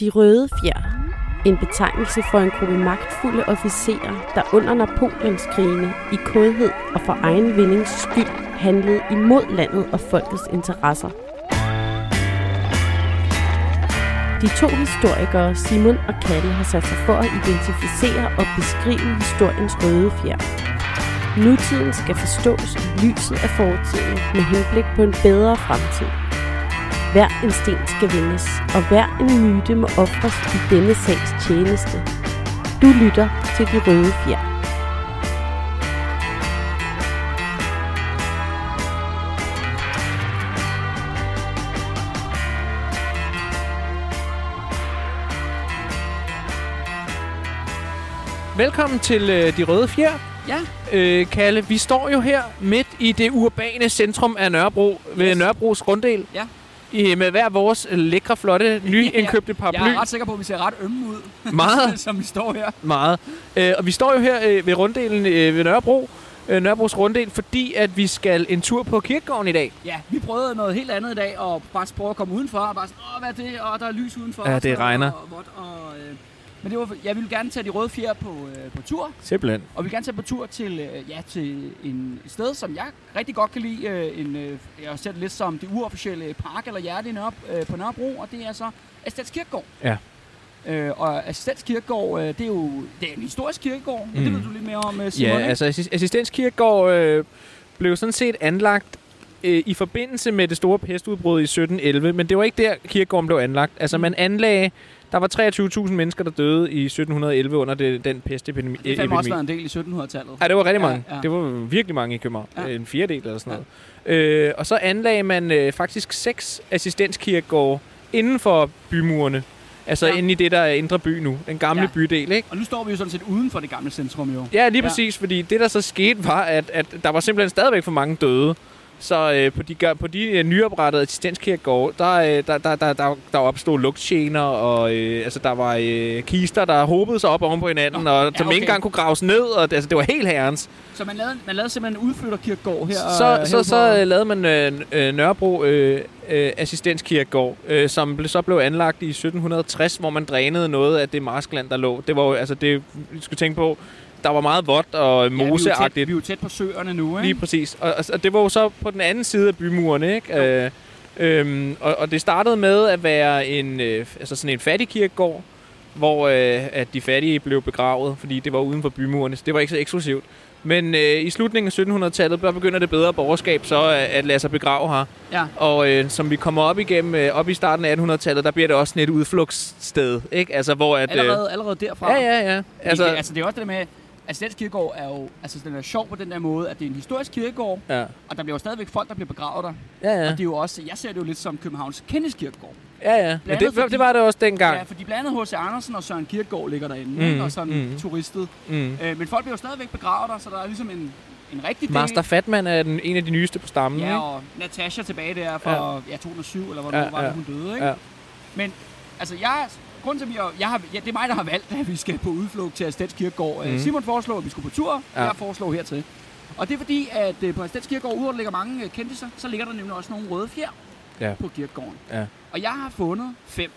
De røde fjer. En betegnelse for en gruppe magtfulde officerer, der under Napoleonskrigene i kodhed og for egen vindings skyld handlede imod landet og folkets interesser. De to historikere, Simon og Kalle, har sat sig for at identificere og beskrive historiens røde fjer. Nutiden skal forstås i lyset af fortiden med henblik på en bedre fremtid. Hver en sten skal vendes, og hver en myte må ofres i denne sags tjeneste. Du lytter til De Røde Fjer. Velkommen til øh, De Røde Fjer. Ja. Øh, Kalle, vi står jo her midt i det urbane centrum af Nørrebro, ved Yes. Nørrebros grunddel. Ja. I, med hver vores øh, lækre, flotte, nyindkøbte paraply. Jeg er ret sikker på, at vi ser ret ømme ud, Meget, som vi står her. meget. Øh, og vi står jo her øh, ved runddelen øh, ved Nørrebro, øh, Nørrebros runddel, fordi at vi skal en tur på kirkegården i dag. Ja, vi prøvede noget helt andet i dag, og bare prøve at komme udenfor, og bare sådan, åh, hvad er det, og der er lys udenfor. Ja, og sådan det noget, regner. Og, vådt, og, øh, men det var, jeg ville gerne tage de røde fjer på, øh, på tur, Simpelthen. og ville gerne tage på tur til, øh, ja, til en, et sted, som jeg rigtig godt kan lide. Øh, en, øh, jeg har set lidt som det uofficielle park eller hjerte i Nørre- øh, på Nørrebro, og det er så Astens Kirkegård. Ja. Øh, og Astens Kirkegård, øh, det er jo det er en historisk kirkegård, mm. det Mm. ved du lidt mere om, øh, Simon. Ja, ikke? altså assis- Assistens Kirkegård øh, blev sådan set anlagt øh, i forbindelse med det store pestudbrud i 1711, men det var ikke der, kirkegården blev anlagt. Altså man anlagde, der var 23.000 mennesker, der døde i 1711 under det, den pestepidemi. Det har fandme E- epidemi. også været en del i 1700-tallet. Ja, det var rigtig Ja, mange. Ja, ja. ja. Det var virkelig mange i København. Ja. Ja. En fjerdedel eller sådan noget. Øh, og så anlagde man øh, faktisk seks assistenskirkegårde inden for bymurene. Altså Ja. ja. inde i det, der er indre by nu. Den gamle Ja. ja. bydel, ikke? Og nu står vi jo sådan set uden for det gamle centrum jo. Ja, lige Ja. præcis, fordi det der så skete var, at, at der var simpelthen stadigvæk for mange døde. Så øh, på de, gør- på de øh, nyoprettede assistenskirkegårde, der, øh, der, der, der, der, der opstod lugtgener, og øh, altså, der var øh, kister, der hobede sig op oven på hinanden, Nå, og ja, som ikke okay. engang kunne graves ned, og det, altså, det var helt herrens. Så man lavede, man lavede simpelthen en udflytterkirkegård her. så øh, så, så herude øh, lavede man øh, øh, Nørrebro øh, øh, assistenskirkegård, øh, som ble, så blev anlagt i 1760, hvor man drænede noget af det marskland, der lå. Det var jo, altså det, vi skulle tænke på, der var meget vådt og på- Ja, vi, er jo tæt, moseagtigt. vi er jo tæt på søerne nu, Lige ikke? præcis. Og, og, og det var jo så på den anden side af bymurene, ikke? Øh, øhm, og, og det startede med at være en, øh, altså sådan en fattig kirkegård, hvor øh, at de fattige blev begravet, fordi det var uden for bymurene, så det var ikke så eksklusivt. Men øh, i slutningen af 1700-tallet, der begynder det bedre borgerskab så at, at lade sig begrave her. Ja. Og øh, som vi kommer op igennem, øh, op i starten af 1800-tallet, der bliver det også sådan et udflugtssted, ikke? Altså hvor at... Allerede, allerede derfra. ja, ja, ja. Altså, det, altså, det er også det der med, altså den kirkegård er jo, altså den er sjov på den der måde, at det er en historisk kirkegård, ja. og der bliver jo stadigvæk folk, der bliver begravet der. Ja. Ja, Og ja. det er jo også, jeg ser det jo lidt som Københavns kendeskirkegård. ja, ja. Men andet det, fordi- det var det også dengang. Ja, fordi blandt andet H.C. Andersen og Søren Kirkegaard ligger derinde, Mm, ikke? og sådan mm. turistet. Mm. Øh, men folk bliver jo stadigvæk begravet der, så der er ligesom en, en rigtig del. Master Fatman er den, en af de nyeste på stammen, Ja, ikke? og Natasha tilbage der fra ja. Ja, 2007, eller hvornår ja, Ja, var det, ja. hun døde, ikke? Ja. Ja. Men altså, jeg, grunden til, at vi har, jeg har, ja, det er mig, der har valgt, at vi skal på udflugt til Astens Kirkegård. Mm. Mhm. Simon foreslår, at vi skulle på tur, ja. Ja. jeg foreslår hertil. Og det er fordi, at øh, på Astens Kirkegård, udover der ligger mange øh, kendtiser, så ligger der nemlig også nogle røde fjer Ja. på kirkegården. Ja. Og jeg har fundet fem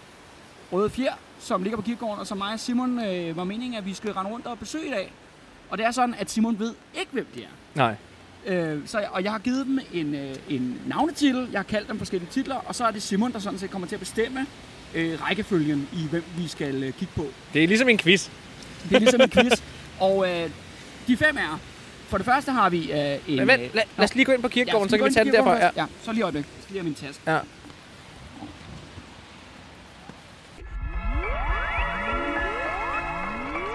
røde fjer, som ligger på kirkegården, og som mig og Simon øh, var meningen, at vi skulle rende rundt og besøge i dag. Og det er sådan, at Simon ved ikke, hvem det er. Nej. Øh, så, og jeg har givet dem en, øh, en navnetitel, jeg har kaldt dem forskellige titler, og så er det Simon, der sådan set kommer til at bestemme øh, rækkefølgen i, hvem vi skal øh, kigge på. Det er ligesom en quiz. Det er ligesom en quiz. Og øh, de fem er, for det første har vi øh, en... Men vent, lad, lad os lige gå ind på kirkegården, ja, så kan vi tage den derfra. Ja. Ja. ja, så lige øjeblik. Jeg skal lige have min taske. Ja.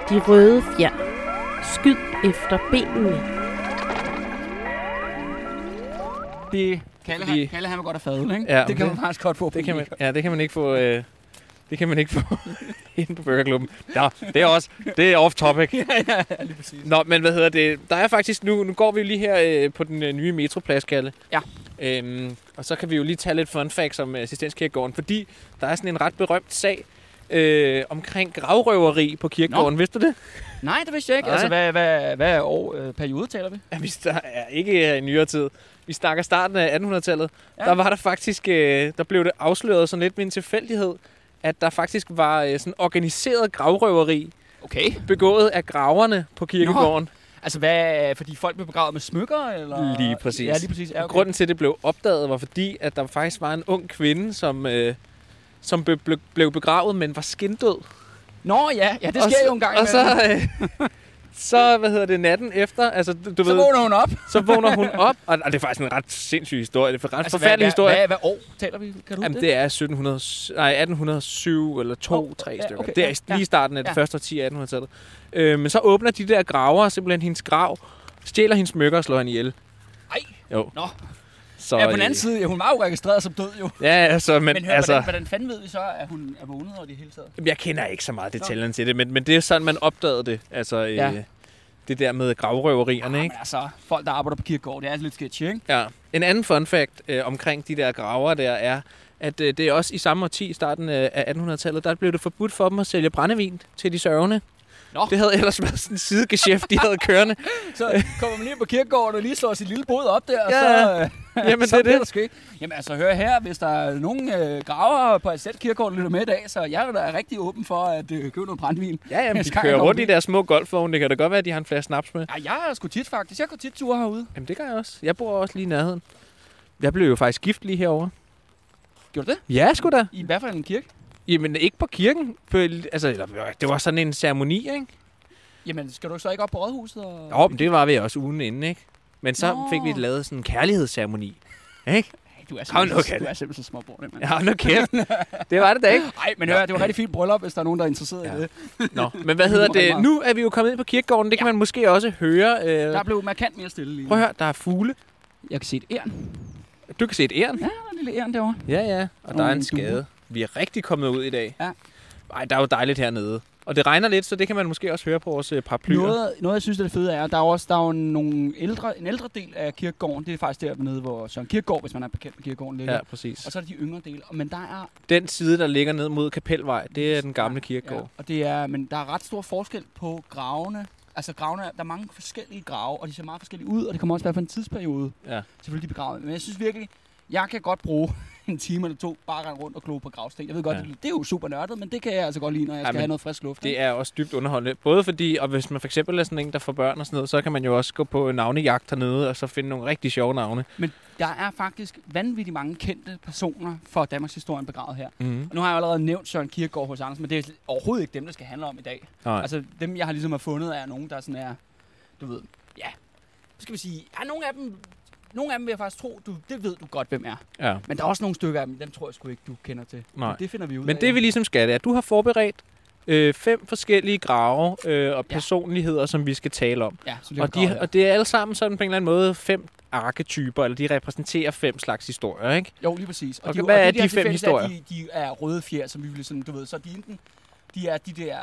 De røde fjer. Skyd efter benene. Det Kalle, Fordi- han, Kalle, han vil godt have fadet, ikke? Ja, det men kan man det- faktisk godt få på Det kan man, kirkegården. ja, det kan man ikke få... Øh, det kan man ikke få inde på burgerklubben. Ja, det er også... Det er off-topic. ja, ja, lige præcis. Nå, men hvad hedder det? Der er faktisk... Nu, nu går vi jo lige her øh, på den øh, nye metroplads, Kalle. Ja. Øhm, og så kan vi jo lige tage lidt fun facts om øh, assistenskirkegården, fordi der er sådan en ret berømt sag øh, omkring gravrøveri på kirkegården. Nå. Vidste du det? Nej, det vidste jeg ikke. Nej. Altså, hvad, hvad, hvad år, øh, periode taler vi? Ja, vi star- ja, ikke øh, i nyere tid. Vi snakker starten af 1800-tallet. Ja. Ja. Der var der faktisk, øh, der blev det afsløret sådan lidt ved en tilfældighed, at der faktisk var øh, sådan organiseret gravrøveri Okay. begået af graverne på kirkegården. Altså, hvad, fordi folk blev begravet med smykker? Eller? Lige præcis. Ja, lige præcis. Ja, Okay. okay. Grunden til, at det blev opdaget, var fordi, at der faktisk var en ung kvinde, som, øh, som be- ble- blev begravet, men var skindød. Nå ja, ja det Og sker så- jo en gang Og så, imellem. øh, så, hvad hedder det, natten efter, altså, du, du så ved, vågner hun op. så vågner hun op, og, og det er faktisk en ret sindssyg historie, det er en ret altså, forfærdelig hvad, historie. Hvad, hvad, hvad år taler vi? Kan Jamen, du Jamen, det er 1700, nej, 1807 eller 2, Åh, 3 ja, stykker. okay, det er ja, i- ja, lige i starten af det ja. første årti af 1800-tallet. Øh, men så åbner de der graver simpelthen hendes grav, stjæler hendes smykker og slår hende ihjel. Ej, Jo. nå. Så, ja, på den anden øh, side, ja, hun var jo registreret som død jo. Ja, altså, men, Men, men hør, altså, altså... hvordan, hvordan fanden ved vi så, at hun er vågnet over det hele taget? Jamen, Jeg kender ikke så meget detaljerne til det, men, men det er sådan, man opdagede det. Altså, ja. øh, Ja. det der med gravrøverierne, Jamen ikke? altså, folk der arbejder på kirkegård, det er altså lidt sketchy, ikke? Ja. En anden fun fact øh, omkring de der graver der er, at øh, det er også i samme årti, i starten øh, af 1800-tallet, der blev det forbudt for dem at sælge brændevin til de sørgende. Nå. Det havde ellers været sådan en sidegeschæft, de havde kørende. Så kommer man lige på kirkegården og lige slår sit lille bod op der, og Ja, så, øh, Jamen, så det er bliver der det. sgu ikke. Jamen altså, hør her, hvis der er nogen øh, graver på Azet Kirkegård, der lytter med i dag, så jeg er da rigtig åben for at øh, købe noget brændvin. Ja, jamen, de Skak kører over rundt i bil. deres små golfvogne. Det kan da godt være, at de har en flaske snaps med. Ej, jeg er sgu tit faktisk. Jeg går tit ture herude. Jamen, det gør jeg også. Jeg bor også lige i nærheden. Jeg blev jo faktisk gift lige herover. Gjorde du det? Ja, sgu da. I hvad for en kirke? Jamen, ikke på kirken. På, altså, eller, det var sådan en ceremoni, ikke? Jamen, skal du så ikke op på rådhuset? Og... Jo, men det var vi også ugen inden, ikke? Men så Nå. Nå. fik vi lavet sådan en kærlighedsceremoni. Ikke? Ej, du er Kom nu, simpelthen, Kalle. du er simpelthen så småbordet, mand. Ja, nu kæft. Det var det da ikke. Nej, men hør, det var rigtig fint bryllup, hvis der er nogen, der er interesseret Ja. ja. i det. Nå, men hvad hedder det? Nu er vi jo kommet ind på kirkegården. Det kan man måske også høre. Øh, Der blev markant mere stille lige. nu. prøv at høre, der er fugle. Jeg kan se et æren. Du kan se et æren. Ja, der er en lille æren derovre. Ja, ja. Og Og der er en nogle skade. Vi er rigtig kommet ud i dag. Ja. Ej, der er jo dejligt hernede. Og det regner lidt, så det kan man måske også høre på vores øh, paraplyer. Noget, noget, jeg synes, det er fede er, der er jo også der er jo nogle ældre, en ældre del af kirkegården. Det er faktisk dernede, hvor Søren Kirkegaard, hvis man er bekendt med kirkegården, ligger. Ja, Ja. præcis. Og så er der de yngre dele. Men der er Den side, der ligger ned mod Kapelvej, det er den gamle kirkegård. Ja, og det er, men der er ret stor forskel på gravene. Altså gravene, er- der er mange forskellige grave, og de ser meget forskellige ud, og det kommer også være for en tidsperiode. Ja. Selvfølgelig de er begravet. Men jeg synes virkelig, jeg kan godt bruge en time eller to bare at rende rundt og glo på gravsten. Jeg ved godt, Ja. ja. det, det, er jo super nørdet, men det kan jeg altså godt lide, når jeg Ja, skal men have noget frisk luft. Det ikke? er også dybt underholdende. Både fordi, og hvis man for eksempel er sådan en, der får børn og sådan noget, så kan man jo også gå på navnejagt hernede, og så finde nogle rigtig sjove navne. Men der er faktisk vanvittigt mange kendte personer fra Danmarks historie begravet her. Mm. Og nu har jeg allerede nævnt Søren Kierkegaard hos Andersen, men det er slet- overhovedet ikke dem, der skal handle om i dag. Nej. Altså, Altså dem, jeg har ligesom har fundet, er nogen, der sådan er, du ved, ja, hvad skal vi sige, er nogle af dem, nogle af dem vil jeg faktisk tro, du, det ved du godt, hvem er. ja. Men der er også nogle stykker af dem, dem tror jeg sgu ikke, du kender til. Nej. Men det finder vi ud af. Men det vi ligesom skal, det er, at du har forberedt øh, fem forskellige grave øh, og Ja. personligheder, som vi skal tale om. Ja, så det Og, er de, og og det er alle sammen sådan på en eller anden måde fem arketyper, eller de repræsenterer fem slags historier, ikke? Jo, lige præcis. Okay, hvad er det, de har fem til fælles, er, at historier? De, de er røde fjer, som vi ville sådan, du ved, så er de enten, de er de der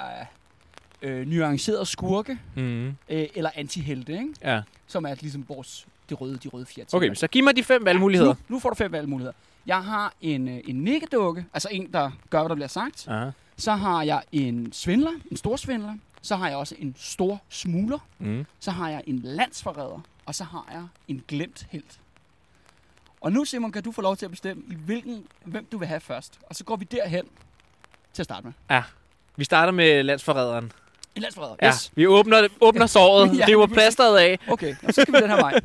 øh, nuancerede skurke, Mm. øh, eller antihelte, ikke? Ja. Som er ligesom vores, det røde, de røde fjer. Okay, så giv mig de fem valgmuligheder. Nu, nu får du fem valgmuligheder. Jeg har en, øh, en nikkedukke, altså en, der gør, hvad der bliver sagt. Aha. Så har jeg en svindler, en stor svindler. Så har jeg også en stor smugler. Mm. Så har jeg en landsforræder. Og så har jeg en glemt helt. Og nu, Simon, kan du få lov til at bestemme, i hvilken, hvem du vil have først. Og så går vi derhen til at starte med. Vi starter med landsforræderen. En landsforræder, Ja, yes. vi åbner, åbner såret, Ja, ja, river lige præcis. plasteret af. Okay, nå, så skal vi den her vej.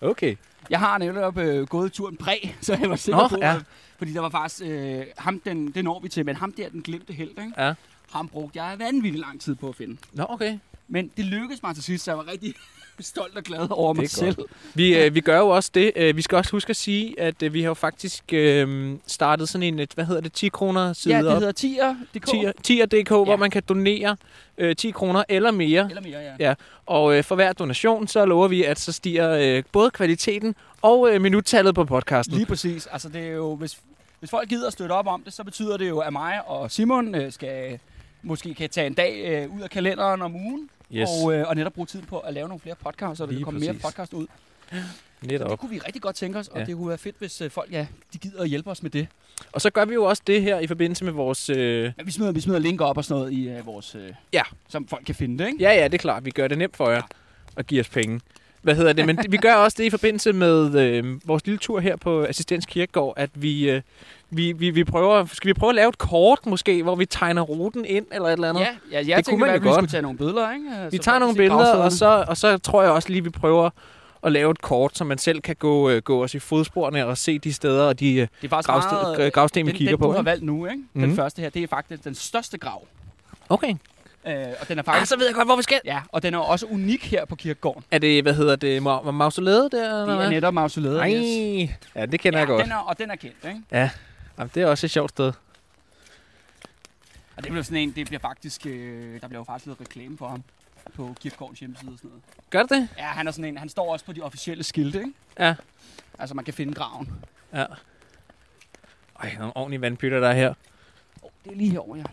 Okay. Jeg har nemlig op, øh, gået turen præg, så jeg var sikker Nå, på, ja. ja. fordi der var faktisk, øh, ham den, det når vi til, men ham der, den glemte helt, ikke? Ja. ham brugte jeg vanvittig lang tid på at finde. Nå, okay. Men det lykkedes mig til sidst, så jeg var rigtig stolt og glad over mig godt. selv. Vi, øh, vi gør jo også det. Øh, vi skal også huske at sige, at øh, vi har jo faktisk øh, startet sådan en, øh, hvad hedder det, 10 kroner side Ja, det op. hedder tier. Det 10.dk, ja. hvor Ja. man kan donere øh, 10 kroner eller mere. Eller mere, ja. Ja. Og øh, for hver donation, så lover vi, at så stiger øh, både kvaliteten og øh, minuttallet på podcasten. Lige præcis. Altså, det er jo, hvis, hvis folk gider at støtte op om det, så betyder det jo, at mig og Simon øh, skal måske kan tage en dag øh, ud af kalenderen om ugen, og, øh, og netop bruge tid på at lave nogle flere podcasts, så der Lige kan komme præcis. mere podcast ud. netop. Det kunne vi rigtig godt tænke os, og Ja. ja. det kunne være fedt, hvis øh, folk ja, de gider at hjælpe os med det. Og så gør vi jo også det her i forbindelse med vores... Øh... Men vi smider, vi smider link op og sådan noget i øh, vores... Øh, Ja. Som folk kan finde det, ikke? Ja, ja, det er klart. Vi gør det nemt for jer at give os penge. Hvad hedder det? Men vi gør også det i forbindelse med øh, vores lille tur her på Assistens Kirkegård, at vi, øh, vi, vi, vi prøver, skal vi prøve at lave et kort måske, hvor vi tegner ruten ind eller et eller andet? Ja, ja jeg det tænker, man at jo vi godt. godt. skulle tage nogle billeder, ikke? Øh, Vi så tager folk nogle kan se billeder, og gravstederne. så, og så tror jeg også lige, vi prøver at lave et kort, så man selv kan gå, øh, gå os i fodsporene og se de steder og de øh, Det er faktisk meget... gravsten, øh, øh, gravsten vi den, kigger den, på. du har ikke? valgt nu, ikke? Den Mhm. første her, det er faktisk den største grav. Okay. Øh, og den er Ah, faktisk... så ved jeg godt, hvor vi skal. Ja, og den er også unik her på kirkegården. Er det, hvad hedder det, ma- mausoleet der? Det er netop mausoleet. Nej. yes. Ja, det kender Ja, jeg godt. den er, og den er kendt, ikke? Jamen, det er også et sjovt sted. Og det bliver sådan en, det bliver faktisk, øh, der bliver jo faktisk lavet reklame for ham på Kirkegårdens hjemmeside og sådan noget. Gør det det? Ja, han er sådan en, han står også på de officielle skilte, ikke? Ja. Altså, man kan finde graven. Ja. Ej, nogle ordentlige vandpytter, der er her. Oh, det er lige herovre, ja.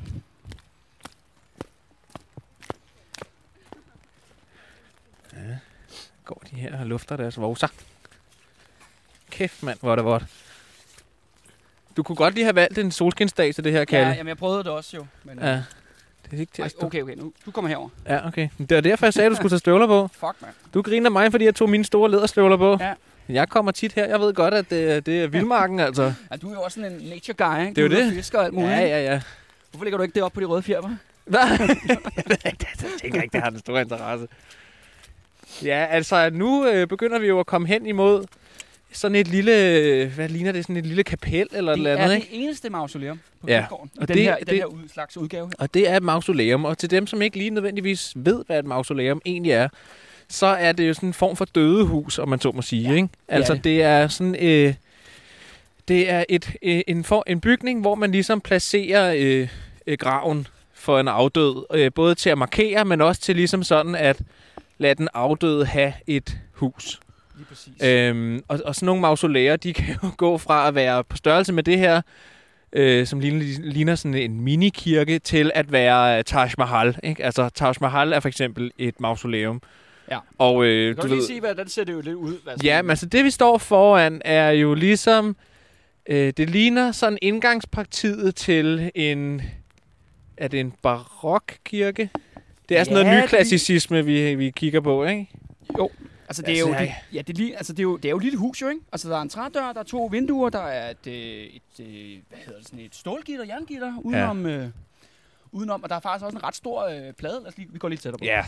Går de her og lufter deres vovser. Kæft, mand, hvor er det vådt. Du kunne godt lige have valgt en solskinsdag til det her, Kalle. Ja, jamen, jeg prøvede det også jo. Men, øh, ja. Det er ikke til Ej, at stå. okay, okay, nu, du kommer herover. Ja, okay. Men Det var derfor, jeg sagde, at du skulle tage støvler på. Fuck, mand. Du griner mig, fordi jeg tog mine store læderstøvler på. Ja. Jeg kommer tit her. Jeg ved godt, at det, det er vildmarken, altså. Ja, du er jo også sådan en nature guy, ikke? Det er jo Du ude og det. fisker og alt muligt. Ja, ikke? ja, ja. Hvorfor ligger du ikke det op på de røde fjerber? Hvad? jeg tænker ikke, det har den store interesse. Ja, altså nu øh, begynder vi jo at komme hen imod sådan et lille, øh, hvad ligner det, sådan et lille kapel eller et Det eller er andet, det ikke? eneste mausoleum på Ja, Kirkegården. I og den, det- her, i den det- her ud, slags udgave her. Og det er et mausoleum, og til dem, som ikke lige nødvendigvis ved, hvad et mausoleum egentlig er, så er det jo sådan en form for dødehus, om man så må sige, ja, ikke? Altså det. det. det er sådan, øh, det er et, øh, en, for, en bygning, hvor man ligesom placerer øh, øh, graven for en afdød, øh, både til at markere, men også til ligesom sådan at lade den afdøde have et hus. Lige præcis. Øhm, og, og sådan nogle mausolæer, de kan jo gå fra at være på størrelse med det her, øh, som ligner, ligner sådan en minikirke, til at være øh, Taj Mahal. Ikke? Altså Taj Mahal er for eksempel et mausoleum. Ja. Og øh, du kan du lige ved, sige, hvordan ser det jo lidt ud? Hvad ja, men altså det vi står foran er jo ligesom, øh, det ligner sådan indgangspartiet til en, er det en barokkirke? Det er sådan Ja, noget det- nyklassicisme, vi, vi kigger på, ikke? Altså, det er jo, Altså, det, ja, det er, lige, altså, det er jo, det er jo et lille hus jo, ikke? Altså, der er en trædør, der er to vinduer, der er et, øh, et øh, hvad hedder det, sådan et stålgitter, jerngitter, udenom, ja. øh, udenom, og der er faktisk også en ret stor øh, plade, lad os lige, vi går lige tættere på, Ja.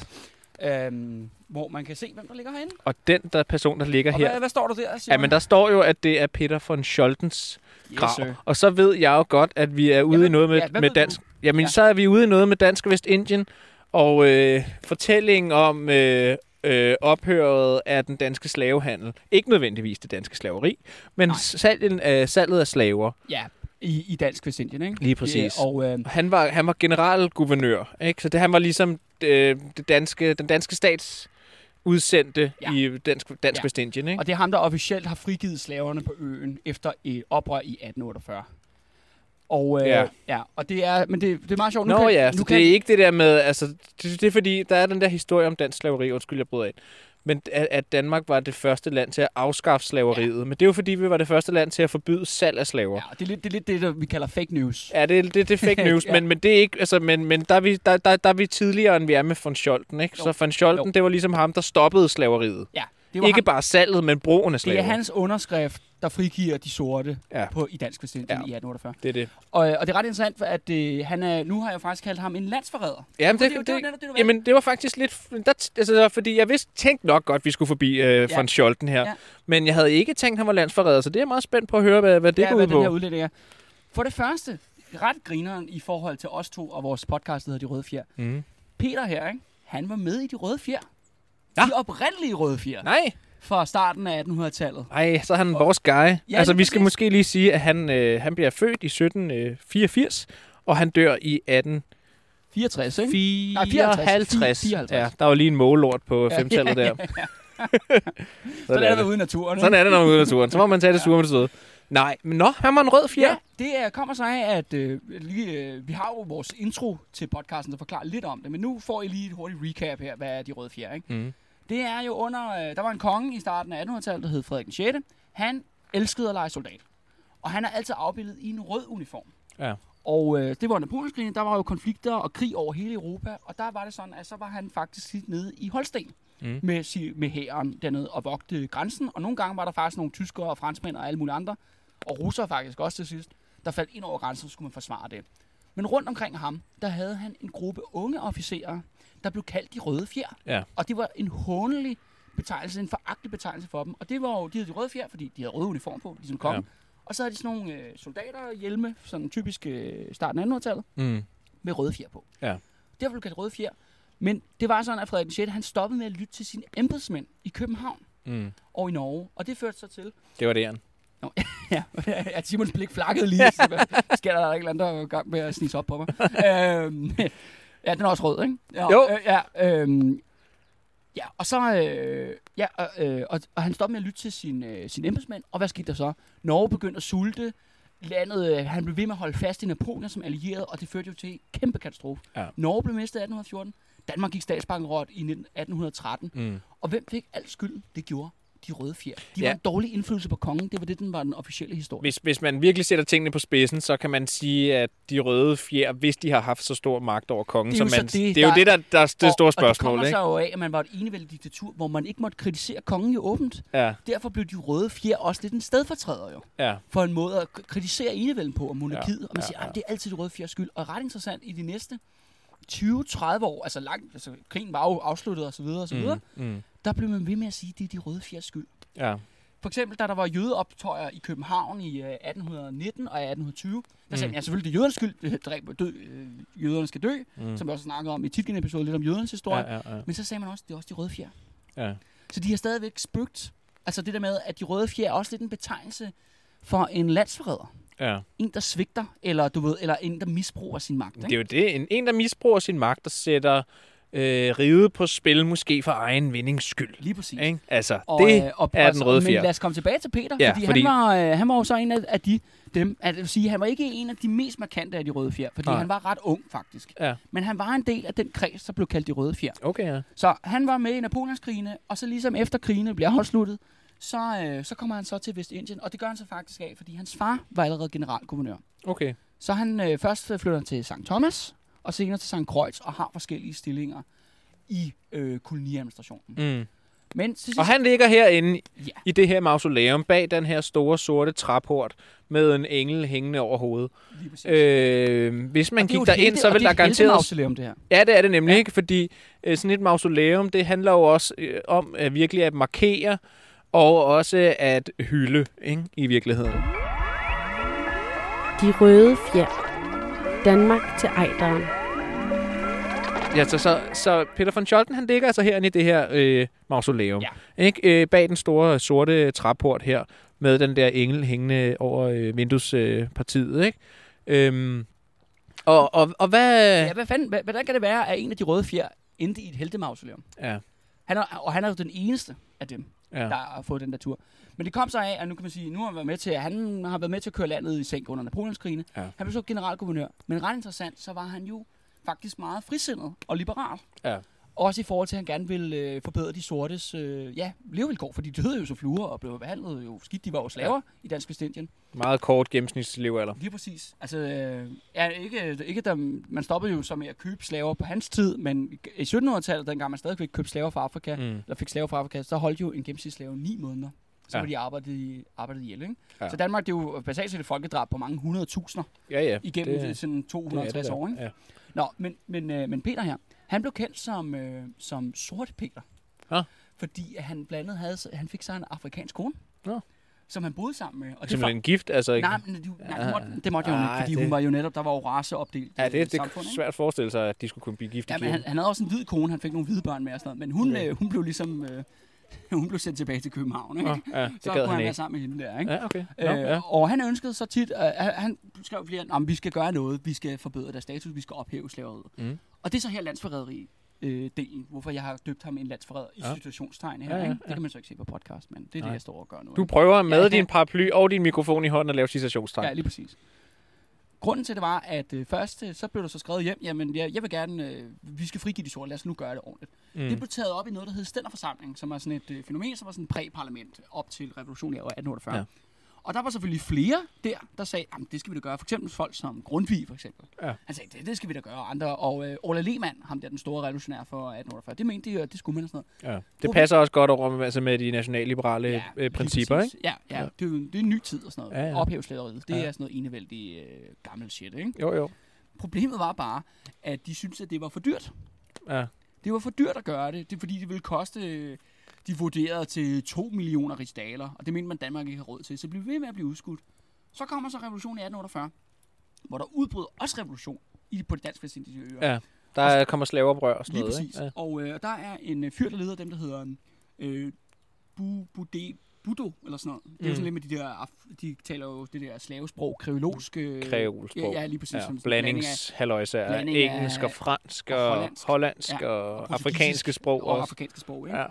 øhm, hvor man kan se, hvem der ligger herinde. Og den der person, der ligger Og her, hvad, hvad står der der, Simon? Ja, men der står jo, at det er Peter von Scholtens yes, grav. sir. og så ved jeg jo godt, at vi er ude Jamen, i noget med, ja, hvad med ved dansk... Jamen, Ja. så er vi ude i noget med Dansk Vestindien, og øh, fortællingen om øh, øh, ophøret af den danske slavehandel. Ikke nødvendigvis det danske slaveri, men Nej. salgen af, salget af slaver, Ja, i, i Dansk Vestindien, ikke? lige præcis. Ja, og øh, Og han var, han var generalguvernør, ikke? Så det, han var ligesom øh, det danske, den danske stats udsendte Ja. ja. i Dansk, dansk Ja. ja. Vestindien, ikke? Og det er ham, der officielt har frigivet slaverne på øen efter et oprør i 1848. Og, øh, ja. Ja. ja. og det er, men det, det er meget sjovt. Nå ja, nu så det er ikke det der med, altså, det, det er fordi, der er den der historie om dansk slaveri, undskyld, jeg bryder ind, men at, at Danmark var det første land til at afskaffe slaveriet, ja. men det er jo fordi, vi var det første land til at forbyde salg af slaver. Ja, det er lidt det, er lidt det der, vi kalder fake news. Ja, det, er- det, det er fake news, Ja. ja. men, men det er ikke, altså, men, men der, er vi, der, der, der er vi tidligere, end vi er med von Scholten, ikke? Jo. Så von Scholten, Jo. det var ligesom ham, der stoppede slaveriet. Ja, det Det var ikke ham, bare salget, men brugen af slaver. det er hans underskrift, der frigiver de sorte ja. Ja. på, i Dansk Vestindien Ja. ja. i 1848. Det er det. Og, øh, og det er ret interessant, at øh, han er, nu har jeg faktisk kaldt ham en landsforræder. Jamen, det det, er jo- det, det er jo det, netop det, du det, valgte. jamen, det var faktisk lidt... Der, altså, det var fordi jeg vidste, tænkte nok godt, vi skulle forbi øh, Ja. ja. von Scholten her. Ja. Ja. Men jeg havde ikke tænkt, han var landsforræder, så det er jeg meget spændt på at høre, hvad, hvad det ja, går ud hvad den på. her udlænding er. For det første, ret grineren i forhold til os to og vores podcast, der hedder De Røde Fjer. Mm. Peter her, ikke? han var med i De Røde Fjer. Ja. Ja. De oprindelige Røde Fjer. Nej, fra starten af 1800-tallet. nej, så er han vores guy. Ja, altså, lige vi skal præcis. måske lige sige, at han, øh, han bliver født i 1784, og han dør i 64, ikke? 1854. 54. Ja, der var lige en målort på Ja. femtallet der. Sådan er det ude i naturen. Sådan er det, når man er ude i naturen. Så må man tage det sure med det søde. Nej, men nå, han var en rød fjer. Ja, det øh, kommer så af, at øh, lige, øh, vi har jo vores intro til podcasten, der forklarer lidt om det, men nu får I lige et hurtigt recap her, hvad er de røde fjer, ikke? Mm. Det er jo under, øh, der var en konge i starten af 1800-tallet, der hed Frederik den 6. Han elskede at lege soldat, og han er altid afbildet i en rød uniform. Ja. Og øh, det var under Polenskrigen, der var jo konflikter og krig over hele Europa, og der var det sådan, at så var han faktisk lidt nede i Holsten Mm. mm. med, si- med hæren dernede og vogte grænsen, og nogle gange var der faktisk nogle tyskere og franskmænd og alle mulige andre, og russere faktisk også til sidst, der faldt ind over grænsen, så skulle man forsvare det. Men rundt omkring ham, der havde han en gruppe unge officerer, der blev kaldt de røde fjer. Ja. Og det var en hånelig betegnelse, en foragtelig betegnelse for dem. Og det var jo, de havde de røde fjer, fordi de havde røde uniform på, ligesom kongen. Ja. Ja. Og så havde de sådan nogle øh, soldaterhjelme, sådan typisk øh, starten af 1800-tallet, Mm. med røde fjer på. Ja. Derfor blev det kaldt røde fjer. Men det var sådan, at Frederik 6. han stoppede med at lytte til sine embedsmænd i København Mm. og i Norge. Og det førte så til, Det var det, han. Ja, at Simons blik flakkede lige. Så hvad Sker der, der er ikke andet, der er i gang med at snige sig op på mig. øhm, ja, den er også rød, ikke? Ja, Jo. Øh, ja, øhm, ja, og så... Øh, ja, og, øh, og, og, han stoppede med at lytte til sin, øh, sin embedsmænd. Og hvad skete der så? Norge begyndte at sulte. Landet, øh, han blev ved med at holde fast i Napoleon som allieret, og det førte jo til en kæmpe katastrofe. Ja. Norge blev mistet i 1814. Danmark gik statsbankerot i 19- 1813. Mm. Og hvem fik alt skylden? Det gjorde de røde fjer. De Ja. var en dårlig indflydelse på kongen. Det var det, den var den officielle historie. Hvis, hvis man virkelig sætter tingene på spidsen, så kan man sige, at de røde fjer, hvis de har haft så stor magt over kongen, Det er jo som man, så det, det er jo der- det, der, der er det store spørgsmål, Og det ikke? kommer sig jo af, at man var et enevældigt diktatur, hvor man ikke måtte kritisere kongen jo åbent. Ja, Derfor blev de røde fjer også lidt en stedfortræder jo, ja. for en måde at k- kritisere enevælden på og monarkiet. Ja, og man ja, siger, ja. at det er altid de røde fjers skyld. Og ret interessant, i de næste 20-30 år, altså langt, altså krigen var jo afsluttet osv. osv., mm. Mm. Mm. der blev man ved med at sige, at det er de røde fjers skyld. Ja. For eksempel, da der var jødeoptøjer i København i øh, 1819 og 1820, der sagde Mm. mm. ja, selvfølgelig, det er jødernes skyld, øh, dræb, dø, øh, jøderne skal dø, Mm. mm. som vi også snakkede om i Titgen-episoden, lidt om jødernes ja, historie. ja, ja. Men så sagde man også, at det er også de røde fjer. ja. Så de har stadigvæk spøgt. Altså det der med, at de røde fjer er også lidt en betegnelse for en landsforræder. ja. En, der svigter, eller, du ved, eller en, der misbruger sin magt. Det er Ikke? jo det. En, en der misbruger sin magt og sætter øh, riget på spil, måske for egen vindings skyld. Lige præcis. Ikke? Altså, og, det øh, og, er den røde Men fjer. lad os komme tilbage til Peter, Ja, ja, fordi, fordi- fordi, han, var, øh, han var jo så en af, af de, dem, at, det vil sige, han var ikke en af de mest markante af de røde fjer, fordi Nej. han var ret ung faktisk. Ja. Men han var en del af den kreds, der blev kaldt de røde fjer. Okay, ja. Så han var med i Napoleonskrigene, og så ligesom efter krigene bliver afsluttet, så, øh, så kommer han så til Vestindien, og det gør han så faktisk af, fordi hans far var allerede generalguvernør. Okay. Så han øh, først flytter han til St. Thomas, og senere til St. Croix, og har forskellige stillinger i øh, koloniadministrationen. Mm. Men til sidst, Og han ligger herinde ja, i det her mausoleum, bag den her store sorte træport, med en engel hængende over hovedet. lige præcis. Øh, hvis man Og det er gik jo et derind, helte- så og ville det er der et garanteret heltemausoleum, det her. Ja, det er det nemlig ja. ikke, fordi øh, sådan et mausoleum, det handler jo også øh, om at virkelig at markere og også at hylde ikke? i virkeligheden. De røde fjer. Danmark til Ejderen. Ja, så, så, så Peter von Scholten, han ligger altså herinde i det her øh, mausoleum, ja. ikke? Øh, bag den store sorte træport her, med den der engel hængende over øh, vinduespartiet, øh, ikke? Øhm, og, og, og hvad... Ja, hvad fanden, hva- hvordan kan det være, at en af de røde fjer endte i et heltemausoleum? Ja, Han er, og han er jo den eneste af dem, ja, der har fået den der tur. Men det kom så af, at nu kan man sige, nu har han været med til, han har været med til at køre landet i sænk under Napoleonskrigene. Ja. Han blev så generalguvernør. Men ret interessant, så var han jo faktisk meget frisindet og liberal. Ja. Også i forhold til, at han gerne ville øh, forbedre de sortes øh, ja, levevilkår, for de døde jo så fluer og blev behandlet jo skidt. De var jo slaver ja. i Dansk Vestindien. meget kort gennemsnitslevealder. Lige præcis. Altså, øh, ja, ikke, ikke der, man stoppede jo så med at købe slaver på hans tid, men i 1700-tallet, dengang man stadigvæk købte slaver fra Afrika, mm. Mm. eller fik slaver fra Afrika, så holdt jo en gennemsnitsslave 9 måneder. Så Ja. ja. var de arbejdet, i- arbejdet ihjel, ikke? Ja. Ja. Så Danmark, det er jo basalt set et folkedrab på mange hundredtusinder Ja, ja. igennem det- det, sådan det er det 250 da. år, ikke? Ja. Nå, men, men, øh, men Peter her, han blev kendt som, øh, som sort Peter. Nå. Fordi at han blandt andet havde, han fik sig en afrikansk kone, Nå. som han boede sammen med. Og det var, Simpelthen gift, altså ikke? nej, men, det- nej, Ja, det måtte, det måtte jeg jo ej, ikke, fordi det- det... hun var jo netop, der var jo raceopdelt Ja, øh, det, det er samfund, ikke? svært at forestille sig, at de skulle kunne blive gift i Ja, men kirken. han, han havde også en hvid kone, han fik nogle hvide børn med og sådan noget, men hun, Okay. okay. øh, hun blev ligesom, øh, hun blev sendt tilbage til København, ikke? Nå, ja, så det kunne gad han, han være ikke. sammen med hende der, ikke? Ja, okay. Nå, Øh, ja. Og han ønskede så tit, øh, han- han skrev flere, om vi skal gøre noget, vi skal forbedre deres status, vi skal ophæve slaveriet. Mm. Og det er så her landsforræderi øh, delen, hvorfor jeg har døbt ham en landsforræder i Ja. situationstegn her. Ja, ja, ikke? ja. Det kan man så ikke se på podcast, men det er Nej. det, jeg står og gør nu. Du ikke? prøver med Ja. din paraply og din mikrofon i hånden at lave citationstegn. Ja, lige præcis. Grunden til det var, at øh, først øh, så blev der så skrevet hjem, jamen jeg, jeg vil gerne, øh, vi skal frigive de sorte, lad os nu gøre det ordentligt. Mm. Det mm. blev taget op i noget, der hed Stænderforsamling, som er sådan et øh, fænomen, som var sådan et præ-parlament op til revolutionen i 1848. Ja. Ja. Og der var selvfølgelig flere der, der sagde, at det skal vi da gøre. For eksempel folk som Grundtvig, for eksempel. Ja. Han sagde, det, det skal vi da gøre. Og Andre, og øh, Orla Lehmann, ham der den store revolutionær for 1848, det mente de, at det skulle man og sådan noget. Ja. Det passer også godt over med, altså med de nationalliberale ja, lige øh, principper, præcis. ikke? Ja, ja, Ja. ja. Det, er jo, det er en ny tid og sådan noget. Ja, Ja, ja. ja. Ophæv slaveriet. Det Ja. ja. er sådan noget enevældig øh, gammel shit, ikke? Jo, jo. Problemet var bare, at de syntes, at det var for dyrt. Ja. Det var for dyrt at gøre det. Det er fordi, det ville koste, øh, de vurderede til 2 millioner rigsdaler, og det mente man, Danmark ikke har råd til. Så blev vi ved med at blive udskudt. Så kommer så revolutionen i 1848, hvor der udbrød også revolution i, på de dansk vestindiske øer. Ja, Der er, kommer slaveoprør og sådan Lige noget, præcis. ikke? Ja. Og øh, der er en øh, fyr, der leder dem, der hedder øh, Bu, Bude, Budo, eller sådan noget. Det er jo Mm. sådan lidt med de der, af- de taler jo det der slavesprog, kreolsk. Øh, Kreolsprog. Ja, ja, lige præcis. Ja, som sådan en blanding af- blandingshaløjser. blanding af- Engelsk og fransk og og hollandsk, hollandsk. hollandsk Ja, og, og og portugisisk afrikanske sprog og også. afrikanske sprog, ikke? Ja.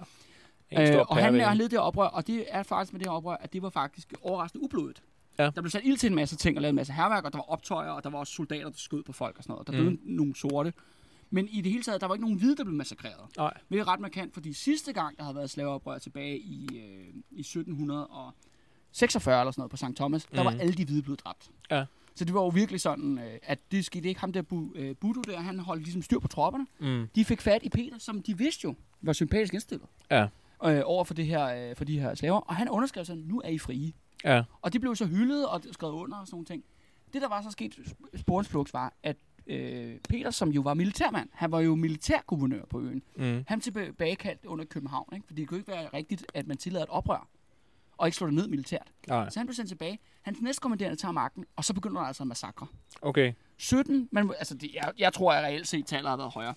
En Øh, stor og han, øh, pærevælling. han ledte det her oprør, og det er faktisk med det her oprør, at det var faktisk overraskende ublodigt. Ja. Der blev sat ild til en masse ting og lavet en masse herværk, og der var optøjer, og der var også soldater, der skød på folk og sådan noget. og Der Mm. mm. blev nogle sorte. Men i det hele taget, der var ikke nogen hvide, der blev massakreret. Nej. Det er ret markant, fordi sidste gang, der havde været slaveoprør tilbage i, øh, i 1746 eller sådan noget på St. Thomas, der Mhm. var alle de hvide blevet dræbt. Ja. Så det var jo virkelig sådan, øh, at det skete ikke. Ham der Bu, øh, Budu der, han holdt ligesom styr på tropperne. Mm. De fik fat i Peter, som de vidste jo var sympatisk indstillet Ja. øh, over for, det her, øh, for de her slaver. Og han underskrev sådan, nu er I frie. Ja. Og det blev så hyldet og skrevet under og sådan nogle ting. Det, der var så sket sp- sporensflugt, var, at øh, Peter, som jo var militærmand, han var jo militærguvernør på øen, Mm. han tilbagekaldt under København, ikke? fordi det kunne ikke være rigtigt, at man tillader et oprør og ikke slår det ned militært. Nej. Så han blev sendt tilbage. Hans næstkommanderende tager magten, og så begynder der altså en massakre. Okay. 17, man, altså det, jeg, jeg tror, at reelt set tallet har været højere.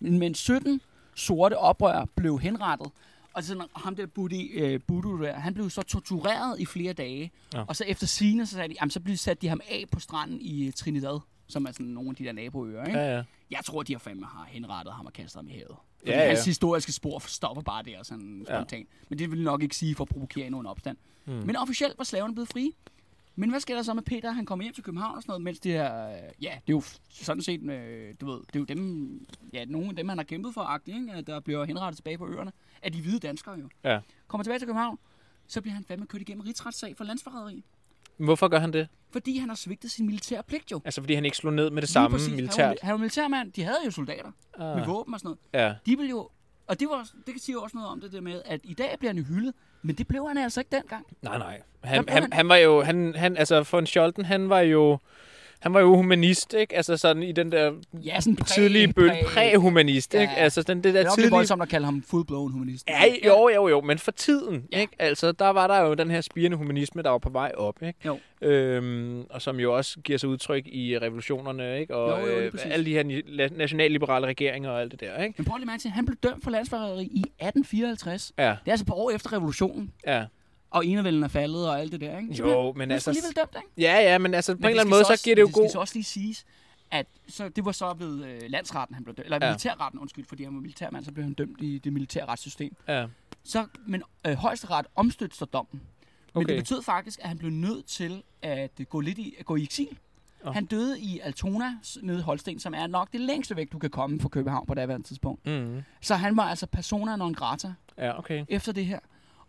Men, men 17 sorte oprør blev henrettet, og sådan, ham der Budi, øh, Budu der, han blev så tortureret i flere dage. Ja. Ja. Og så efter sine, så sagde de, jamen, så blev satte de ham af på stranden i øh, Trinidad, som er sådan nogle af de der naboøer. Ikke? Ja, Ja. ja. Jeg tror, de har fandme har henrettet ham og kastet ham i havet. Fordi Ja, ja. hans historiske spor stopper bare der sådan Ja. Hmm. spontant. Men det vil de nok ikke sige for at provokere nogen opstand. Mm. Men officielt var slaverne blevet frie. Men hvad sker der så med Peter? Han kommer hjem til København og sådan noget, mens det her... øh, Ja, det er jo f- sådan set, øh, du ved, det er jo dem, ja, nogle af dem, han har kæmpet for, agtigt, ikke? At der bliver henrettet tilbage på øerne, af de hvide danskere jo. Ja. Kommer tilbage til København, så bliver han fandme kørt igennem rigsretssag for landsforræderi. Men Hvorfor gør han det? Fordi han har svigtet sin militære pligt jo. Altså, fordi han ikke slog ned med det Lige samme præcis. Han var, militært? han var militærmand. De havde jo soldater ah. med Ah. våben og sådan noget. Ja. De ville jo... Og det, var, det kan sige også noget om det der med, at i dag bliver han jo hyldet, men det blev han altså ikke dengang. Nej, nej. Der Han, blev han, han- han var jo, han, han, altså von Scholten, han var jo, han var jo humanist, ikke? Altså sådan i den der Ja, sådan præ, tidlige bølge, præ, præ-humanist, ikke? Ja. Altså den, det Det er der nok lidt tidlige... voldsomt at kalde ham full-blown humanist. Ja, jo, jo, jo, men for tiden, ja. Ja. ikke? Altså, der var der jo den her spirende humanisme, der var på vej op, ikke? Jo. Øhm, og som jo også giver sig udtryk i revolutionerne, ikke? Og Jo, jo, lige øh, præcis. alle de her ni- la- nationalliberale regeringer og alt det der, ikke? Men prøv lige at mærke til, han blev dømt for landsforræderi i 1854. Ja, Det er altså et par år efter revolutionen, ja. og enevælden er faldet og alt det der, ikke? Så bliver- Jo, men bliver sgu altså... alligevel dømt, ikke? Ja, ja, men altså, på Men en det eller anden skal måde, så også- giver det jo men Det skal så god... også lige siges, at så, det var så ved øh, landsretten, han blev dømt. Eller Ja. ja. militærretten, undskyld, fordi han var militærmand, så blev han dømt i det militære retssystem. Ja, Så, men øh, højesteret omstødte så dommen. Men Okay. det betød faktisk, at han blev nødt til at øh, gå lidt i, at gå i eksil. Åh. Oh. Han døde i Altona s- nede i Holsten, som er nok det længste væk, du kan komme fra København på det her tidspunkt. mm, Så han var altså persona non grata ja okay. efter det her.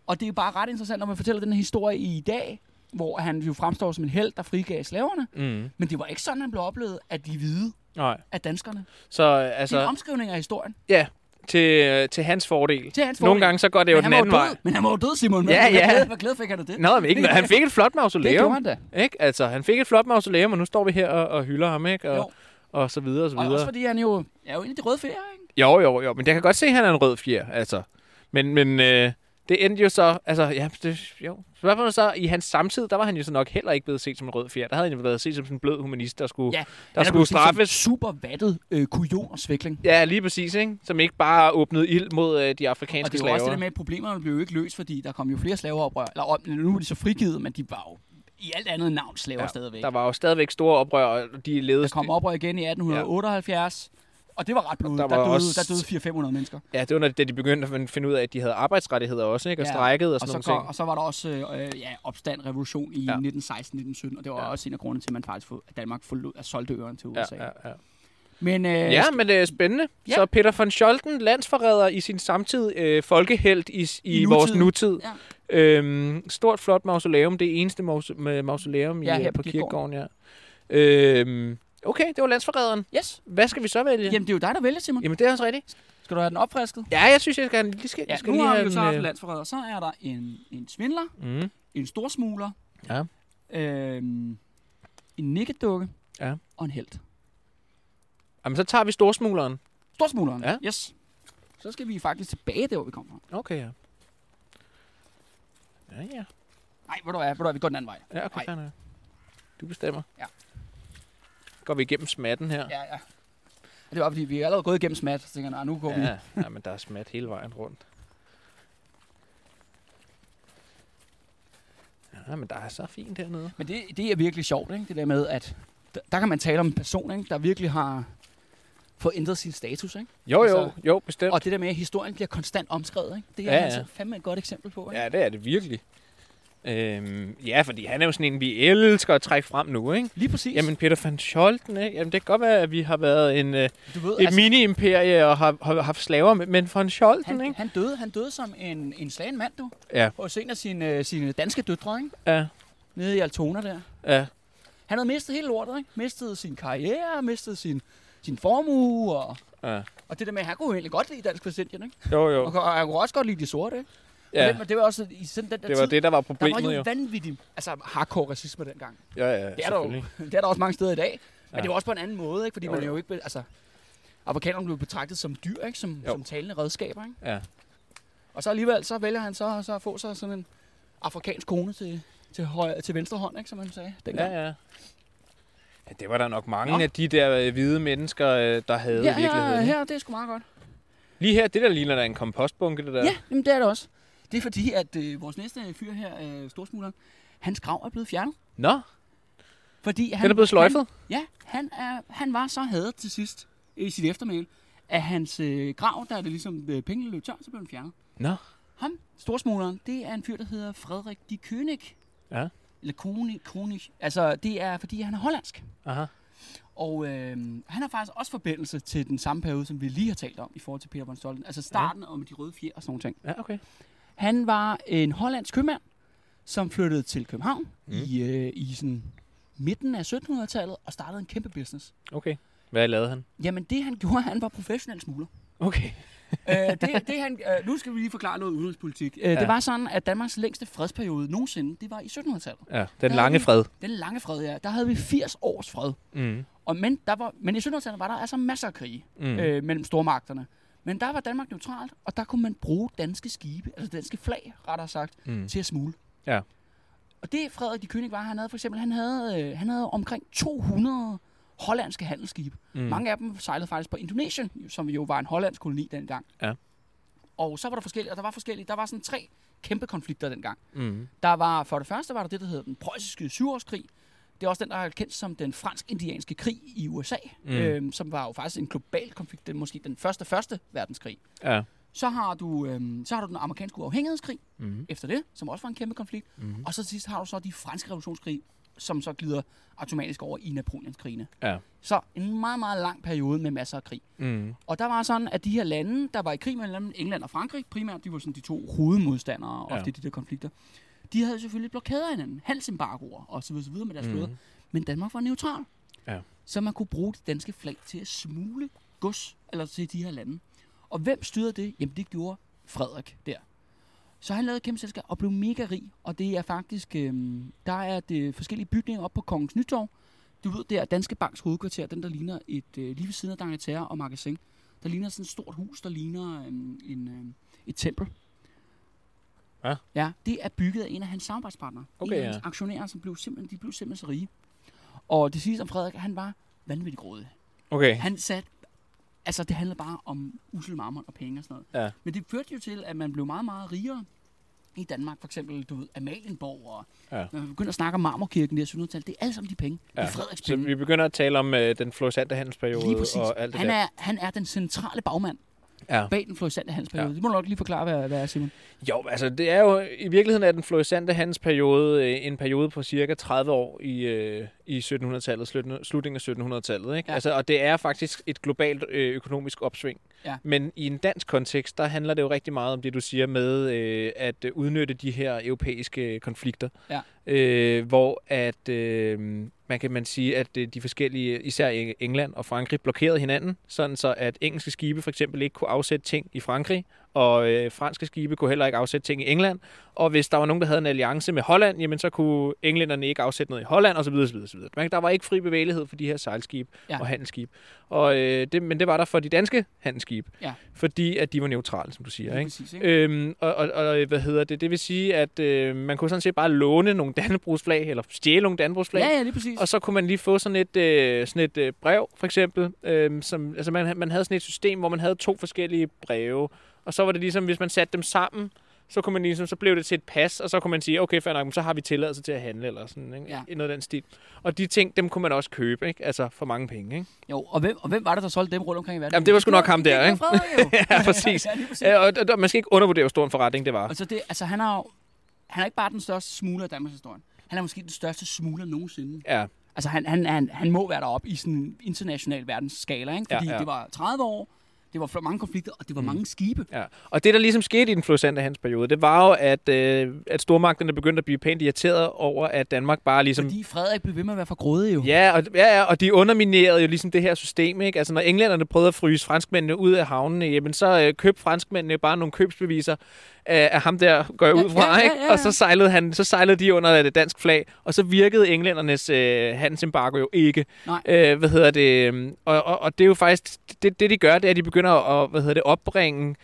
Og det er bare ret interessant, når man fortæller den her historie i dag, hvor han jo fremstår som en held, der frigav slaverne. Mm. Men det var ikke sådan, han blev oplevet af de hvide Nej, af danskerne. så Altså, det er en altså, omskrivning af historien. ja, til, øh, til hans fordel. Til hans Nogle fordel. gange så går det jo men den han anden var jo vej. død. Men han var jo død, Simon. Hvad- Ja, hvad ja. glæde- Hvad glad fik han af det? Nå, men ikke, han fik et flot mausoleum. Det gjorde han da. Ikke? Altså, han fik et flot mausoleum, og nu står vi her og, og hylder ham, ikke? Og, Jo. og så videre, og så Og videre. også fordi han jo er jo en af de røde færer, ikke? Jo, jo, jo, men jeg kan godt se, at han er en rød fjer, altså. Men, men øh, det endte jo så, altså, ja, det, jo. Spørgsmålet er så, i hans samtid, der var han jo så nok heller ikke blevet set som en rød fjer. Der havde han jo været set som sådan en blød humanist, der skulle, Ja, der skulle straffes. super vattet øh, kujon og svikling. Ja, lige præcis, ikke? Som ikke bare åbnede ild mod øh, de afrikanske Og det er jo slaver. også det der med, at problemerne blev jo ikke løst, fordi der kom jo flere slaveoprør. Eller om- nu er de så frigivet, men de var jo i alt andet navn slaver ja, stadigvæk. Der var jo stadigvæk store oprør, og de levede... Der kom oprør igen i 1878, og det var ret blodigt. Der Der, var der, døde, også- der døde 400-500 mennesker. Ja, det var, når- da de begyndte at finde ud af, at de havde arbejdsrettigheder også, ikke? Og Ja, strækkede og Og sådan så, nogle kom, og så var der også øh, ja, opstand, revolution i Ja. ja. 1916-1917, og det var Ja. ja. også en af grundene til, at man faktisk fod, at Danmark forlod, at solgte øerne til USA. ting. Ja, ja, ja. Men øh, Ja, men det er spændende. Ja. Ja. Så Peter von Scholten, landsforræder i sin samtid, øh, folkehelt i, i, I vores nutiden. nutid. Ja. Øhm, stort, flot mausoleum. Det eneste maus- med mausoleum Ja, i, her her på på kirkegården, ja. Øhm, okay, det var landsforræderen. Yes. Hvad skal vi så vælge? Jamen, det er jo dig, der vælger, Simon. Jamen det er også rigtigt. Skal du have den opfrisket? Ja, jeg synes, jeg skal, lige skal, Ja, skal nu lige har vi have jo så haft øh, landsforræder. Så er der en, en svindler, mm, en storsmugler, Ja. øhm, en nikkedukke Ja. og en held. Jamen, så tager vi storsmugleren. Storsmugleren, Ja. yes. Så skal vi faktisk tilbage der, hvor vi kom fra. Okay, ja. Ja, ja. Nej, hvor du er, hvor du er, vi går den anden vej. Ja, okay, Nej. fair nok. Du bestemmer. Ja. Går vi igennem smatten her? Ja, ja. Og Det var, fordi vi er allerede gået igennem smat, så tænker jeg, "Nå, nu går vi. ja. ja men der er smat hele vejen rundt. Ja, men der er så fint hernede. Men det, det er virkelig sjovt, ikke? det der med, at der, der kan man tale om en person, ikke? der virkelig har fået ændret sin status. Ikke? Jo, jo, Altså- jo, bestemt. Og det der med, at historien bliver konstant omskrevet, ikke? det er Ja, ja, ja. altså fandme et godt eksempel på. Ikke? Ja, det er det virkelig. Øhm, ja, fordi han er jo sådan en, vi elsker at trække frem nu, ikke? Lige præcis. Jamen, Peter van Scholten, ikke? Jamen, det kan godt være, at vi har været en, øh, du ved, altså, et mini-imperie og har, har haft slaver, men- men van Scholten, han, ikke? han, døde, han døde som en, en slagen mand, du. Ja, Hos en af sine, øh, sine danske døtre, ikke? ja, nede i Altona der. ja. Han havde mistet hele lortet, ikke? Mistet sin karriere, mistet sin, sin formue, og, ja. og det der med, at han kunne jo egentlig godt lide Dansk Præsidentien, ikke? Jo, jo. Og, og han kunne også godt lide de sorte, ikke? Ja. Ja, Men det var også i sådan den der det var tid, det, der var der var jo, problemet, jo. vanvittig altså, hardcore racisme dengang. Ja, ja, Det er, der jo, selvfølgelig. det er der også mange steder i dag, men Ja. det var også på en anden måde, ikke? fordi Jo, jo, man jo. jo ikke... be- Altså, afrikanerne blev betragtet som dyr, ikke? Som, Jo. som talende redskaber. Ikke? Ja. Og så alligevel, så vælger han så, så at få sig sådan en afrikansk kone til, til, højre, til venstre hånd, ikke? som han sagde dengang. Ja, ja. Ja, det var der nok mange Nå. Nå. af de der øh, hvide mennesker, øh, der havde i Ja, her, virkeligheden. her, det er sgu meget godt. Lige her, det der ligner der er en kompostbunke, det der. Ja, jamen, det er det også. Det er fordi, at øh, vores næste fyr her, øh, storsmugleren, hans grav er blevet fjernet. Nå, Fordi han, den er blevet sløjfet. Han, ja, han, er, han var så hadet til sidst i sit eftermæl, at hans øh, grav, der er det ligesom øh, pengene løb tør, så blev den fjernet. Nå, Ham, storsmugleren, det er en fyr, der hedder Frederik de König. Ja. Eller Koenig, Koenig. Altså, det er, fordi han er hollandsk. aha. Og øh, han har faktisk også forbindelse til den samme periode, som vi lige har talt om i forhold til Peter von Stolten. Altså starten ja. om de røde fjer og sådan nogle ting. Ja, okay. Han var en hollandsk købmand, som flyttede til København mm. i, øh, i sådan midten af 1700-tallet og startede en kæmpe business. Okay. Hvad lavede han? Jamen det han gjorde, han var professionel smugler. Okay. øh, det, det han, øh, nu skal vi lige forklare noget udenrigspolitik. Øh, ja. Det var sådan, at Danmarks længste fredsperiode nogensinde, det var i 1700-tallet. Ja, den Der lange er vi- fred. Den lange fred, ja, der havde vi 80 års fred. Mm. Og men, der var, men i 1700-tallet var der altså masser af krige Mm. mm. øh, mellem stormagterne. Men der var Danmark neutralt, og der kunne man bruge danske skibe, altså danske flag, rettere sagt, Mm. mm. til at smule. Ja. Og det Frederik de König var, han havde for eksempel, han havde, øh, han havde omkring 200 hollandske handelsskibe. Mm. Mange af dem sejlede faktisk på Indonesien, som jo var en hollandsk koloni dengang. Ja. Og så var der forskellige, og der var forskellige, der var sådan tre kæmpe konflikter dengang. Mm. Der var, for det første var der det, der hedder den preussiske syvårskrig. Det er også den, der er kendt som den fransk-indianske krig i USA, Mm. mm. øhm, som var jo faktisk en global konflikt, den, måske den første, første verdenskrig. Ja. Så har du, øhm, så har du den amerikanske uafhængighedskrig Mm. efter det, som også var en kæmpe konflikt. Mm. Og så til sidst har du så de franske revolutionskrig, som så glider automatisk over i Napoleonskrigene. Ja. Så en meget, meget lang periode med masser af krig. Mm. Og der var sådan, at de her lande, der var i krig mellem England og Frankrig, primært, de var sådan de to hovedmodstandere Ja. ja. ofte i de der konflikter, de havde selvfølgelig blokader af hinanden, handelsembargoer og så videre, så videre med deres flåde. Men Danmark var neutral. Mm. Ja. Så man kunne bruge det danske flag til at smule gods eller til de her lande. Og hvem styrede det? Jamen det gjorde Frederik der. Så han lavede et kæmpe selskab og blev mega rig, og det er faktisk, øhm, der er det forskellige bygninger op på Kongens Nytorv. Du ved, det er Danske Banks hovedkvarter, den der ligner et, øh, lige ved siden af D'Angleterre og Magasin. Der ligner sådan et stort hus, der ligner øhm, en, øhm, et tempel. Ja. Ja, det er bygget af en af hans samarbejdspartnere. Okay, en af ja. hans aktionærer, som blev simpelthen, de blev simpelthen så rige. Og det siges om Frederik, at han var vanvittig grådig. Okay. Han satte, altså det handlede bare om usel marmor og penge og sådan noget. Ja. Men det førte jo til, at man blev meget, meget rigere i Danmark. For eksempel, du ved, Amalienborg, og Ja. når man begynder at snakke om marmorkirken, det er det er alle sammen de penge. Ja. Det er Frederiks Så penge. vi begynder at tale om øh, den florissante handelsperiode Lige præcis. og alt det han, der. er, han er den centrale bagmand Ja. bag den florissante handelsperiode. Ja. Ja. Det må du nok lige forklare, hvad, hvad er Simon. Jo, altså det er jo i virkeligheden er den florissante hans periode øh, en periode på cirka 30 år i, øh, i 1700-tallet, slutten- slutningen af 1700-tallet. Ikke? Ja. Ja. Altså, og det er faktisk et globalt øh, økonomisk opsving. Ja. Men i en dansk kontekst, der handler det jo rigtig meget om det, du siger med øh, at udnytte de her europæiske konflikter. Ja. Øh, hvor at, øh, man kan man sige, at øh, de forskellige, især i England og Frankrig, blokerede hinanden, sådan så at engelske skibe for eksempel ikke kunne afsætte ting i Frankrig, og øh, franske skibe kunne heller ikke afsætte ting i England. Og hvis der var nogen, der havde en alliance med Holland, jamen så kunne englænderne ikke afsætte noget i Holland osv. osv., osv. Men der var ikke fri bevægelighed for de her sejlskibe ja. Ja. og handelsskibe. Og, øh, det, men det var der for de danske handelsskibe, Ja. fordi at de var neutrale, som du siger. Lige Ikke? Præcis, ikke? Øhm, og, og, og hvad hedder det? Det vil sige, at øh, man kunne sådan set bare låne nogle dannebrugsflag, eller stjæle nogle dannebrugsflag, Ja, ja, lige præcis. og så kunne man lige få sådan et, øh, sådan et øh, brev, for eksempel. Øh, som, altså man, man havde sådan et system, hvor man havde to forskellige breve. Og så var det ligesom, hvis man satte dem sammen, så, kunne man ligesom, så blev det til et pas, og så kunne man sige, okay, fair nok, men så har vi tilladelse til at handle, eller sådan ikke? Ja. Ja. noget af den stil. Og de ting, dem kunne man også købe, ikke? altså for mange penge. Ikke? Jo, og hvem, og hvem var det, der solgte dem rundt omkring i verden? Jamen, det var sgu nok ham der, det var ikke? Frederik, jo. Ja, præcis. ja, lige præcis. Ja, Øh, og, og, og man skal ikke undervurdere, hvor stor en forretning det var. Altså, det, altså han, er jo, han er ikke bare den største smugler i Danmarks historie. Han er måske den største smugler nogensinde. Ja, Altså, han, han, han, han må være deroppe i sådan en international verdensskala, ikke? Fordi Ja, ja, ja. ja. det var 30 år, det var fl- mange konflikter, og det var mm. mange skibe. Ja. Og det, der ligesom skete i den florissante hans periode, det var jo, at, øh, at stormagterne begyndte at blive pænt irriteret over, at Danmark bare ligesom... Fordi Frederik blev ved med at være for grådig jo. Ja, og, ja, ja, og de underminerede jo ligesom det her system, ikke? Altså, når englænderne prøvede at fryse franskmændene ud af havnene, jamen, så øh, købte franskmændene bare nogle købsbeviser af, af ham der, går jeg Ja, ud fra, ja, ja, ikke? ja, ja. Og så sejlede, han, så sejlede de under et dansk flag, og så virkede englændernes øh, handelsembargo jo ikke. Nej. Øh, hvad hedder det? øhm, Og, og, og det er jo faktisk, det, det de gør, det er, at de begynder at, hvad hedder det, opbringe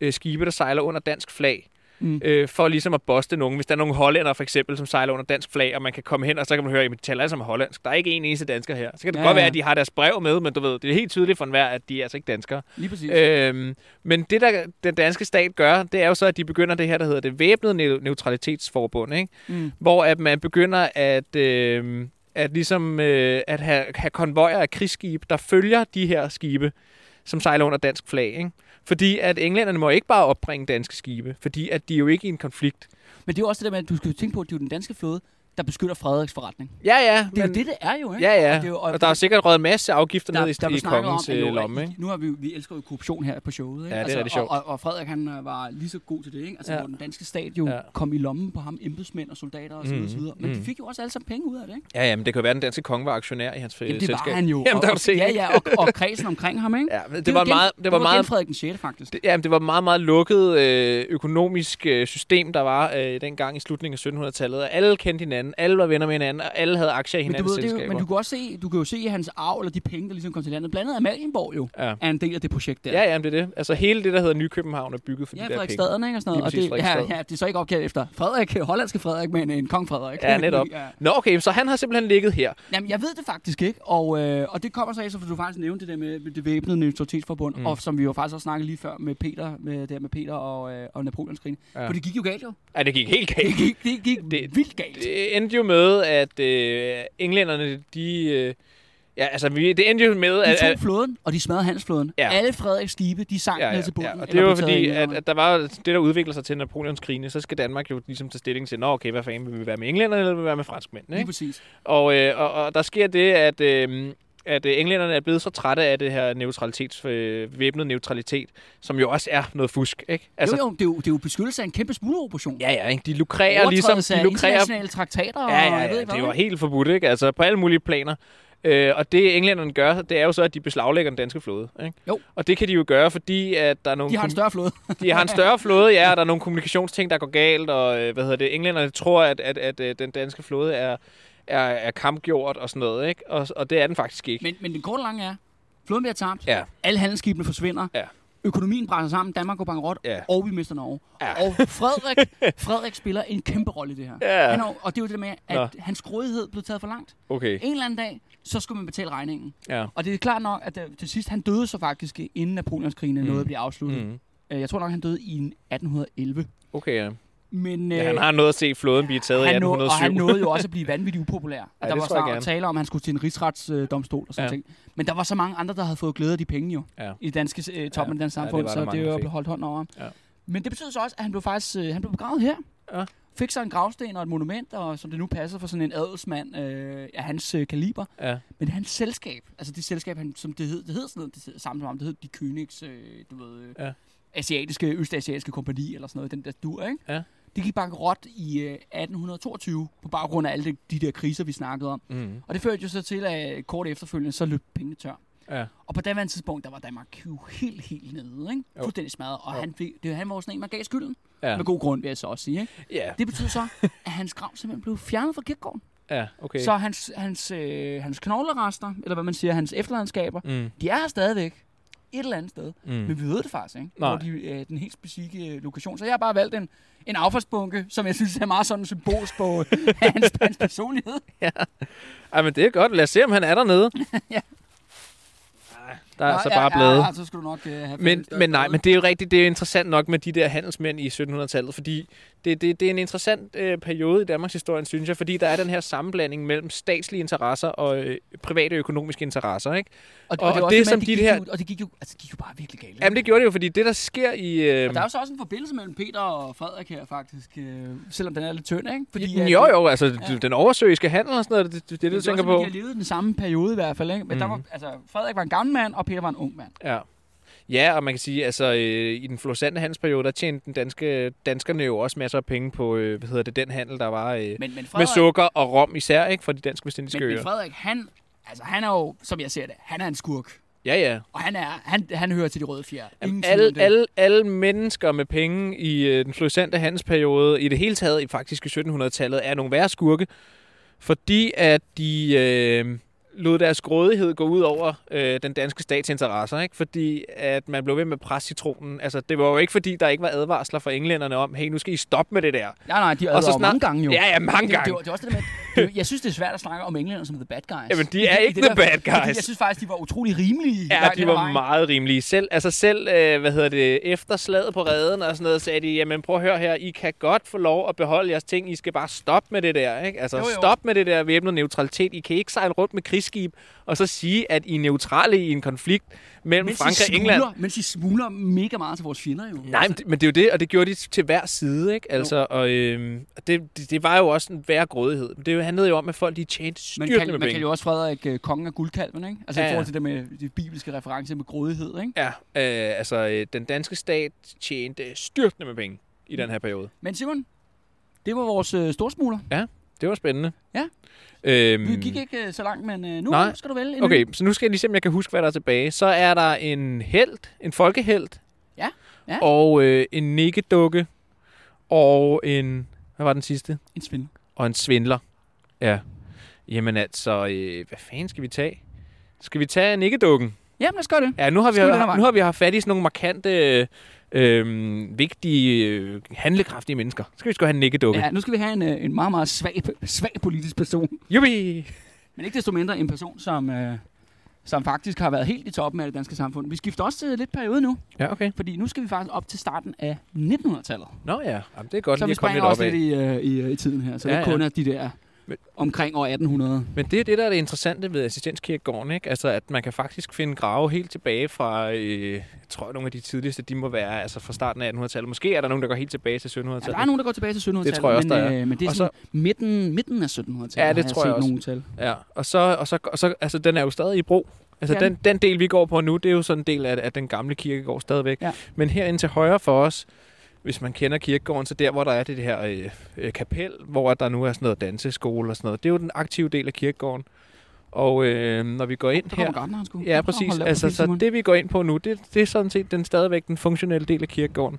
øh, skibe, der sejler under dansk flag Mm. øh, for ligesom at boste nogen. Hvis der er nogle hollændere for eksempel, som sejler under dansk flag, og man kan komme hen, og så kan man høre, at de taler alle sammen hollandsk. Der er ikke en eneste dansker her. Så kan det ja, Ja, godt være, ja. at de har deres brev med, men du ved, det er helt tydeligt for enhver, at de er altså ikke danskere. Lige præcis. Øh, Øhm, men det, der den danske stat gør, det er jo så, at de begynder det her, der hedder det væbnede neu- neutralitetsforbund, ikke? mm. hvor at man begynder at... Øh, at ligesom øh, at have, have konvojer af krigsskibe, der følger de her skibe, som sejler under dansk flag. Ikke? Fordi at englænderne må ikke bare opbringe danske skibe, fordi at de er jo ikke i en konflikt. Men det er jo også det der med, at du skal jo tænke på, at det er jo den danske flåde, der beskytter Frederiks forretning. Ja, ja. Det er jo det, det er jo, ikke? Ja, ja. Og, det er jo, Og, der er jo sikkert røget en masse afgifter der, ned i, der blev i snakket kongens om, at øh, jo, lomme, at- ikke? Nu har vi, jo- vi elsker jo korruption her på showet. Ikke? Altså, Ja, det er rigtig sjovt. Og, og, og Frederik han øh, var lige så god til det, ikke? Altså, Ja. ja. hvor den danske stat jo Ja. ja. kom i lommen på ham, embedsmænd og soldater osv. Mhm, Mm. videre. Men mhm. de fik jo også alle sammen penge ud af det, ikke? Ja, ja, men det kan jo være, at den danske konge var aktionær i hans øh, Jamen, det selskab. var han jo. Jamen, og, der kan og, du se. ja, ja, og, og kredsen omkring ham, ikke? ja men det, er det jo var igen- meget... Det var igen meget Frederik den 6. faktisk. det, jamen, det var meget, meget lukket øh, økonomisk øh, system, der var øh, dengang i slutningen af 1700-tallet. Og alle kendte hinanden, alle var venner med hinanden, og alle havde aktier i men, du hinandens ved, det er jo, selskaber. men du kan også se, du kan jo se i hans arv, eller de penge, der ligesom kom til landet. Blandt andet Amalienborg jo, Ja. er en del af det projekt der. Ja, ja, men det er det. Altså hele det, der hedder Nykøbenhavn, er bygget for Ja, de der penge. Frederikstaderne, ikke? Og sådan noget. Lige Og præcis, det, ja, Frederiksstaden. ja, det er så ikke opkaldt efter Frederik, hollandske Frederik, men en kong Frederik. Ja, netop. ja. Nå, okay, så han har simpelthen ligget her. Jamen, jeg ved det faktisk ikke, og, øh, og det kommer så af, så for du faktisk nævnte det der med det væbnede neutralitetsforbund, Mm. mm. og som vi jo faktisk også snakkede lige før med Peter, med, der med Peter og, øh, og Napoleonskrigen. Ja. Ja. For det gik jo galt jo. Ja, det gik helt galt. Det gik, det gik Det- det, vildt galt. Det, det endte jo med, at øh, englænderne, de... Øh, ja, altså, vi, det endte jo med, de at... tog at flåden, og de smadrede handelsflåden. Ja. Ja. Alle Frederiks skibe, de sank ja, ja, ned til bunden. Og det eller var blev taget fordi, ind i at, hænderne. at der var det, der udvikler sig til Napoleons krigene, så skal Danmark jo ligesom tage stilling til, nå okay, hvad fanden vil vi være med englænderne, eller vil vi være med franskmændene? Lige Ikke? præcis. Og, øh, og, og der sker det, at, øh, at øh, englænderne er blevet så trætte af det her neutralitets, øh, væbnet neutralitet, som jo også er noget fusk, ikke? Altså, jo, jo, det er jo, det er jo beskyttelse af en kæmpe smugleroperation. Ja, ja, ikke? de lukrerer ligesom, Overtrædelse de af lukrerer internationale traktater og Ja, jeg ja, ved ja ikke hvad. det var ikke? helt forbudt, ikke? Altså på alle mulige planer. Øh, og det englænderne gør, det er jo så, at de beslaglægger den danske flåde. Ikke? Jo. Og det kan de jo gøre, fordi at der er nogle De har en kom- større flåde. de har en større flåde, ja, og der er nogle kommunikationsting, der går galt, og øh, hvad hedder det, englænderne tror, at, at, at, at den danske flåde er, er, er kampgjort og sådan noget, ikke? Og, og det er den faktisk ikke. Men, men den korte og lange er, flåden bliver tabt, Ja. alle handelsskibene forsvinder, Ja. økonomien brænder sammen, Danmark går bankerot, Ja. og vi mister Norge. Ja. Og Frederik, Frederik spiller en kæmpe rolle i det her. Ja. Han, er jo- og det er jo det med, at Nå. hans grådighed blev taget for langt. Okay, En eller anden dag, så skulle man betale regningen. ja. Og det er klart nok, at øh, til sidst, han døde så faktisk, øh, inden Napoleonskrigen mm. nåede at blive afsluttet. Mm. Mm. Jeg tror nok, han døde i 1811. Mm-hmm. Okay, ja. Men, øh, Ja, han har noget at se flåden blive taget i han nåede, og 1807. han nåede jo også at blive vanvittigt upopulær. ja, der det var tror jeg snart gerne. tale om, at han skulle til en rigsretsdomstol og sådan Ja. ja. ting. Men der var så mange andre, der havde fået glæde af de penge jo. Ja. I det danske øh, toppen af Ja, den samfund, det var så der mange, det der var fik. blevet holdt hånd over ham. Ja. Men det betød så også, at han blev faktisk øh, han blev begravet her. Ja. Fik så en gravsten og et monument, og som det nu passer for sådan en adelsmand øh, af hans øh, kaliber. Ja. Men hans selskab, altså det selskab, han, som det hed, det hed sådan noget, det hed- samme som ham, det hed De Königs, øh, du ved, øh, Ja. ja. asiatiske, østasiatiske kompagni eller sådan noget, den der dur, ikke? Ja. Det gik bankerot i øh, 1822 på baggrund af alle de, de der kriser, vi snakkede om. Mm. Og det førte jo så til, at øh, kort efterfølgende, så løb pengene tør. Ja. Og på daværende tidspunkt, der var Danmark jo helt, helt nede, ikke? Jo. Fuldstændig smadret. Og Jo. han, fik, det, han var jo sådan en, man gav skylden. Ja. Med god grund, vil jeg så også sige, ikke? ja. Det betød så, at hans grav simpelthen blev fjernet fra kirkegården. Ja, okay. Så hans, hans, øh, hans knoglerester, eller hvad man siger, hans efterladenskaber, Mm. de er her stadigvæk et eller andet sted. Mm. Men Mm. vi ved det faktisk, ikke? Nej. Hvor de, øh, den helt specifikke øh, lokation. Så jeg har bare valgt en, en affaldsbunke, som jeg synes er meget sådan symbolsk på øh, hans, hans personlighed. Ej, men det er godt. Lad os se, om han er dernede. Ja. Ej, Der er altså ja, bare ja, blade. Ja, så skulle du nok øh, have Men, men nej, men det er jo rigtigt, det er interessant nok med de der handelsmænd i 1700-tallet, fordi det, det, det er en interessant øh, periode i Danmarks historie, synes jeg, fordi der er den her sammenblanding mellem statslige interesser og øh, private økonomiske interesser, ikke? og, og er det, også med, som at de gik her- Jo, og det gik jo, altså, det gik jo bare virkelig galt. ikke? Jamen det gjorde det jo, fordi det der sker i... Øh, og der er jo så også en forbindelse mellem Peter og Frederik her, faktisk. Øh, selvom den er lidt tynd, ikke? at- jo jo, altså Ja. ja. den oversøiske handel og sådan noget, det er det, det, men du det var tænker sådan, at på. De har levet den samme periode i hvert fald, ikke? Men mm. der var, Mhm. altså, Frederik var en gammel mand, og Peter var en ung mand. Ja. Ja, og man kan sige, altså øh, i den florissante handelsperiode, der tjente den danske, danskerne jo også masser af penge på, øh, hvad hedder det, den handel, der var øh, Men, men med Frederik, sukker og rom især, ikke, fra de danske vestindiske men, men øer. Frederik, han, altså, han er jo, som jeg ser det, han er en skurk. Ja, ja. Og han, er, han, han hører til de røde fjer. Jamen, Ingen tvivl om alle, det. alle, alle mennesker med penge i øh, den florissante handelsperiode, i det hele taget i faktisk i 1700-tallet, er nogle værre skurke, fordi at de øh, lod deres grådighed gå ud over øh, den danske stats interesser, ikke? fordi at man blev ved med at presse citronen. Altså, det var jo ikke, fordi der ikke var advarsler fra englænderne om, hey, nu skal I stoppe med det der. Nej, nej, de Og så advarer snart- mange gange jo. Ja, ja, mange Det, det, gange. var- det, er også det der med, det, er jo- jeg synes, det er svært at snakke om englænder som the bad guys. Jamen, de I- er i ikke det the der- bad Fordi guys. jeg synes faktisk, de var utrolig rimelige. Ja, langt de hen ad var vejen. meget rimelige. Selv, altså selv, øh, hvad hedder det, efter slaget på redden og sådan noget, sagde de, jamen prøv at høre her, I kan godt få lov at beholde jeres ting, I skal bare stoppe med det der, ikke? Altså Jo, jo, jo. jo. stop med det der væbnet neutralitet, I kan ikke sejle rundt med krigsskib og så sige, at I er neutrale i en konflikt mellem Mens Frankrig de og England. smugler- Mens de smugler mega meget til vores fjender jo. Nej, men det, men det er jo det, og det gjorde de til hver side, ikke? Altså, og øhm, og det, det, det var jo også en værre grådighed. Men det handlede jo om, at folk de tjente man styrtende med kan, man penge. kan jo også Frederik øh, kongen af guldkalven, ikke? Altså ja, Ja, i ja. forhold til det med de bibelske referencer med grådighed, ikke? Ja, øh, altså øh, den danske stat tjente styrtende med penge i den her periode. Men Simon, det var vores øh, storsmugler. Det var spændende. Ja. Øhm, Mm. Vi gik ikke øh, så langt, men øh, nu Nej. skal du vælge en ny. Okay, så nu skal jeg lige se, om jeg kan huske, hvad der er tilbage. Så er der en held, en folkehelt. Ja, ja. Og øh, en nikkedukke. Og en... Hvad var den sidste? En svindel. Og en svindler. Ja. Jamen altså, øh, hvad fanden skal vi tage? Skal vi tage nikkedukken? Jamen, lad os gøre det. Ja, nu har, vi, Skal vi den her vej? nu har vi haft fat i sådan nogle markante, øh, øh, vigtige, øh, handlekraftige mennesker. Så skal vi sgu have en nikkedukke. Ja, nu skal vi have en, øh, en meget, meget svag, svag politisk person. Jubi! Men ikke desto mindre en person, som, øh, som faktisk har været helt i toppen af det danske samfund. Vi skifter også til lidt periode nu, Ja, okay. fordi nu skal vi faktisk op til starten af 1900-tallet. Nå ja, Jamen, det er godt Så lige vi at komme springer lidt også op af. lidt i, øh, i, øh, i tiden her, så ja, Ja, det ja. kun er de der Men- omkring år 1800. Men det er det, der er det interessante ved assistenskirkegården, ikke? Altså, at man kan faktisk finde grave helt tilbage fra, øh, jeg tror, nogle af de tidligste, de må være altså fra starten af 1800-tallet. Måske er der nogen, der går helt tilbage til 1700-tallet. Ja, der er nogen, der går tilbage til 1700-tallet, Det tror jeg også, men, der er. Øh, men det er Og sådan midten, midten af 1700-tallet, Ja, det har tror jeg set også. nogle tal. Ja, og så, og så, og så altså, den er jo stadig i brug. Altså, Ja. den, den del, vi går på nu, det er jo sådan en del af, af den gamle kirkegård stadigvæk. Ja. Men herinde til højre for os, hvis man kender kirkegården, så der, hvor der er det her øh, øh, kapel, hvor der nu er sådan noget danseskole og sådan noget, det er jo den aktive del af kirkegården. Og øh, når vi går ind Så her... kommer Gardneren sgu. Ja, Så hold præcis. da op, Altså, Simon. så det vi går ind på nu, det, det er sådan set den stadigvæk den funktionelle del af kirkegården.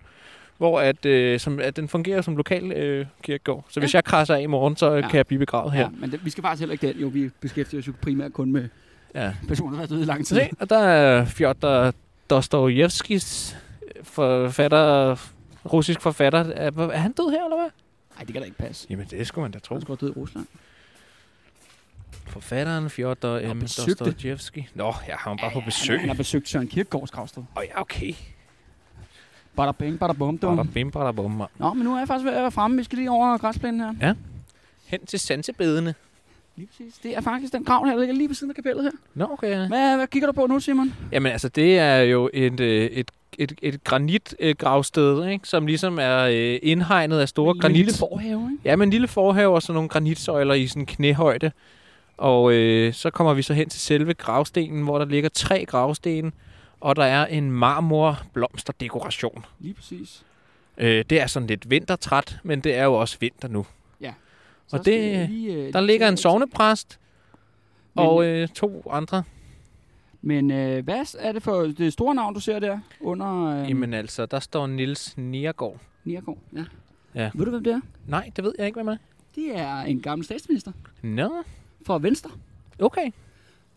Hvor at, øh, som, at den fungerer som lokal øh, kirkegård. Så Ja. hvis jeg krasser af i morgen, så ja. Ja. kan jeg blive begravet her. Ja, men det, vi skal faktisk heller ikke den. Jo, vi beskæftiger os jo primært kun med Ja. personer, der har døde i lang tid. Se, og der er Fjodor Dostojevskis øh, forfatter, russisk forfatter. Er, hvor- er han død her, eller hvad? Nej, det kan da ikke passe. Jamen, det skulle man da tro. Han skulle have død i Rusland. Forfatteren Fjodor M. besøgte. Dostojevski. Nå, jeg har ham bare på Han, besøg. han har besøgt Søren Kierkegaards gravsted. Åh, ja, okay. Bada bing, bada bum, dum. Bada bim, bada bum, mand. Nå, men nu er jeg faktisk ved at være fremme. Vi skal lige over græsplænen her. Hen til sansebedene. Lige præcis. Det er faktisk den grav her, der ligger lige ved siden af kapellet her. Nå, okay. Hvad, hvad kigger du på nu, Simon? Jamen altså, det er jo et, øh, et, et, et granitgravsted, ikke? som ligesom er øh, indhegnet af store Med granit... lille forhave, ikke? Ja, men en lille forhave og sådan nogle granitsøjler i sådan knæhøjde. Og øh, så kommer vi så hen til selve gravstenen, hvor der ligger tre gravsten, og der er en marmorblomsterdekoration. Lige præcis. Øh, det er sådan lidt vintertræt, men det er jo også vinter nu. Så Og skal det- jeg lige, øh, Der lige ligger se- en sovnepræst Men- og øh, to andre. Men øh, hvad er det for det store navn, du ser der under øh, Jamen. Jamen altså, der står Nils Nergård. Niergaard? Ja. Ja. Ved du, hvem det er? Nej, det ved jeg ikke, hvad man er. Det er en gammel statsminister Nå, for Venstre. okay.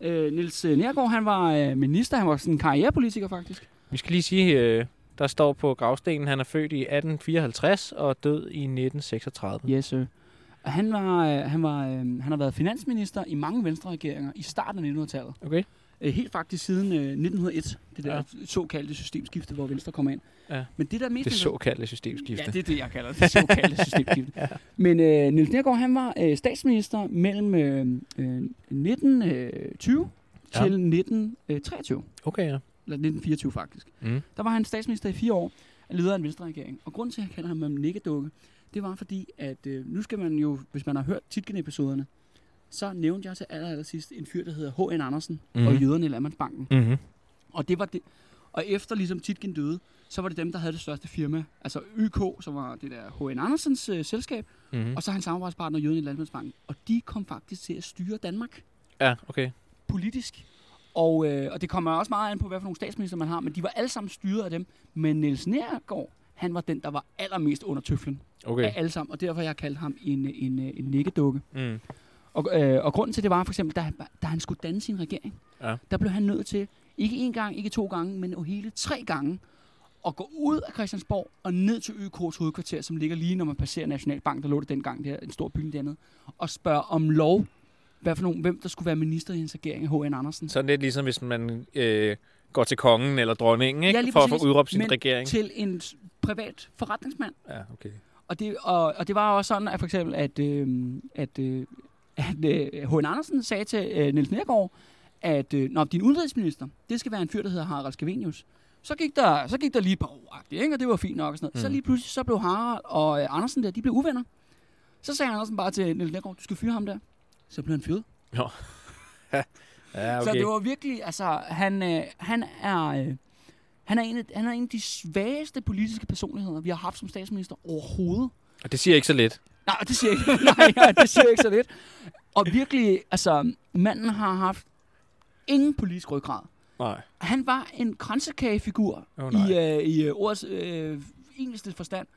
Øh, Niels Nergård, han var øh, minister, han var sådan en karrierepolitiker faktisk. Vi skal lige sige, øh, der står på gravstenen, han er født i 1854 og død i 1936. Yes, øh. Og han, var, øh, han, var, øh, han har været finansminister i mange venstreregeringer i starten af 1900-tallet. Okay. Øh, helt faktisk siden øh, 1901, det der Ja. ja. såkaldte systemskifte, hvor Venstre kom ind. Ja. Men det, der er mest Det interessant- såkaldte systemskifte. Ja, det er det, jeg kalder det såkaldte systemskifte. ja. Men øh, Niels Nergaard, han var øh, statsminister mellem øh, øh, 1920 Ja. ja. til 1923, Okay, ja. eller 1924 faktisk. Mm. Der var han statsminister i fire år, og leder af en venstreregering. Og grunden til, at jeg kalder ham en nikkedukke, det var fordi, at øh, nu skal man jo, hvis man har hørt Titgen-episoderne, så nævnte jeg til aller, aller sidst en fyr, der hedder H.N. Andersen mm. og Mhm. jøderne i Landmandsbanken. Mm-hmm. Og det var det. Og efter ligesom Titgen døde, så var det dem, der havde det største firma. Altså YK, som var det der H.N. Andersens øh, selskab, Mm-hmm. og så hans samarbejdspartner Jøden i Landmandsbanken. Og de kom faktisk til at styre Danmark Ja, okay. politisk. Og, øh, og det kommer også meget an på, hvad for nogle statsminister man har, men de var alle sammen styret af dem. Men Niels Nergård, han var den, der var allermest under tøflen okay. af Okay. alle sammen, og derfor har jeg kaldt ham en, øh, en, øh, en nikkedukke. Mm. Og, øh, og grunden til det var for eksempel, da, han- da han skulle danne sin regering, Ja. der blev han nødt til, ikke én gang, ikke to gange, men jo hele tre gange, at gå ud af Christiansborg og ned til ØK's hovedkvarter, som ligger lige, når man passerer Nationalbank, der lå det dengang, det er en stor by dernede, og spørge om lov, hvad for nogen, hvem der skulle være minister i hans regering af H.N. Andersen. Sådan lidt ligesom, hvis man øh, går til kongen eller dronningen, ikke? Ja, lige for at få præcis. udråbt sin Men regering. Til en s- privat forretningsmand. Ja, okay. Og det, og, og det var også sådan, at for eksempel, at, øh, at, øh, at øh, H.N. Andersen sagde til øh, Niels Nergård, at øh, når din udenrigsminister, det skal være en fyr, der hedder Harald Skavenius. Så gik der, så gik der lige et par år, ikke? og det var fint nok. Og sådan noget. Mm. Så Mm. lige pludselig så blev Harald og øh, Andersen der, de blev uvenner. Så sagde Andersen bare til Niels Nergård, du skal fyre ham der. Så blev han fyret. Ja, Okay. Så det var virkelig, altså, han, øh, han er... Øh, han er, en af, han er en af de svageste politiske personligheder, vi har haft som statsminister overhovedet. Og det siger ikke så lidt. Nej, det siger jeg ikke. Nej, nej, det siger jeg ikke så lidt. Og virkelig, altså, manden har haft ingen politisk ryggrad. Nej. Han var en kransekagefigur Åh, oh, nej. i, øh, i øh, ordets øh, eneste forstand.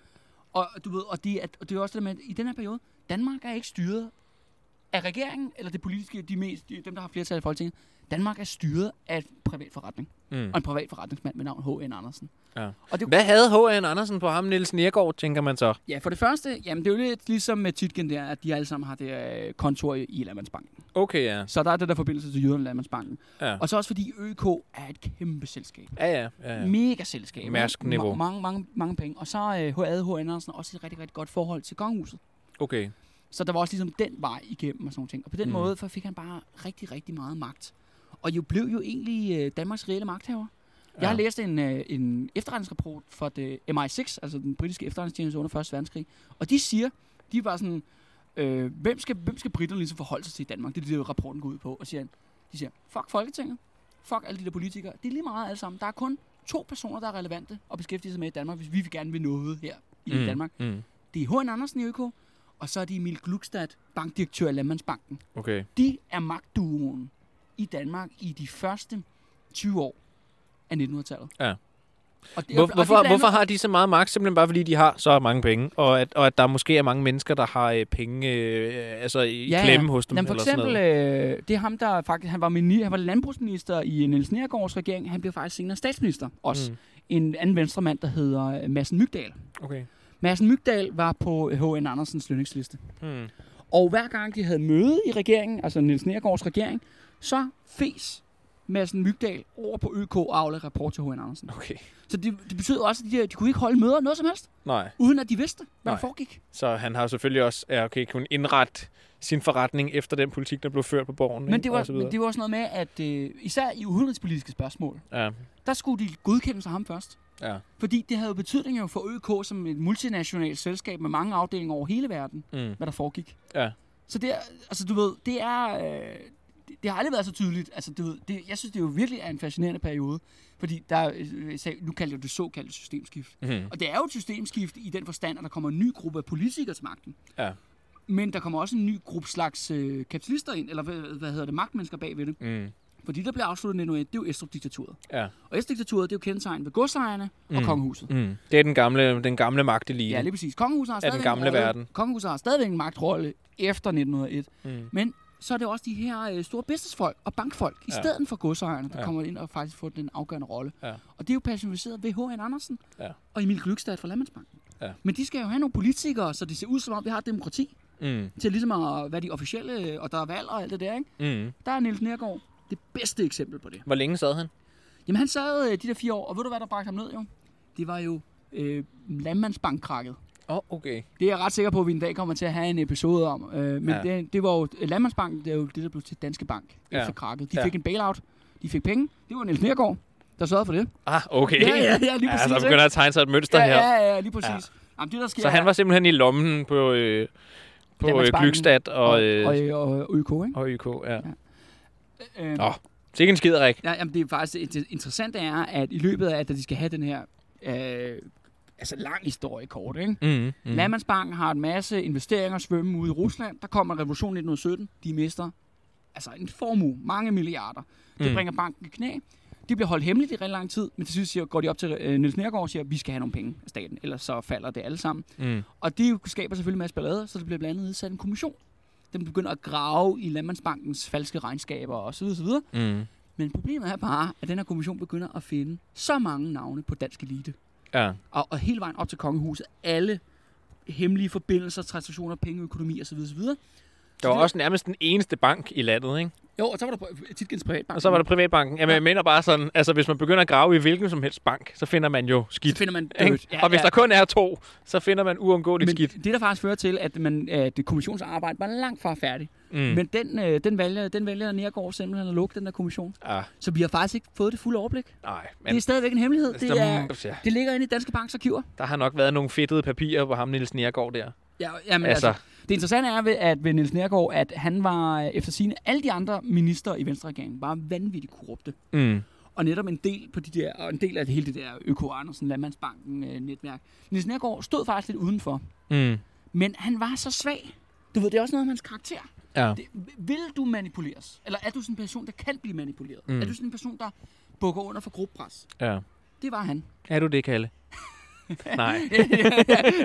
Og, du ved, og, det er, og det er også det med, at i den her periode, Danmark er ikke styret af regeringen, eller det politiske, de mest, de, dem, der har flertal i Folketinget. Danmark er styret af en privat forretning, Mm. og en privat forretningsmand med navn H.N. Andersen. Ja. Og det, Hvad havde H.N. Andersen på ham, Niels Nergård, tænker man så? Ja, for det første, jamen det er jo lidt ligesom med Titgen der, at de alle sammen har det øh, kontor i, i Landmandsbanken. Okay, ja. Så der er det der forbindelse til Jylland og Landmandsbanken. Ja, Og så også fordi ØK er et kæmpe selskab. ja, ja. ja, Ja. ja. Mega selskab. ikke? Mærsk-niveau. Ma- mange, mange, mange penge. Og så øh, havde H. Andersen også et rigtig, rigtig godt forhold til kongehuset. Okay. Så der var også ligesom den vej igennem og sådan nogle ting. Og på den Mm. mm. måde for fik han bare rigtig, rigtig meget magt. Og jo blev jo egentlig øh, Danmarks reelle magthaver. Jeg har Ja. læst en, øh, en efterretningsrapport fra det MI6, altså den britiske efterretningstjeneste under 1. verdenskrig. Og de siger, de var sådan, øh, hvem, skal, hvem skal britterne ligesom forholde sig til i Danmark? Det er det, der rapporten går ud på. Og siger, de siger, fuck Folketinget, fuck alle de der politikere. Det er lige meget alle sammen. Der er kun to personer, der er relevante og beskæftige sig med i Danmark, hvis vi gerne vil noget her i mm. Danmark. Mm. Det er H.N. Andersen i ØK, og så er det Emil Glukstad, bankdirektør i Landmandsbanken. Okay. De er magtduoen i Danmark i de første 20 år af 1900-tallet. Ja. Og det, Hvor, og det hvorfor, blandt hvorfor andet- har de så meget magt? Simpelthen bare fordi de har så mange penge, og at, og at der måske er mange mennesker, der har øh, penge øh, altså i ja, klemme hos dem. Jamen, for eller sådan eksempel, noget. øh, det er ham, der faktisk, han var, mini, han var landbrugsminister i Niels Nergårds regering. Han blev faktisk senere statsminister også. Mm. En anden venstremand, der hedder øh, Madsen Mygdal. Okay. Madsen Mygdal var på H.N. Andersens lønningsliste. Hmm. Og hver gang de havde møde i regeringen, altså Niels Nergårds regering, så fes Madsen Mygdal over på ØK Aula rapport til H.N. Andersen. Okay. Så det, det betød også, at de, der- de kunne ikke holde møder noget som helst, Nej. uden at de vidste, hvad Nej. der foregik. Så han har selvfølgelig også ja, okay, kunnet indrette sin forretning efter den politik, der blev ført på borgen. Men ikke? det, Og var, så videre. men det var sådan noget med, at øh, især i udenrigspolitiske spørgsmål, Ja, der skulle de godkende sig ham først. ja. Fordi det havde jo betydning jo for ØK som et multinationalt selskab med mange afdelinger over hele verden, Mm. hvad der foregik. Ja. Så det er, altså du ved, det er, øh, det, det har aldrig været så tydeligt. Altså du ved, det, jeg synes, det jo virkelig er en fascinerende periode. Fordi der, er, øh, sag- nu kalder jeg det såkaldt systemskift. Mm. Og det er jo et systemskift i den forstand, at der kommer en ny gruppe af politikere til magten. Ja. Men der kommer også en ny gruppe slags øh, kapitalister ind, eller hvad, hvad hedder det, magtmennesker bagved det. Mm. Fordi der bliver afsluttet 1901, det er jo Estrup-diktaturet. Ja. Og Estrup-diktaturet, det er jo kendetegnet ved godsejerne mm. og Mm. kongehuset. Mm. Det er den gamle, den gamle magtelite. Ja, lige præcis. Kongehuset har den stadigvæk en gamle rolle. verden. Kongehuset har stadigvæk en magtrolle efter 1901. Mm. Men så er det også de her øh, store businessfolk og bankfolk, i Ja. stedet for godsejerne, der Ja. kommer ind og faktisk får den afgørende rolle. Ja. Og det er jo personificeret ved H.N. Andersen Ja. og Emil Glykstad fra Landmandsbanken. Ja. Men de skal jo have nogle politikere, så det ser ud som om, vi har et demokrati Mm. til ligesom at være de officielle, øh, og der er valg og alt det der. Ikke? Mm. Der er Niels Nergård det bedste eksempel på det. Hvor længe sad han? Jamen han sad øh, de der fire år, og ved du hvad, der bragte ham ned jo? Det var jo øh, landmandsbankkrakket. Åh, oh, okay. Det er jeg ret sikker på, at vi en dag kommer til at have en episode om. Øh, men Ja. ja. det, det var jo, øh, Landmandsbanken, det er jo det, der blev til Danske Bank Ja. ja. efter krakket. De Ja. ja. fik en bailout, de fik penge. Det var Niels Nergård, der sørgede for det. Ah, okay. Ja, ja, ja, lige præcis. ja, så ikke? begynder at tegne sig et mønster ja, her. ja, ja, lige præcis. Ja. Jamen, det, der sker, Så han er- var simpelthen i lommen på, øh, på øh, Danmarksbanken Glykstad og, øh, og, og, og, og øko, ikke? og YK. Ja. Øh, øh, Nå. Sikke en skid, Rik. Ja, jamen, det er faktisk det interessante er, at i løbet af, at de skal have den her øh, altså lang historie kort, ikke? Mm, mm. Mm. Landmandsbanken har en masse investeringer svømme ude i Rusland. Der kommer en revolution i 1917. De mister altså en formue, mange milliarder. Det Mm. mm. bringer banken i knæ. Det bliver holdt hemmeligt i rigtig lang tid, men til sidst siger, går de op til øh, Niels Nergård og siger, vi skal have nogle penge af staten, ellers så falder det alle sammen. Mm. Og det skaber selvfølgelig en masse ballade, så der bliver blandt andet nedsat en kommission. Den begynder at grave i Landmandsbankens falske regnskaber osv. osv. Mm. Men problemet er bare, at den her kommission begynder at finde så mange navne på dansk elite. Ja. Og, og hele vejen op til kongehuset, alle hemmelige forbindelser, transaktioner, penge, økonomi osv. osv. Der var også nærmest den eneste bank i landet, ikke? Jo, og så var der Titkens Privatbank. Og så var der Privatbanken. Jamen, Ja. jeg mener bare sådan, altså hvis man begynder at grave i hvilken som helst bank, så finder man jo Så skidt. finder man Ikke? Ja, og hvis ja. der kun er to, så finder man uundgåeligt men skidt. det der faktisk fører til, at, man, at det kommissionsarbejde var langt fra færdigt. Mm. Mm. Men den, øh, den vælger, den vælger Nergård simpelthen at lukke den der kommission. ah, Så vi har faktisk ikke fået det fulde overblik. Men, nej, men altså, det er stadigvæk en hemmelighed. Det, er, der, ja, det ligger inde i Danske Banks arkiver. der har nok været nogle fedtede papirer på ham, Niels Nergård der. Ja, jamen, Altså. altså. altså, det interessante er ved, at ved Niels Nergård, at han var øh, efter sine alle de andre minister i Venstre-regeringen var vanvittigt korrupte. Mm. Og netop en del, på de der, og en del af det hele det der Øko Andersen, Landmandsbanken-netværk. Niels Nergård stod faktisk lidt udenfor, Mm. men han var så svag. Du ved, det er også noget om hans karakter. Ja. Det, vil du manipuleres? Eller er du sådan en person, der kan blive manipuleret? Mm. Mm. Er du sådan en person, der bukker under for gruppepres? ja. Det var han. Er du det, Kalle? nej. det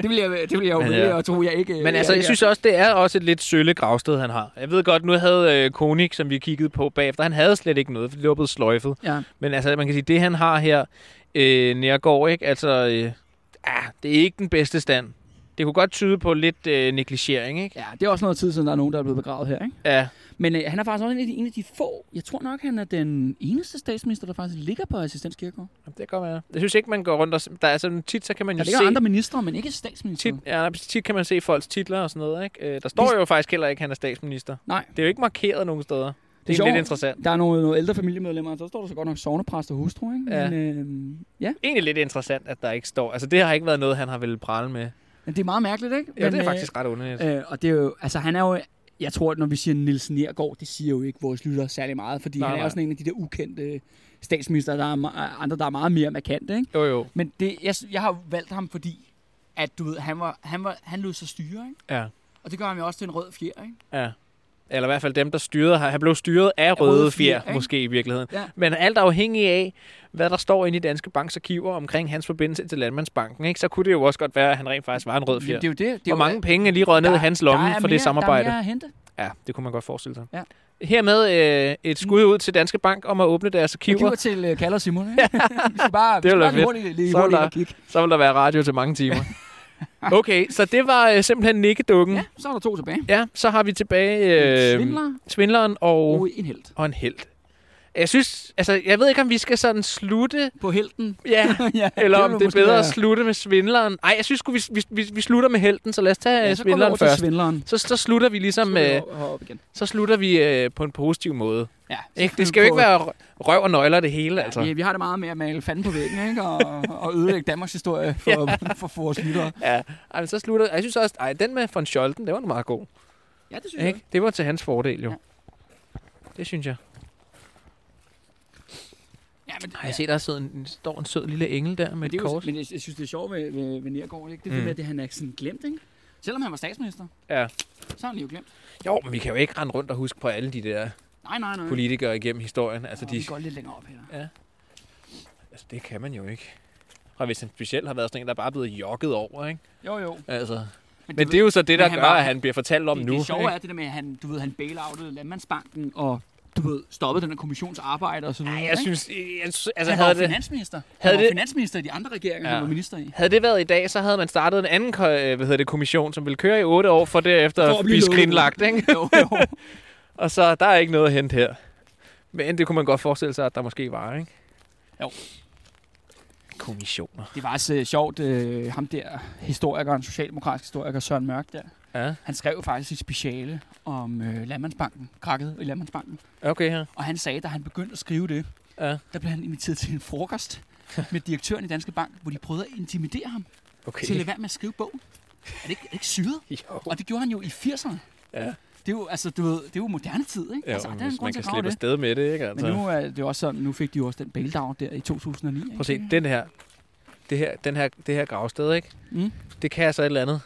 vil jeg, det vil jeg jo Men, vælge ja. at tro, jeg ikke... Men altså, jeg synes også, det er også et lidt sølle gravsted, han har. Jeg ved godt, nu havde øh, Konik, som vi kiggede på bagefter, han havde slet ikke noget, for det var blevet sløjfet. Ja. Men altså, man kan sige, det han har her, øh, Nergård, ikke? Altså, øh, ah, det er ikke den bedste stand. Det kunne godt tyde på lidt øh, negligering, ikke? ja, det er også noget tid siden, der er nogen, der er blevet begravet her, ikke? Ja. Men øh, han er faktisk også en af, de, en af de få. Jeg tror nok, han er den eneste statsminister, der faktisk ligger på assistens Kirkegaard. Jamen, Det kan være. Jeg synes ikke, man går rundt og... s- Der er sådan, tit, så kan man Der jo ligger se... andre ministre, men ikke statsminister. Tit, ja, tit kan man se folks titler og sådan noget, ikke? Øh, Der står jo faktisk heller ikke, at han er statsminister. Nej. Det er jo ikke markeret nogen steder. Det er, sjovt. lidt interessant. Der er nogle, nogle ældre familiemedlemmer, og så står der så godt nok sovnepræst og hustru, ikke? Ja. Men, øh, ja. Egentlig lidt interessant, at der ikke står... Altså, det har ikke været noget, han har ville prale med. Men det er meget mærkeligt, ikke? Ja, men, det er faktisk ret underligt. Øh, øh, og det er jo, altså han er jo, jeg tror, at når vi siger Niels Nergård, det siger jo ikke vores lyttere særlig meget, fordi Nej, nej, han er nej. også en af de der ukendte statsminister, der er ma- andre, der er meget mere markante, ikke? Jo, jo. Men det, jeg, jeg har jo valgt ham, fordi at du ved, han, var, han, var, han lød sig styre, ikke? Ja. Og det gør ham jo også til en rød fjer, ikke? Ja. Eller i hvert fald dem, der styrede. Han blev styret af røde, fjer, røde fjer, fjer ikke? måske i virkeligheden. Ja. Men alt afhængig af, hvad der står inde i Danske Banks arkiver omkring hans forbindelse til Landmandsbanken, ikke, så kunne det jo også godt være, at han rent faktisk var en rød fjer. Jamen, Det er jo det. det er Hvor jo, mange penge er lige røget ned i Der- hans der lomme er for mere, det samarbejde? Der er mere at hente. Ja, det kunne man godt forestille sig. Ja. Hermed øh, et skud ud til Danske Bank om at åbne deres Vi arkiver. giver til uh, Kalle og Simon. Ikke? vi skal bare, vi ville skal være bare fedt. lige hurtigt, lige Så er hurtigt der- ind og kigge. Så vil der være radio til mange timer. Okay, så det var øh, simpelthen nikkedukken. Ja, så er der to tilbage. Øhm, ja, så har vi tilbage øh, Svindler svindleren og, og en held. og en held. Jeg synes, altså, jeg ved ikke, om vi skal sådan slutte, På helten. ja, ja, eller om vil det er måske bedre være- at slutte med svindleren. Nej, jeg synes sgu, vi, vi, vi, vi slutter med helten, så lad os tage Ja, ja, så går vi over svindleren til først. svindleren. Så, så slutter vi ligesom, Så øh, går vi over- op igen. så slutter vi øh, på en positiv måde. Ja, Ikke? Det skal jo ikke være røv og nøgler det hele, altså. Altså. Vi, vi har det meget med at male fanden på væggen, ikke? Og, og ødelægge Danmarks historie for, for, for vores lyttere. Ja, ej, men så slutter... Jeg synes også, ej, den med von Scholten, det var nu meget god. Ja, det synes Ikke? Det var til hans fordel, jo. Ja. Det synes jeg. Ja, men, Ej, jeg ser, der sidder en, en- står en sød lille engel der med men, det et er jo, kors. men jeg, jeg synes, det er sjovt ved, ved, ved Nergård, ikke? Det er mm. det Mm. med, at det, han er sådan glemt, ikke? Selvom han var statsminister, Ja. så har han jo glemt. Jo, men vi kan jo ikke rende rundt og huske på alle de der Nej, nej, nej. politikere igennem historien. Altså, Og vi de, går lidt længere op her. altså det kan man jo ikke. Og hvis han specielt har været sådan en, der bare er blevet jogget over, ikke? Jo, jo. Altså. Men, Men det er jo så men det, der han gør, var- at han bliver fortalt om det, nu. Det sjove ikke? er det der med, at han, du ved, han bailoutede Landmandsbanken og du ved, stoppede den her kommissionsarbejde og sådan noget. Ej, jeg synes, jeg, synes- altså, han var havde jo det, finansminister. havde han var det- finansminister i de andre regeringer, ja. Ja. han var minister i. havde det været i dag, så havde man startet en anden ko- øh, hvad hedder det, kommission, som ville køre i otte år, for derefter For at at blive blive lukket. skrinlagt. Ikke? Jo, jo. Og så, der er ikke noget at hente her. Men det kunne man godt forestille sig, at der måske var, ikke? Jo. Kommissioner. Det var også øh, sjovt, øh, ham der historikeren, socialdemokratisk historiker Søren Mørk der, Ja, han skrev jo faktisk sit speciale om øh, Landmandsbanken, krakket i Landmandsbanken. okay her. Og han sagde, da han begyndte at skrive det, Ja, der blev han inviteret til en frokost med direktøren i Danske Bank, hvor de prøvede at intimidere ham okay. til at lade være med at skrive bogen. Er det ikke, er det ikke syret? Jo. Og det gjorde han jo i 80'erne. Ja, Det er jo, altså, du ved, det er jo moderne tid, ikke? jo, altså, der er en hvis man grund til kan at grave slippe det. afsted med det, ikke? Men Altså. nu er det jo også sådan, nu fik de jo også den bailout der i 2009, ikke? Prøv at se, den her, det her, den her, det her gravsted, ikke? Mm. Det kan altså et eller andet.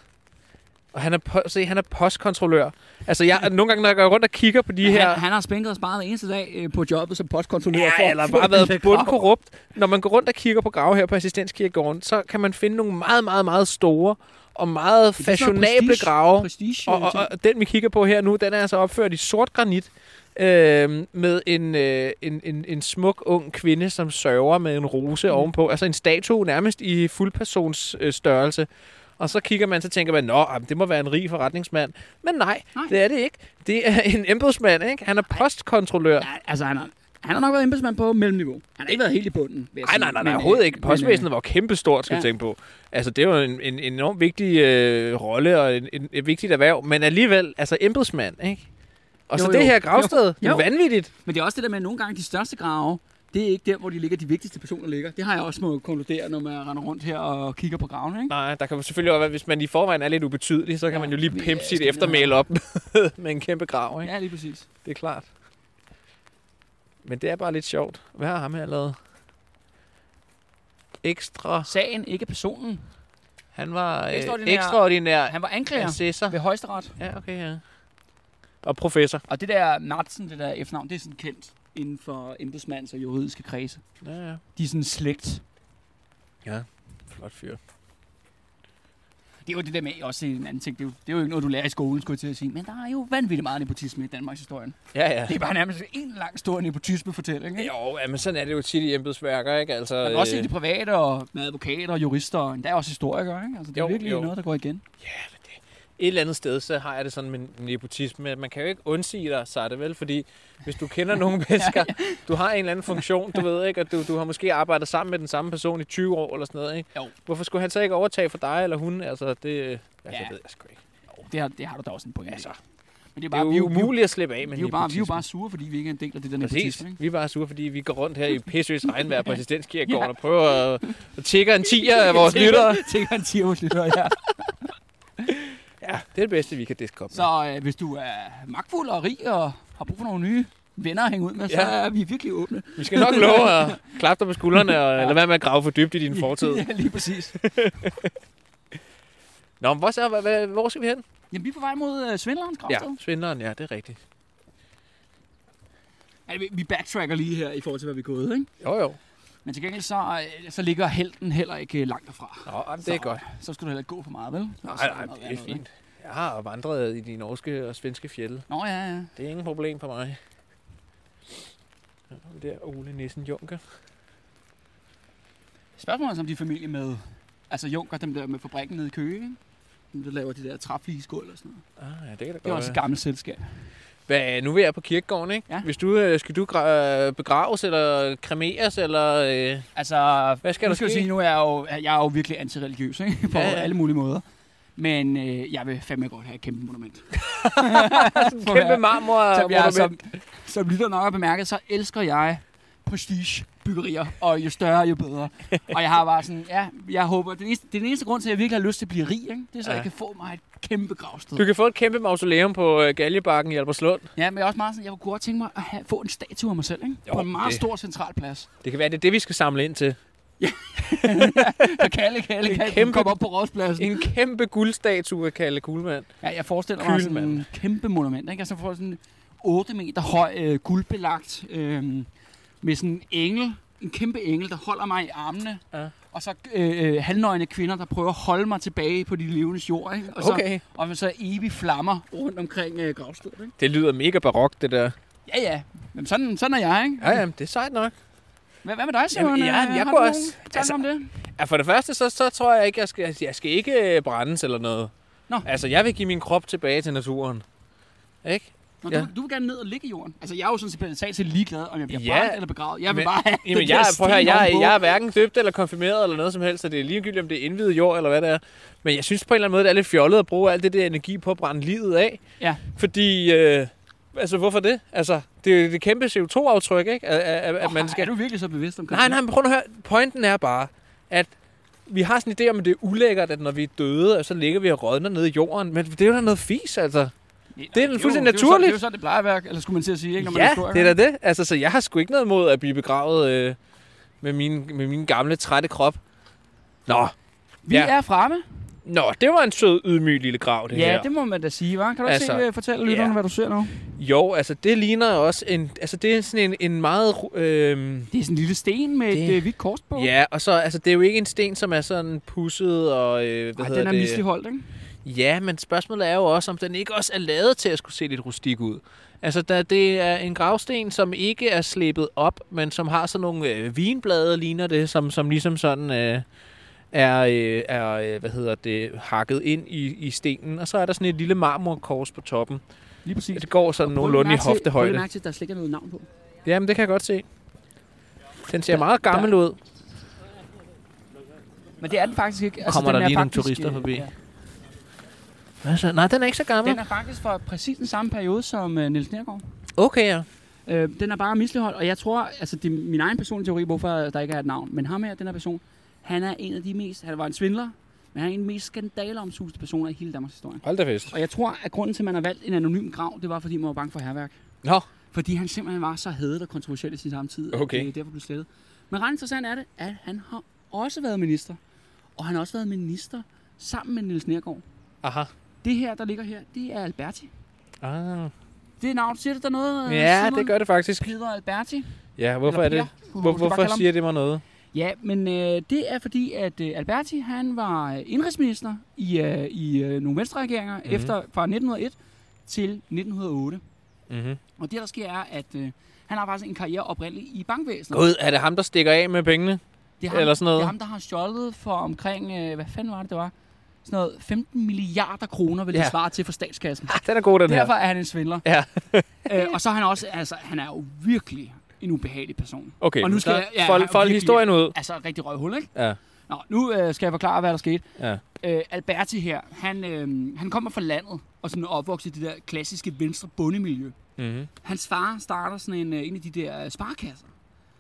Og han er, på, se, han er postkontrollør. Altså, jeg, nogle gange, når jeg går rundt og kigger på de her... Han, han har spænket og sparet hver eneste dag øh, på jobbet som postkontrollør. for Ja, at eller få bare den der været grav. bundkorrupt. Når man går rundt og kigger på grave her på Assistenskirkegården, så kan man finde nogle meget, meget, meget store og meget Det er sådan noget fashionable prestige- grave. Prestige, Og, og, og den, vi kigger på her nu, den er altså opført i sort granit øh, med en, øh, en, en, en smuk ung kvinde, som sørger med en rose mm. ovenpå. Altså en statue nærmest i fuldpersons øh, størrelse. Og så kigger man, så tænker man, nå, jamen, det må være en rig forretningsmand. Men nej, Nej. nej, det er det ikke. Det er en embedsmand, ikke? Han er postkontrollør. Ja, altså, han har, han har nok været embedsmand på mellemniveau. Han har ikke været helt i bunden, vil jeg Nej, sige. nej, nej, nej, Men, øh, overhovedet ikke. men, Postvæsenet var jo kæmpestort, skal ja. ja. tænke på. Altså, det var en, en enorm vigtig øh, rolle og en, en, et vigtigt erhverv, men alligevel, altså embedsmand, ikke? Og Jo, så jo. det her gravsted, det er Jo. vanvittigt. øh, men det er også det der med, at nogle gange de største grave, det er ikke der, hvor de ligger, de vigtigste personer ligger. Det har jeg også må konkludere, når man render rundt her og kigger på graven, ikke? Nej, der kan jo selvfølgelig også være, hvis man i forvejen er lidt ubetydelig, så kan Ja, ja, man jo lige vi er pimpe sit stemmet. eftermæl op med en kæmpe grav, ikke? Ja. Ja, lige præcis. Det er klart. Men det er bare lidt sjovt. Hvad har ham her lavet? Ekstra. Sagen, ikke personen. Han var øh, Ekstraordinær- ekstraordinær Han var anklager assessor. ved højesteret. Ja, okay, ja. Og professor. Og det der Natsen, det der efternavn, det er sådan kendt inden for embedsmands og juridiske kredse. Ja, ja. De er sådan slægt. Flot fyr. Det er jo det der med også en anden ting. Det er jo, det er jo ikke noget, du lærer i skolen, skulle jeg til at sige. Men der er jo vanvittigt meget nepotisme i Danmarks historie. Ja, ja. Det er bare nærmest en lang stor nepotisme-fortælling. Ikke? Jo, ja, men sådan er det jo tit i embedsværker, ikke? Altså, Men også i øh, det private og med advokater og jurister, og endda også historikere. Ikke? Altså, det er jo, Jo, virkelig jo. noget, der går igen. et eller andet sted, så har jeg det sådan med nepotisme, at man kan jo ikke undsige dig, sig det vel, fordi hvis du kender nogle mennesker, du har en eller anden funktion, du ved ikke, og du, du har måske arbejdet sammen med den samme person i 20 år eller sådan noget, ikke? Jo. Hvorfor skulle han så ikke overtage for dig eller hun? Altså, det, øh, altså, Ja. ja. ved jeg sgu ikke. Jo, det har, det har du da også en pointe. Altså, i. men det er, Det er bare, vi jo vi umuligt at slippe af Vi, med vi, er jo bare, vi er jo nepotisme. bare sure, fordi vi ikke er en del af det der Præcis. nepotisme. Ikke? Vi er bare sure, fordi vi går rundt her i Pissøs regnvejr på assistenskirkegården og prøver at, at tikke en tiger af vores lyttere. Tænker en tirslytter, ja. Ja, det er det bedste, vi kan diske op med. Så øh, hvis du er magtfuld og rig og har brug for nogle nye venner at hænge ud med, så Ja. er vi virkelig åbne. Vi skal nok love at klappe dig på skuldrene og lade være med at grave for dybt i din fortid. ja, lige præcis. Nå, men hvor, så, hvad- hvad- hvor skal vi hen? Jamen, vi er på vej mod øh, Svindlerens Ja, gravsted. svindleren, ja, det er rigtigt. Ja. Vi, vi backtracker lige her i forhold til, hvad vi er gået, ikke? Jo, jo. Men til gengæld, så, øh, så ligger helten heller ikke øh, langt derfra. Nå, jamen, det er Så- godt. Så skulle du heller ikke gå for meget, vel? Nej, nej, det er fint. Jeg har vandret i de norske og svenske fjelle. Nå ja, ja. Det er ingen problem for mig. Det der Ole Nissen Junker. Spørgsmålet er, om de er familie med, altså Junker, dem der med fabrikken nede i Køge, ikke? Dem, der laver de der træflisgulv og sådan noget. Ah, ja, det kan da godt Det er også et gammelt selskab. Hvad, nu er jeg på kirkegården, ikke? Ja. Hvis du, øh, skal du gra- begraves eller kremeres, eller... Øh, Altså, Hvad skal nu der skal jeg ske? sige, nu er jeg jo, jeg er jo virkelig antireligiøs, ikke? På Ja, ja, ja. ja. alle mulige måder. Men øh, jeg vil fandme godt have et kæmpe monument. For kæmpe jeg- marmor som, jeg, monument. som, som lytter nok har bemærket, så elsker jeg prestigebyggerier, og jo større, jo bedre. og jeg har bare sådan, ja, jeg håber, den eneste, det er den eneste grund til, at jeg virkelig har lyst til at blive rig, ikke? det er så, Ja. ja. jeg kan få mig et kæmpe gravsted. Du kan få et kæmpe mausoleum på øh, Galjebakken i Alberslund. Ja, men jeg er også meget sådan, jeg kunne godt tænke mig at have, få en statue af mig selv, ikke? Jo, på en meget det- stor central plads. Det kan være, det er det, vi skal samle ind til. Så Kalle, Kalle, En Kalle, kæmpe... kæmpe- komme op på rådspladsen. En kæmpe guldstatue af Kalle Kuhlmann. Ja, jeg forestiller mig sådan Kylmand. en kæmpe monument, ikke? Altså får sådan en 8 meter høj øh, guldbelagt øh, med sådan en engel, en kæmpe engel, der holder mig i armene. Ja. Og så øh, øh, halvnøgne kvinder, der prøver at holde mig tilbage på de levendes jord, ikke? Og så, og så evig flammer rundt omkring øh, gravstedet, ikke? Det lyder mega barokt, det der. Ja, ja. Jamen, sådan, sådan er jeg, ikke? Ja, jamen, det er sejt nok. Hvad, hvad med dig, Simon? Jamen, ja, jeg Øh, har kunne du nogle også- tanker altså- om det? Ja, for det første, så, så tror jeg ikke, jeg skal, jeg skal ikke øh, brændes eller noget. Nå. Altså, jeg vil give min krop tilbage til naturen. Ikke? Nå, Ja. du, du vil gerne ned og ligge i jorden. Altså, jeg er jo sådan set totalt set ligeglad, om jeg bliver Ja. brændt eller begravet. Jeg vil Men- bare have Jamen, den jeg, der prøv at høre, sten jeg, er- ovenpå. jeg er hverken døbt eller konfirmeret eller noget som helst, så det er ligegyldigt, om det er indvidet jord eller hvad det er. Men jeg synes på en eller anden måde, det er lidt fjollet at bruge alt det der energi på at brænde livet af. Ja. Fordi, øh, altså hvorfor det? Altså, det er jo det kæmpe CO2-aftryk, ikke? At, at, at Åh, oh, man Er skal... du virkelig så bevidst omkring Nej, det? nej, men prøv nu at høre. Pointen er bare, at vi har sådan en idé om, at det er ulækkert, at når vi er døde, så ligger vi og rådner nede i jorden. Men det er jo da noget fis, altså. Nej, Det er jo, fuldstændig det er jo sådan- Det er naturligt. jo sådan, det plejer at være, eller skulle man til at sige, ikke, når man ja, er historiker. det er da det. Altså, så jeg har sgu ikke noget imod at blive begravet øh, med, min, med min gamle, trætte krop. Nå, Vi Ja. er fremme. Nå, det var en sød, ydmyg lille grav, det ja, her. det må man da sige, hva'? Kan du altså, Altså, ikke se, øh, fortælle lytterne, ja. hvad du ser nu? Jo, altså, det ligner også en... Altså, det er sådan en, en meget... ru- Øhm, Det er sådan en lille sten med det... Det- et øh, hvidt kors på. ja, og så... Altså, det er jo ikke en sten, som er sådan pusset og... Øh, hvad Ej, hedder den er det? misligholdt, ikke? Ja, men spørgsmålet er jo også, om den ikke også er lavet til at skulle se lidt rustik ud. Altså, der, det er en gravsten, som ikke er slippet op, men som har sådan nogle øh, vinblade, ligner det, som, som ligesom sådan øh, er, øh, er øh, hvad hedder det, hakket ind i, i stenen. Og så er der sådan et lille marmorkors på toppen. Lige præcis. Det går sådan nogenlunde i hoftehøjde. mærke til, at der slet ikke er noget navn på. Jamen, det kan jeg godt se. Den ser meget gammel ud. Men det er den faktisk ikke. Altså, Kommer den der er lige nogle faktisk, turister øh, forbi? ja. Hvad så? Nej, den er ikke så gammel. Den er faktisk fra præcis den samme periode som øh, Niels Nergård. Okay, ja. Øh, den er bare misligholdt, og jeg tror, altså det er min egen personlige teori, hvorfor der ikke er et navn, men ham her, den her person, han er en af de mest, han var en svindler, men han er en af de mest skandaleomsuste personer i hele Danmarks historie. Hold da fest. Og jeg tror, at grunden til, at man har valgt en anonym grav, det var, fordi man var bange for herværk. Nå, Fordi han simpelthen var så hadet og kontroversiel i sin samtid, Okay. at det derfor blev slettet. Men ret interessant er det, at han har også været minister. Og han har også været minister sammen med Niels Nergård. aha. Det her, der ligger her, det er Alberti. Ah. Det er navn, siger det der noget? Ja, det gør det faktisk. Peder Alberti. Ja, hvorfor er Eller det? Per, kunne Hvor, du bare kalde hvorfor ham. siger det mig noget? Ja, men øh, det er fordi, at øh, Alberti han var øh, indrigsminister i, øh, i øh, nogle venstreregeringer mm. Mhm. efter, fra 1901 til 1908. Mm-hmm. Og det, der sker, er, at øh, han har faktisk en karriere oprindeligt i bankvæsenet. Gud, er det ham, der stikker af med pengene? Det er ham, Eller sådan det er noget? ham der har stjålet for omkring, øh, hvad fanden var det, det var? Sådan noget 15 milliarder kroner, vil det Ja. svare til for statskassen. Ah, den er god, den her. Derfor er han en svindler. Ja. øh, og så er han også, altså, han er jo virkelig en ubehagelig person. Okay, Og nu skal så jeg- ja, fold, jeg har fold virkelig- historien ud. Altså, rigtig røvhul, ikke? Ja, Nå, nu øh, skal jeg forklare, hvad der skete. ja. øh, Alberti her, han, øh, han kommer fra landet og sådan er opvokset i det der klassiske venstre bondemiljø. Mm-hmm. Hans far starter sådan en, øh, en af de der øh, sparekasser.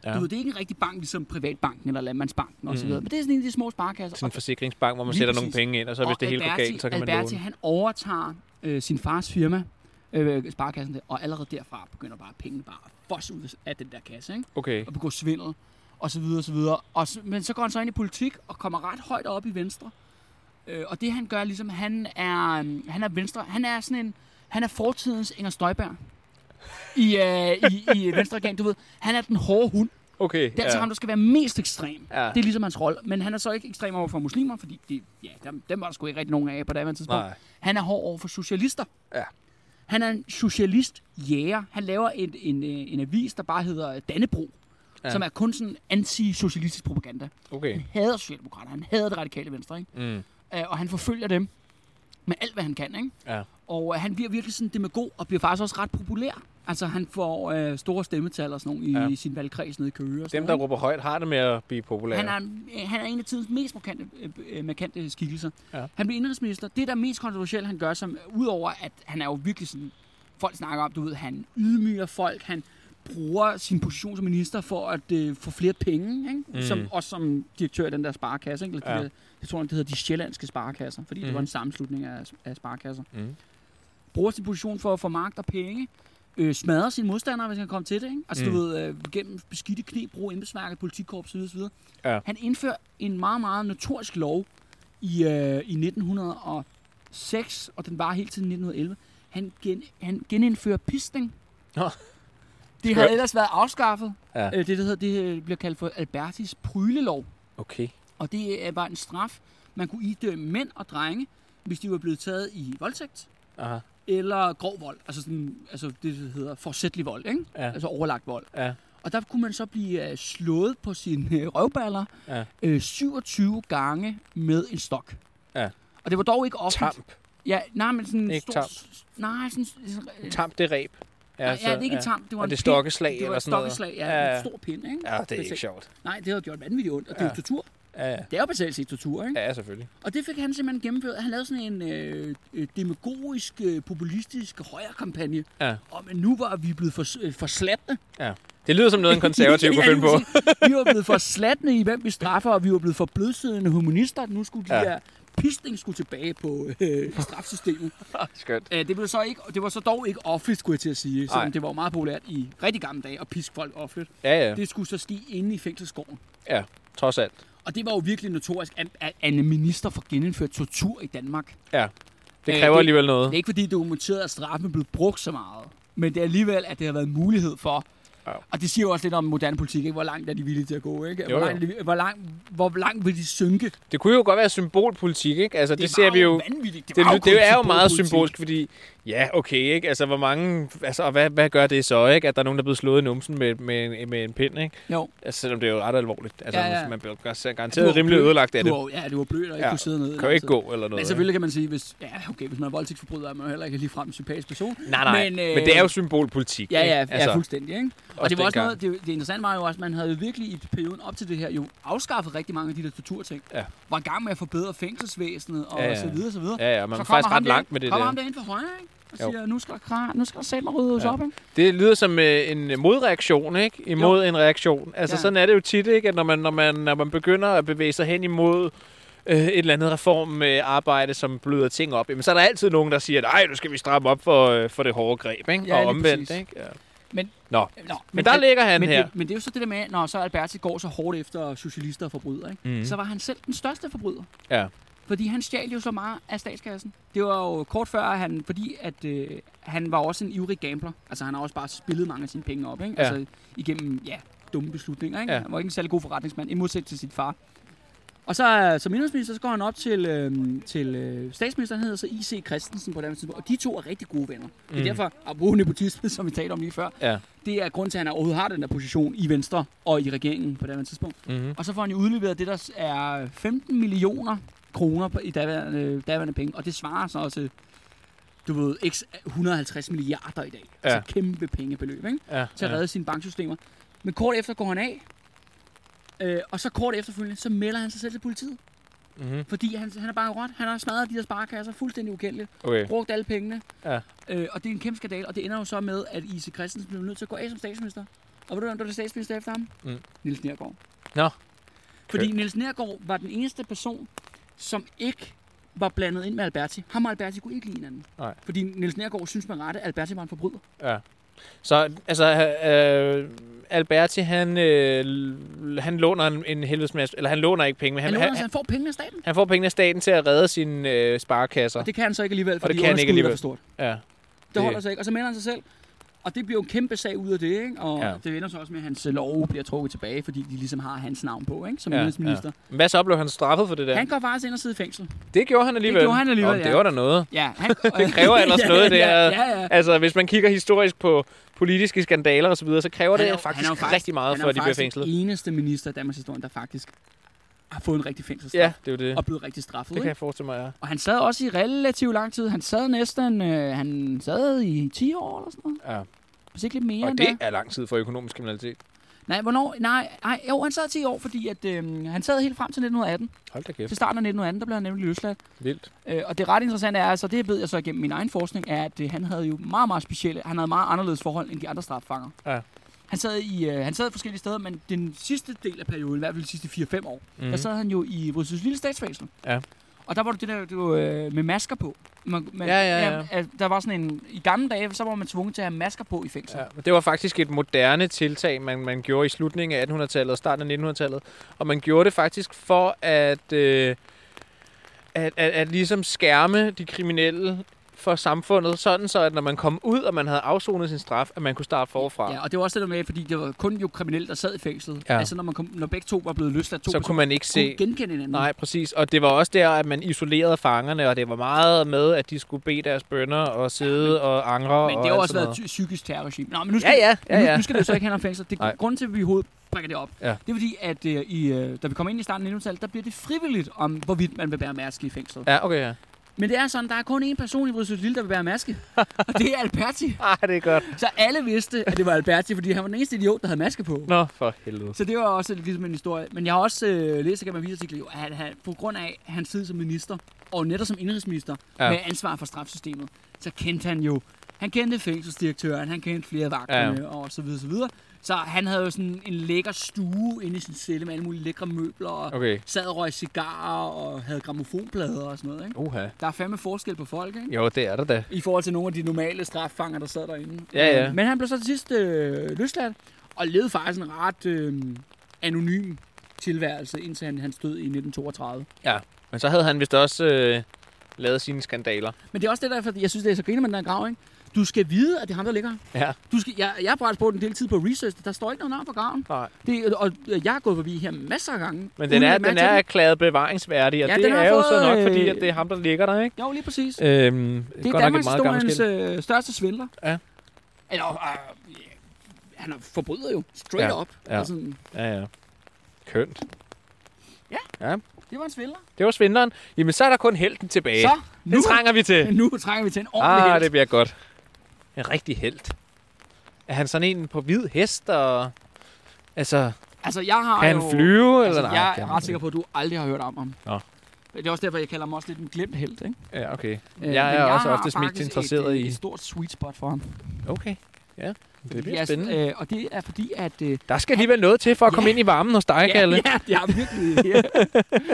Ja. Ja. Du ved, det er ikke en rigtig bank, ligesom Privatbanken eller Landmandsbanken osv., Mhm. men det er sådan en af de små sparekasser. Sådan en forsikringsbank, hvor man Lige sætter nogle præcis. penge ind, og så hvis og det hele går galt, så kan man Alberti, låne. han overtager øh, sin fars firma, øh, sparekassen der, og allerede derfra begynder bare pengene bare at fosse ud af den der kasse, ikke? Okay. og begår svindel, og så videre, og så videre. Og så, men så går han så ind i politik, og kommer ret højt op i Venstre. Øh, og det han gør, ligesom, han er, øhm, han er Venstre, han er sådan en, han er fortidens Inger Støjberg. I, øh, i, i venstre regering, du ved. Han er den hårde hund. Okay, Det er altså ja. ham, der skal være mest ekstrem. Ja. Det er ligesom hans rolle. Men han er så ikke ekstrem over for muslimer, fordi de, ja, dem, dem var der sgu ikke rigtig nogen af på det andet tidspunkt. Nej. Han er hård over for socialister. Ja. Han er en socialist-jæger. Han laver et, en, øh, en avis, der bare hedder Dannebro, Ja. ja. som er kun sådan anti-socialistisk propaganda. Okay. Han hader Socialdemokraterne, han hader det radikale venstre, ikke? Mm. Øh, og han forfølger dem med alt, hvad han kan. Ikke? Ja. Og øh, han bliver virkelig sådan demagog, og bliver faktisk også ret populær. Altså, han får øh, store stemmetal og sådan nogle i, Ja. i sin valgkreds nede i Køge. Og sådan Dem, der noget, råber højt, har det med at blive ikke? populære. han er, en- øh, han er en af tidens mest markante, øh, øh, markante skikkelser. Ja. Han bliver indrigsminister. Det, der er mest kontroversielt, han gør, som udover at han er jo virkelig sådan... Folk snakker om, du ved, han ydmyger folk, han bruger sin position som minister for at øh, få flere penge, ikke? Mm. Mm. Som, også som direktør i den der sparekasse. Ikke? Eller de Ja. der, jeg tror, det hedder de sjællandske sparekasser, fordi mm. Mhm. det var en sammenslutning af, af sparekasser Mm. bruger sin position for at få magt og penge, øh, smadrer sine modstandere, hvis han kommer til det. Ikke? Altså, mm. Mm. du ved, øh, gennem beskidte knep, brug embedsværket, politikkorps osv. osv. Ja. Han indfører en meget, meget notorisk lov i, øh, i 1906, og den var helt til 1911. Han, gen, han genindfører pisning. Nå. Det havde ellers været afskaffet. Ja. Øh, det, der hedder, det øh, bliver kaldt for Albertis prylelov. Okay. Og det øh, var en straf, man kunne idømme mænd og drenge, hvis de var blevet taget i voldtægt Aha. eller grov vold, altså, sådan, altså det der hedder forsætlig vold, ikke? Ja. altså overlagt vold. Ja. Og der kunne man så blive øh, slået på sine øh, røvballer Ja. øh, 27 gange med en stok. Ja. Og det var dog ikke offentligt. Tamp. Ja, nej, men sådan en Ikke stor... tamp. Nej, sådan... sådan øh, Tamp, det er ræb. nej, ja, det er ikke ja. tamp. Det altså, Er var det en pind. stokkeslag Det var eller et sådan noget? stokkeslag, ja. ja. Ja. En stor pind, ikke? Ja, det er Basalt. ikke sjovt. Nej, det havde gjort vanvittigt ondt, og det er Ja. jo tortur. Ja, ja. Det er jo basalt set tortur, ikke? ja selvfølgelig. Og det fik han simpelthen gennemført. Han lavede sådan en øh, øh, demagogisk, øh, populistisk højrekampagne. Ja. Og men nu var vi blevet for, øh, for slatne. Det lyder som noget, en konservativ kunne finde på. vi var blevet for slatne i, hvem vi straffer, og vi var blevet for blødsødende humanister. Nu skulle de Ja. ja. der pisning skulle tilbage på øh, strafsystemet. Skønt. Æ, det, blev så ikke, det var så dog ikke offentligt, skulle jeg til at sige. Nej. Som det var jo meget populært i rigtig gamle dage at piske folk offentligt. Ja, ja. Ja. Det skulle så stige inde i fængselsgården. Ja, trods alt. Og det var jo virkelig notorisk, at- at en minister for genindført tortur i Danmark. Ja. Det Øh, kræver det- alligevel noget. Det er ikke fordi, det er dokumenteret, at straffen blev brugt så meget. Men det er alligevel, at det har været en mulighed for. Ja. Og det siger jo også lidt om moderne politik, ikke? hvor langt er de villige til at gå. Ikke? Jo, Hvor, jo. langt, er de- hvor, langt, hvor langt vil de synke? Det, Det kunne jo godt være symbolpolitik, ikke? Altså, det, det ser var vi jo... vanvittigt. Det, var det, det kun er jo meget symbolpolitik. symbolsk, fordi... Ja, okay, ikke? Altså, hvor mange... Altså, og hvad, hvad gør det så, ikke? At der er nogen, der er blevet slået i numsen med, med, en- med en pind, ikke? Jo, Altså, selvom det er jo ret alvorligt. Altså, Ja, ja, ja. ja. man bliver gar- Du garanteret var rimelig blød. ødelagt af du det. var, ja, det var blødt og ikke Ja. kunne sidde nede. Kan jo ikke gå eller noget. Men selvfølgelig kan man sige, hvis, ja, okay, hvis man er voldtægtsforbryder, er man jo heller ikke ligefrem en sympatisk person. ikke? Nej, nej. Men, Men, øh, øh, men det er jo symbolpolitik, Ja, ikke? ja, ja altså, fuldstændig. Ikke? Og også det var også dengang. noget, det, det interessante var jo også, at man havde jo virkelig i perioden op til det her jo afskaffet rigtig mange af de der torturting. Ja. Var i gang med at forbedre fængselsvæsenet og Ja, ja, ja. ja. så videre, så videre. Ja, ja, man så er kommer faktisk ham ret langt med det kommer Kommer ham der. derinde fra højre, ikke? Og Jo. siger, nu skal der, kra- nu skal der sætte mig rydde os Ja. op, ikke? Det lyder som øh, en modreaktion, ikke? Imod jo. en reaktion. Altså, ja. Ja. sådan er det jo tit, ikke? At når man, når man, når man begynder at bevæge sig hen imod øh, et eller andet reformarbejde, som bløder ting op, jamen, så er der altid nogen, der siger, nej, nu skal vi stramme op for, øh, for det hårde greb, ikke? Ja, og lige omvendt, præcis. ikke? Ja. Men- Nå, Nå, men, men der det- ligger han men her. Det, men det er jo så det der med, når så Alberti går så hårdt efter socialister og forbrydere, ikke? Mhm. Mm. så var han selv den største forbryder. Ja. Fordi han stjal jo så meget af statskassen. Det var jo kort før, at han, fordi at, øh, han var også en ivrig gambler. Altså han har også bare spillet mange af sine penge op. Ikke? Ja. Altså igennem ja, dumme beslutninger. Ikke? Ja. Han var ikke en særlig god forretningsmand, i modsætning til sit far. Og så øh, som indrigsminister, så går han op til, øh, til øh, statsministeren, han hedder så I.C. Christensen på det her tidspunkt. Og de to er rigtig gode venner. Mm. Det Mhm. er derfor, apropos nepotisme, som vi talte om lige før, Ja. det er grund til, at han overhovedet har den der position i Venstre og i regeringen på det her tidspunkt. Mm-hmm. Og så får han jo udleveret det, der er 15 millioner kroner på, i daværende, daværende penge. Og det svarer så til, du ved, x 150 milliarder i dag. Ja. Ja. Altså kæmpe pengebeløb, ikke? Ja, Til at ja. redde sine banksystemer. Men kort efter går han af. Øh, og så kort efterfølgende, så melder han sig selv til politiet. Mm-hmm. Fordi han, han er bare råt. Han har smadret de der sparekasser fuldstændig ukendeligt Okay. brugt alle pengene. Ja. Øh, og det er en kæmpe skandal, og det ender jo så med, at Ise Christensen blev nødt til at gå af som statsminister. Og ved du, hvem der blev statsminister efter ham? Mm. Niels Nergaard. Nå. Fordi Okay. Niels Nergaard var den eneste person, som ikke var blandet ind med Alberti. Ham og Alberti kunne ikke lide hinanden. Nej. Fordi Niels Nergaard synes med rette, at Alberti var en forbryder. Ja. Så altså, øh, Alberti, han, øh, l- han låner en, en helvedes masse, eller han låner ikke penge, men Han, han, han, han, han, han får pengene af staten. han får penge af staten til at redde sine øh, sparekasser. Og det kan han så ikke alligevel, det fordi kan han ikke underskuddet alligevel. er for stort. Ja. Det holder sig ikke, og så melder han sig selv. Og det bliver jo en kæmpe sag ud af det, ikke? Og Ja. ja. det ender så også med, at hans lov bliver trukket tilbage, fordi de ligesom har hans navn på, ikke? Som Ja, ja, udenrigsminister. Men Hvad så blev han straffet for det der? Han går faktisk ind og sidder i fængsel. Det gjorde han alligevel. gjorde han alligevel, Nå, men Det ja. var da noget. Ja, han, Det kræver ellers noget, det ja, er- ja, ja. Altså, hvis man kigger historisk på politiske skandaler osv., så, videre, så kræver Han er det jo- faktisk, han er jo faktisk rigtig meget, Han er for jo at de bliver faktisk fængslet. den eneste minister i Danmarks historie, der faktisk har fået en rigtig fængselsstraf. Ja, det er jo det. Og blevet rigtig straffet. Det kan Ikke? jeg forestille mig, ja. Og han sad også i relativt lang tid. Han sad næsten, øh, han sad i 10 år eller sådan noget. ja. Hvis ikke lidt mere Og end det er lang tid for økonomisk kriminalitet. Nej, hvornår? Nej, nej, jo, han sad 10 år, fordi at, øh, han sad helt frem til 1918. Hold da Til kæft. starten af 1918, der blev han nemlig løsladt. Vildt. Øh, og det ret interessante er, altså det ved jeg så igennem min egen forskning, er, at øh, han havde jo meget, meget specielle, han havde meget anderledes forhold end de andre straffanger. Ja. Han sad, i, øh, han sad forskellige steder, men den sidste del af perioden, i hvert fald de sidste 4-5 år, mm. der sad han jo i Rydses Lille Statsfængsel. Mhm. Ja. Og der var det der du, øh, med masker på. Man, man, Ja, ja, ja. al- der var sådan en, i gamle dage, så var man tvunget til at have masker på i fængsel. Ja, men det var faktisk et moderne tiltag, man, man gjorde i slutningen af 1800-tallet og starten af 1900-tallet. Og man gjorde det faktisk for at, øh, at, at, at ligesom skærme de kriminelle for samfundet, sådan så, at når man kom ud, og man havde afsonet sin straf, at man kunne starte forfra. Ja, og det var også det der med, fordi det var kun jo kriminelle, der sad i fængslet. Ja. Altså når, man kom, når begge to var blevet løsladt, to så kunne man ikke personer se... kunne genkende hinanden. Nej, præcis. Og det var også der, at man isolerede fangerne, og det var meget med, at de skulle bede deres bønder og sidde og angre. Men og det har alt også sådan været noget. ty- psykisk terrorregime. Nå, men nu skal, Ja, ja. ja, Nu, ja. nu skal det jo så ikke handle om fængsel. Det er Nej. grunden til, at vi i hovedet brækker det op. Ja. Det er fordi, at øh, i, øh, da vi kommer ind i starten af 1900-tallet, der bliver det frivilligt om, hvorvidt man vil bære maske i fængslet. Ja. Ja, okay, ja. Men det er sådan, der er kun én person i Bryssel Lille, der vil bære maske. og det er Alberti. Ah, det er godt. Så alle vidste, at det var Alberti, fordi han var den eneste idiot, der havde maske på. Nå, for helvede. Så det var også lidt ligesom en historie. Men jeg har også øh, læst igennem avisartikler, jo, at han, han, på grund af hans tid som minister, og netop som indrigsminister, Ja. ja. med ansvar for strafsystemet, så kendte han jo, han kendte fængselsdirektøren, han kendte flere af vagterne, ja. og så videre, så videre. Så han havde jo sådan en lækker stue inde i sin celle med alle mulige lækre møbler, og okay. Okay. sad og røg cigarer, og havde gramofonplader og sådan noget, ikke? Uha. Der er fandme forskel på folk, ikke? Jo, det er der da. i forhold til nogle af de normale straffanger, der sad derinde. Ja, ja. Øh, Men han blev så til sidst øh, løsladt, og levede faktisk en ret øh, anonym tilværelse, indtil han, han stod i 1932. Men så havde han vist også øh, lavet sine skandaler. Men det er også det der, fordi jeg synes, det er så griner med den her grav, ikke? Du skal vide, at det er ham, der ligger her. Ja. Du skal, jeg, jeg har bragt på den del tid på research, der står ikke noget navn på graven. Nej. Det, og jeg har gået forbi her masser af gange. Men uden den at er, lægge den mærke er til erklæret bevaringsværdig, og Ja, det den har er jo så fået, nok, fordi øh, at det er ham, der ligger der, ikke? den. Jo, lige præcis. Øhm, Det er godt nok et Danmarks meget gammelt historiens skilt. øh, største svindler. Ja. Eller, øh, ja, han er forbryder jo. Straight Ja, up. Altså, ja. Og sådan, Ja, ja. Kønt. det var en svindler. Det var svinderen. Jamen, så er der kun helten tilbage. Så, nu, det Øh, trænger vi til. nu trænger vi til en ordentlig Ah, ah, det bliver godt. En rigtig helt. Er han sådan en på hvid hest, og... Altså, Altså, jeg har kan han jo... flyve? Altså, eller? Nej, jeg det kan er han ret sikker på, at du aldrig har hørt om ham. Nå. Det er også derfor, jeg kalder ham også lidt en glemt held. Ikke? ikke. Ja, okay. Øh, men Jeg er også har oftest mest faktisk interesseret et, øh, i- Et stort sweet spot for ham. Okay. Ja, det Fordi jeg- bliver spændende. Øh, og det er fordi, at... Øh, Der skal alligevel noget til for at komme Ja. ind i varmen hos dig, ja, Kalle. ja, det er virkelig... Ja.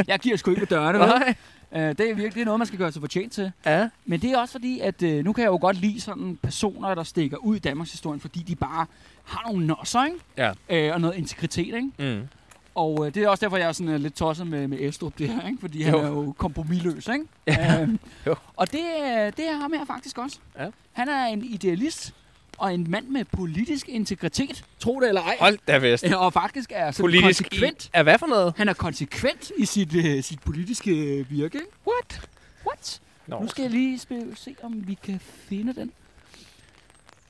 jeg giver sgu ikke på dørene. vel? Nej. Øh, det er virkelig det er noget, man skal gøre sig fortjent til. Ja. Men det er også fordi, at øh, nu kan jeg jo godt lide sådan personer, der stikker ud i Danmarks historie, fordi de bare har nogle nosser, ikke? Ja. Øh, og noget integritet, ikke? Mm. Og øh, det er også derfor, jeg er sådan, øh, lidt tosset med, med Estrup det her, ikke? fordi han Jo. er jo kompromilløs. Ikke? Ja. Øhm, Jo. Og det, øh, det er ham her faktisk også. Ja. Han er en idealist og en mand med politisk integritet, tro det eller ej. Hold da vest. Øh, Og faktisk er sådan Politisk konsekvent. i- Er hvad for noget? Han er konsekvent i sit, øh, sit politiske øh, virke. ikke? What? What? Nå. Nu skal jeg lige spe- se, om vi kan finde den.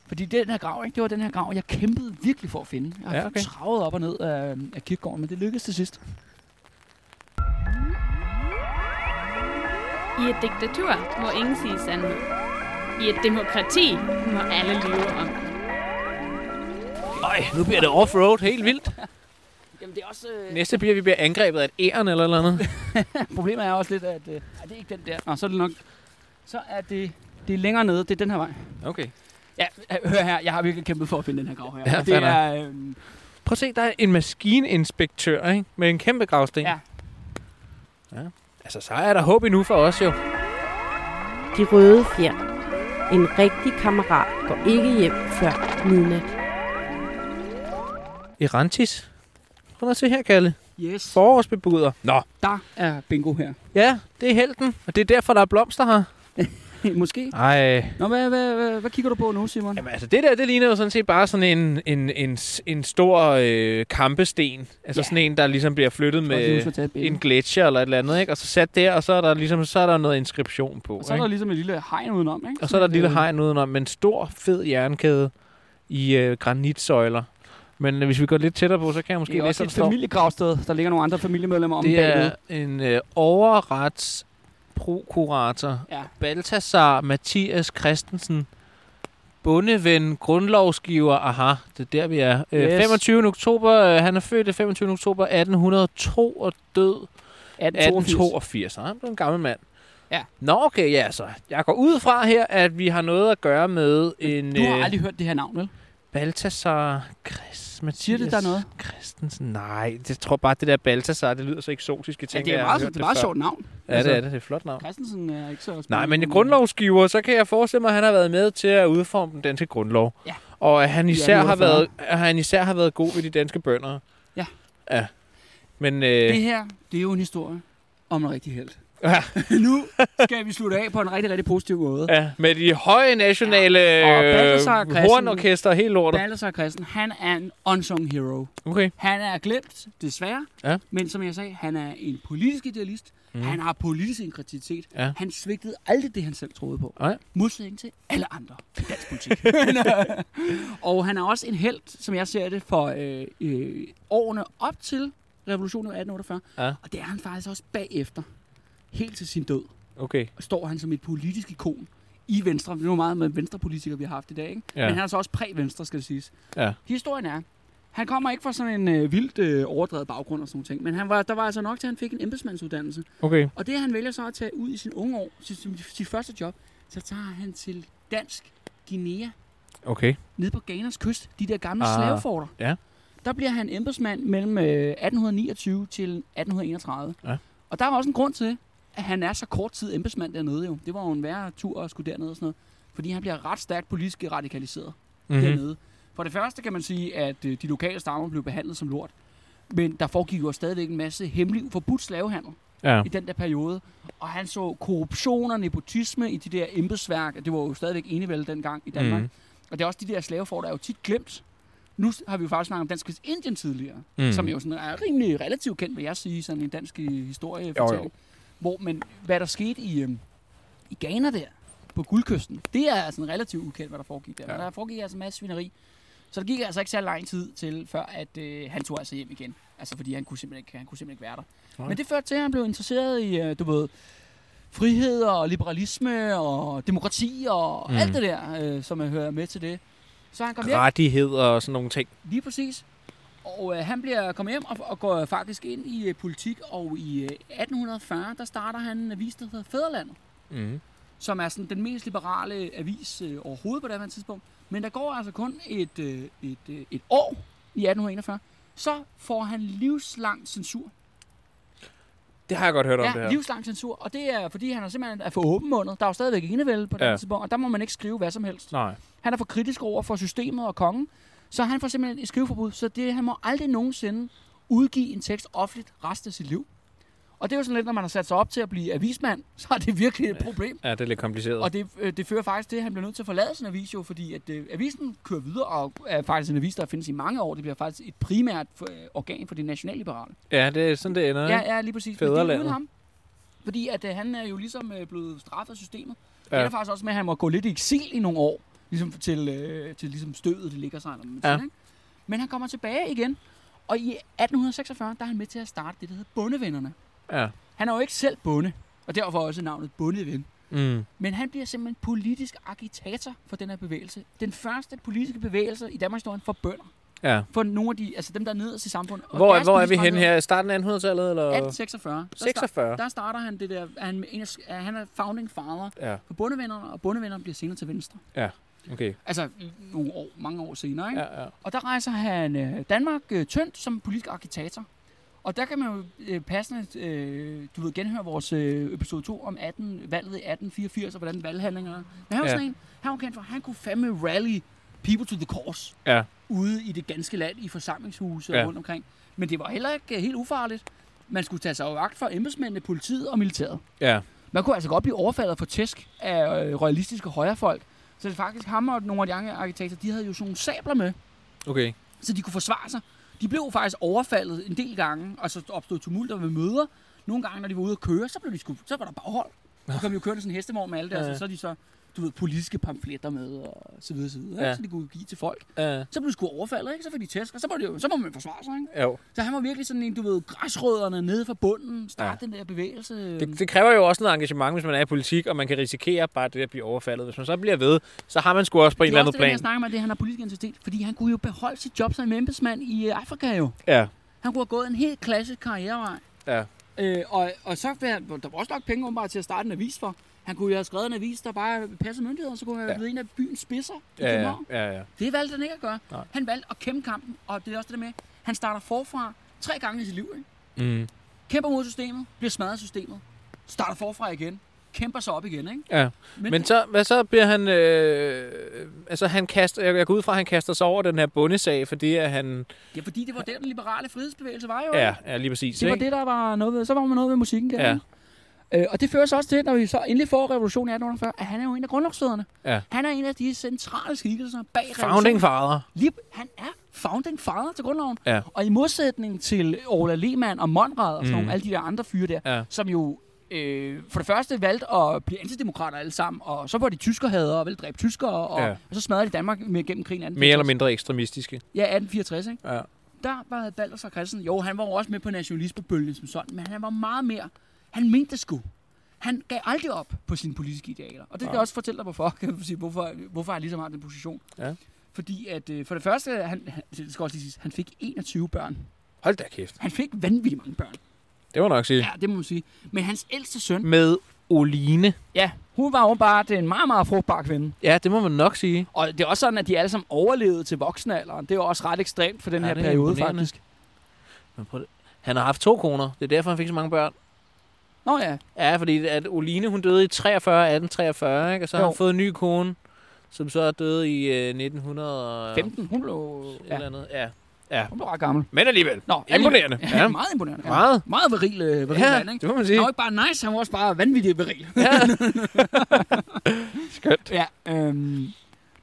Fordi den her grav, ikke? det var den her grav, jeg kæmpede virkelig for at finde. Jeg har Ja, ja, okay. okay. travet op og ned af, af kirkegården, men det lykkedes til sidst. I et diktatur må ingen sige sandhed. I et demokrati må alle lyve om. det. Øj, nu bliver det offroad helt vildt. Jamen det er også... Øh... Næste bliver, vi bliver angrebet af et æren eller noget andet. Problemet er også lidt, at... Øh, ej, det er ikke den der. Nå, så er det nok... Så er det... Det er længere nede. Det er den her vej. Okay. Ja, øh, hør her. Jeg har virkelig kæmpet for at finde den her grav her. Ja, Og det fair nok. er... Øh, Prøv at se, der er en maskineinspektør, ikke? Med en kæmpe gravsten. Ja. ja. Altså, så er der håb endnu for os jo. De røde fjer. En rigtig kammerat går ikke hjem før midnat. Erantis. Prøv at se her, Kalle. yes. Forårsbebuder. Nå. Der er bingo her. Ja, det er helten. Og det er derfor, der er blomster her. Måske. Ej. Nå, hvad, hvad, hvad, hvad kigger du på nu, Simon? Jamen, altså, det der, det ligner jo sådan set bare sådan en, en, en, en stor øh, kampesten. Altså Ja. sådan en, der ligesom bliver flyttet Jeg tror, jeg lige med husker at tage et billede. en gletscher eller et eller andet, ikke? Og så sat der, og så er der ligesom, så er der noget inskription på, Og så er der ikke? ligesom et lille hegn udenom, ikke? Og så er der et lille Øh, hegn udenom med en stor, fed jernkæde i øh, granitsøjler. Men øh, hvis vi går lidt tættere på, så kan jeg måske øh, Det er læse, også hvad et der står. familiegravsted. Der ligger nogle andre familiemedlemmer om Det bagved. er en øh, overrets prokurator. Ja. Baltasar Mathias Christensen. Bundeven, grundlovsgiver, aha, det er der, vi er. Yes. Yes. 25. oktober, øh, han er født den 25. oktober 1802 og død 1882. Så Han blev en gammel mand. Ja. Nå, okay, ja, så jeg går ud fra her, at vi har noget at gøre med en... Du har øh, aldrig hørt det her navn, vel? Baltasar Chris, Mathias Siger det dig noget? Christensen? Nej, det tror bare, det der Baltasar, det lyder så eksotisk. Jeg Ja, tænker, Altså, det er jeg har meget, hørt det er meget Altså- før. sjovt navn. Ja, det er det. Det er et flot navn. Christensen er ikke så Nej, spændende. men i grundlovsgiver, så kan jeg forestille mig, at han har været med til at udforme den danske grundlov. Ja. Og at han I især, har 1848. været, at han især har været god ved de danske bønder. Ja. Ja. Men Det øh, her, det er jo en historie om en rigtig held. Ja. nu skal vi slutte af på en rigtig, rigtig positiv måde. ja, med de høje nationale Ja. Og Balthasar øh, Christen- hornorkester og helt lortet. Balthasar Christen, han er en unsung hero. Okay. Han er glemt, desværre. Ja. Men som jeg sagde, han er en politisk idealist. Mm. Han har politisk inkreditet. Ja. Han svigtede aldrig det, han selv troede på. Nej. Modsætning til alle andre i dansk politik. Men, øh, og han er også en held, som jeg ser det, for øh, øh, årene op til revolutionen i 1848. Ja. Og det er han faktisk også bagefter. Helt til sin død Okay. står han som et politisk ikon i Venstre. Det er jo meget med venstrepolitikere, vi har haft i dag. Ikke? Ja. Ja. Men han er så også præ-venstre, skal det siges. Ja. Historien er, han kommer ikke fra sådan en øh, vildt øh, overdrevet baggrund og sådan nogle ting, men han var, der var altså nok til, at han fik en embedsmandsuddannelse. Okay. Og det, han vælger så at tage ud i sin unge år, sit, sit, sit første job, så tager han til Dansk Guinea, Okay. nede på Ghanas kyst, de der gamle Ah, ah, slaveforter. ja. Der bliver han embedsmand mellem øh, 1829 til 1831. Ja. Og der er også en grund til, at han er så kort tid embedsmand dernede jo. Det var jo en værre tur at skulle dernede og sådan noget. Fordi han bliver ret stærkt politisk radikaliseret Mhm. dernede. For det første kan man sige, at øh, de lokale stammer blev behandlet som lort. Men der foregik jo stadigvæk en masse hemmelig forbudt slavehandel Ja. i den der periode. Og han så korruption og nepotisme i de der embedsværk, og det var jo stadigvæk enevælde dengang i Danmark. Mhm. Mm. Og det er også de der slavefor, der er jo tit glemt. Nu s- har vi jo faktisk snakket om Dansk Vest Indien tidligere, Mhm. mm. som jo sådan er rimelig relativt kendt, vil jeg sige, sådan en dansk øh, historiefortælling. Jo, jo. Hvor, men hvad der skete i, øhm, i Ghana der, på guldkysten, det er altså en relativt ukendt, hvad der foregik der. Ja. Ja. Der foregik altså en masse svineri. Så der gik altså ikke så lang tid til, før at øh, han tog altså hjem igen. Altså fordi han kunne simpelthen ikke, han kunne simpelthen ikke være der. Nej. Men det førte til, at han blev interesseret i, øh, du ved, frihed og liberalisme og demokrati og Mm. Altså, mm. alt det der, øh, som jeg hører med til det. Så han kom hjem, Rettigheder og sådan nogle ting. lige præcis. Og øh, han bliver kommet hjem og, og går faktisk ind i øh, politik, og i øh, 1840, der starter han en avis, der hedder Fæderlandet Mm. som er sådan den mest liberale avis øh, overhovedet på det her tidspunkt. Men der går altså kun et, øh, et, øh, et år i 1841, så får han livslang censur. Det har jeg godt hørt om, det Ja, her. livslang censur, og det er fordi, han er simpelthen er for åbenmundet. Der er jo stadigvæk enevælde på det Ja. ja. tidspunkt, og der må man ikke skrive hvad som helst. Nej. Han er for kritisk over for systemet og kongen, så han får simpelthen et skriveforbud, så det, han må aldrig nogensinde udgive en tekst offentligt resten af sit liv. Og det er jo sådan lidt, når man har sat sig op til at blive avismand, så er det virkelig et problem. Ja, det er lidt kompliceret. Og det, øh, det fører faktisk til, at han bliver nødt til at forlade sin avis jo, fordi at, øh, avisen kører videre, og er faktisk en avis, der findes i mange år. Det bliver faktisk et primært for, øh, organ for de nationalliberale. ja, det er sådan, det ender. Ja, ikke? ja, lige præcis. Men det er Fædrelandet. uden ham. Fordi at, øh, han er jo ligesom øh, blevet straffet af systemet. Ja. Ja. Det er faktisk også med, at han må gå lidt i eksil i nogle år, ligesom til, øh, til ligesom støvet, det ligger sig. Når man Ja. ja. ikke? Men han kommer tilbage igen, og i 1846, der er han med til at starte det, der hedder Bondevennerne. ja. Han er jo ikke selv bonde, og derfor også navnet Bondeven. Mm. Men han bliver simpelthen politisk agitator for den her bevægelse. Den første politiske bevægelse i Danmarks historie for bønder. Ja. For nogle af de, altså dem, der er nederst i samfundet. Og Hvor, deres hvor er vi politiske henne rettigheder. her? I starten af 1800-tallet? Eller? 1846. Der, start, 46? der starter han det der, han, en af- er- han er founding father Ja, for bondevennerne, og bondevennerne bliver senere til venstre. okay. Altså nogle år, mange år senere. Ikke? Ja. Ja, ja. Og der rejser han øh, Danmark øh, tyndt som politisk agitator. Og der kan man jo øh, passende, øh, du ved, genhøre vores øh, episode 2 om 18, valget i 1884 og hvordan valghandlingerne er. Men han var Ja. ja. sådan en, han var kendt for, at han kunne fandme rally people to the cause Ja. ude i det ganske land, i forsamlingshuse Ja. ja. rundt omkring. Men det var heller ikke øh, helt ufarligt. Man skulle tage sig af vagt for embedsmændene, politiet og militæret. Ja, Man kunne altså godt blive overfaldet for tæsk af øh, royalistiske højrefolk. Så det er faktisk ham og nogle af de andre arkitekter, de havde jo sådan nogle sabler med okay. så de kunne forsvare sig. De blev faktisk overfaldet en del gange, og så opstod tumulter ved møder. Nogle gange, når de var ude at køre, så, blev de sku... så var der baghold. Så kom de jo kørende sådan en hestevogn med alle der, Ja, ja. ja. så, så er de så du ved, politiske pamfletter med, og så videre, så videre, Ja. ja. så de kunne give til folk. Ja. Så blev du sgu overfaldet, ikke? Så fik de tæsk, og så, var det jo, så må man forsvare sig, ikke? Jo. Så han var virkelig sådan en, du ved, græsrødderne nede fra bunden, start ja. den der bevægelse. Det, det kræver jo også noget engagement, hvis man er i politik, og man kan risikere bare det at blive overfaldet. Hvis man så bliver ved, så har man sgu også på en det eller er anden også det, plan. jeg snakker med, det er, at han har politisk identitet, fordi han kunne jo beholde sit job som embedsmand i øh, Afrika jo. Ja, Han kunne have gået en helt klasse karrierevej. ja. Øh, og, og så vil han, der var også nok penge bare til at starte en avis for. Han kunne jo have skrevet en avis, der bare passede myndighederne, så kunne han Ja. have ja. blevet en af byens spidser i Ja, ja, København. ja, ja. Det valgte han ikke at gøre. Nej. Han valgte at kæmpe kampen, og det er også det der med, han starter forfra tre gange i sit liv. Ikke? Mm. Kæmper mod systemet, bliver smadret af systemet, starter forfra igen, kæmper sig op igen. Ikke? ja. Men så, hvad så bliver han... Øh, altså, han kaster, jeg, jeg går ud fra, at han kaster sig over den her bondesag, fordi at han... ja, fordi det var der, den liberale frihedsbevægelse var jo. ikke? Ja, ja lige præcis. Det var ikke? det, der var noget ved. Så var man noget ved musikken der. Ja. ikke? Øh, og det fører så også til, når vi så endelig får revolutionen i 1848, at han er jo en af grundlovsfædrene. Ja. Han er en af de centrale skikkelser bag Founding revolutionen. father. Lige, han er founding father til grundloven. Ja. Og i modsætning til Orla Lehmann og Monrad og sådan Mm. nogle, alle de der andre fyre der, Ja. som jo øh, for det første valgte at blive antidemokrater alle sammen, og så var de tyskerhader og ville dræbe tyskere, og, Ja. ja. og så smadrede de Danmark med, gennem krigen. 1864. Mere eller mindre ekstremistiske. Ja, 1864, ikke? Ja. der var Baldersar Christensen, jo, han var jo også med på nationalistbølgen som sådan, men han var meget mere, han mente det sgu. Han gav aldrig op på sine politiske idealer. Og det kan jeg også fortælle dig, hvorfor, kan jeg sige, hvorfor, hvorfor han ligesom har den position. Ja. Fordi at, øh, for det første, han, han, det skal også lige siges, han fik 21 børn. Hold da kæft. Han fik vanvittigt mange børn. Det var nok sige. Ja, det må man sige. Men hans ældste søn, Med Oline. ja, hun var jo bare en meget, meget frugtbar kvinde. Ja, det må man nok sige. Og det er også sådan, at de alle sammen overlevede til voksenalderen. Det er jo også ret ekstremt for den Ja, her det er periode, imponerende. faktisk. Men prøv det. Han har haft to koner. Det er derfor, han fik så mange børn. Nå ja, Ja, fordi at Oline, hun døde i 43, 1843, ikke? Og så har Jo. han fået en ny kone, som så er døde i øh, 1900 og 15, hun blev, et eller ja, andet. Ja. hun blev ret gammel. Men alligevel. Nå, Imponerende. alligevel. Ja, Ja. meget imponerende. Ja. Meget. Meget viril, øh, viril ja. mand, Ja, ikke? det må man Han sige. var ikke bare nice, han var også bare vanvittig viril. Ja. Skønt. ja, øhm,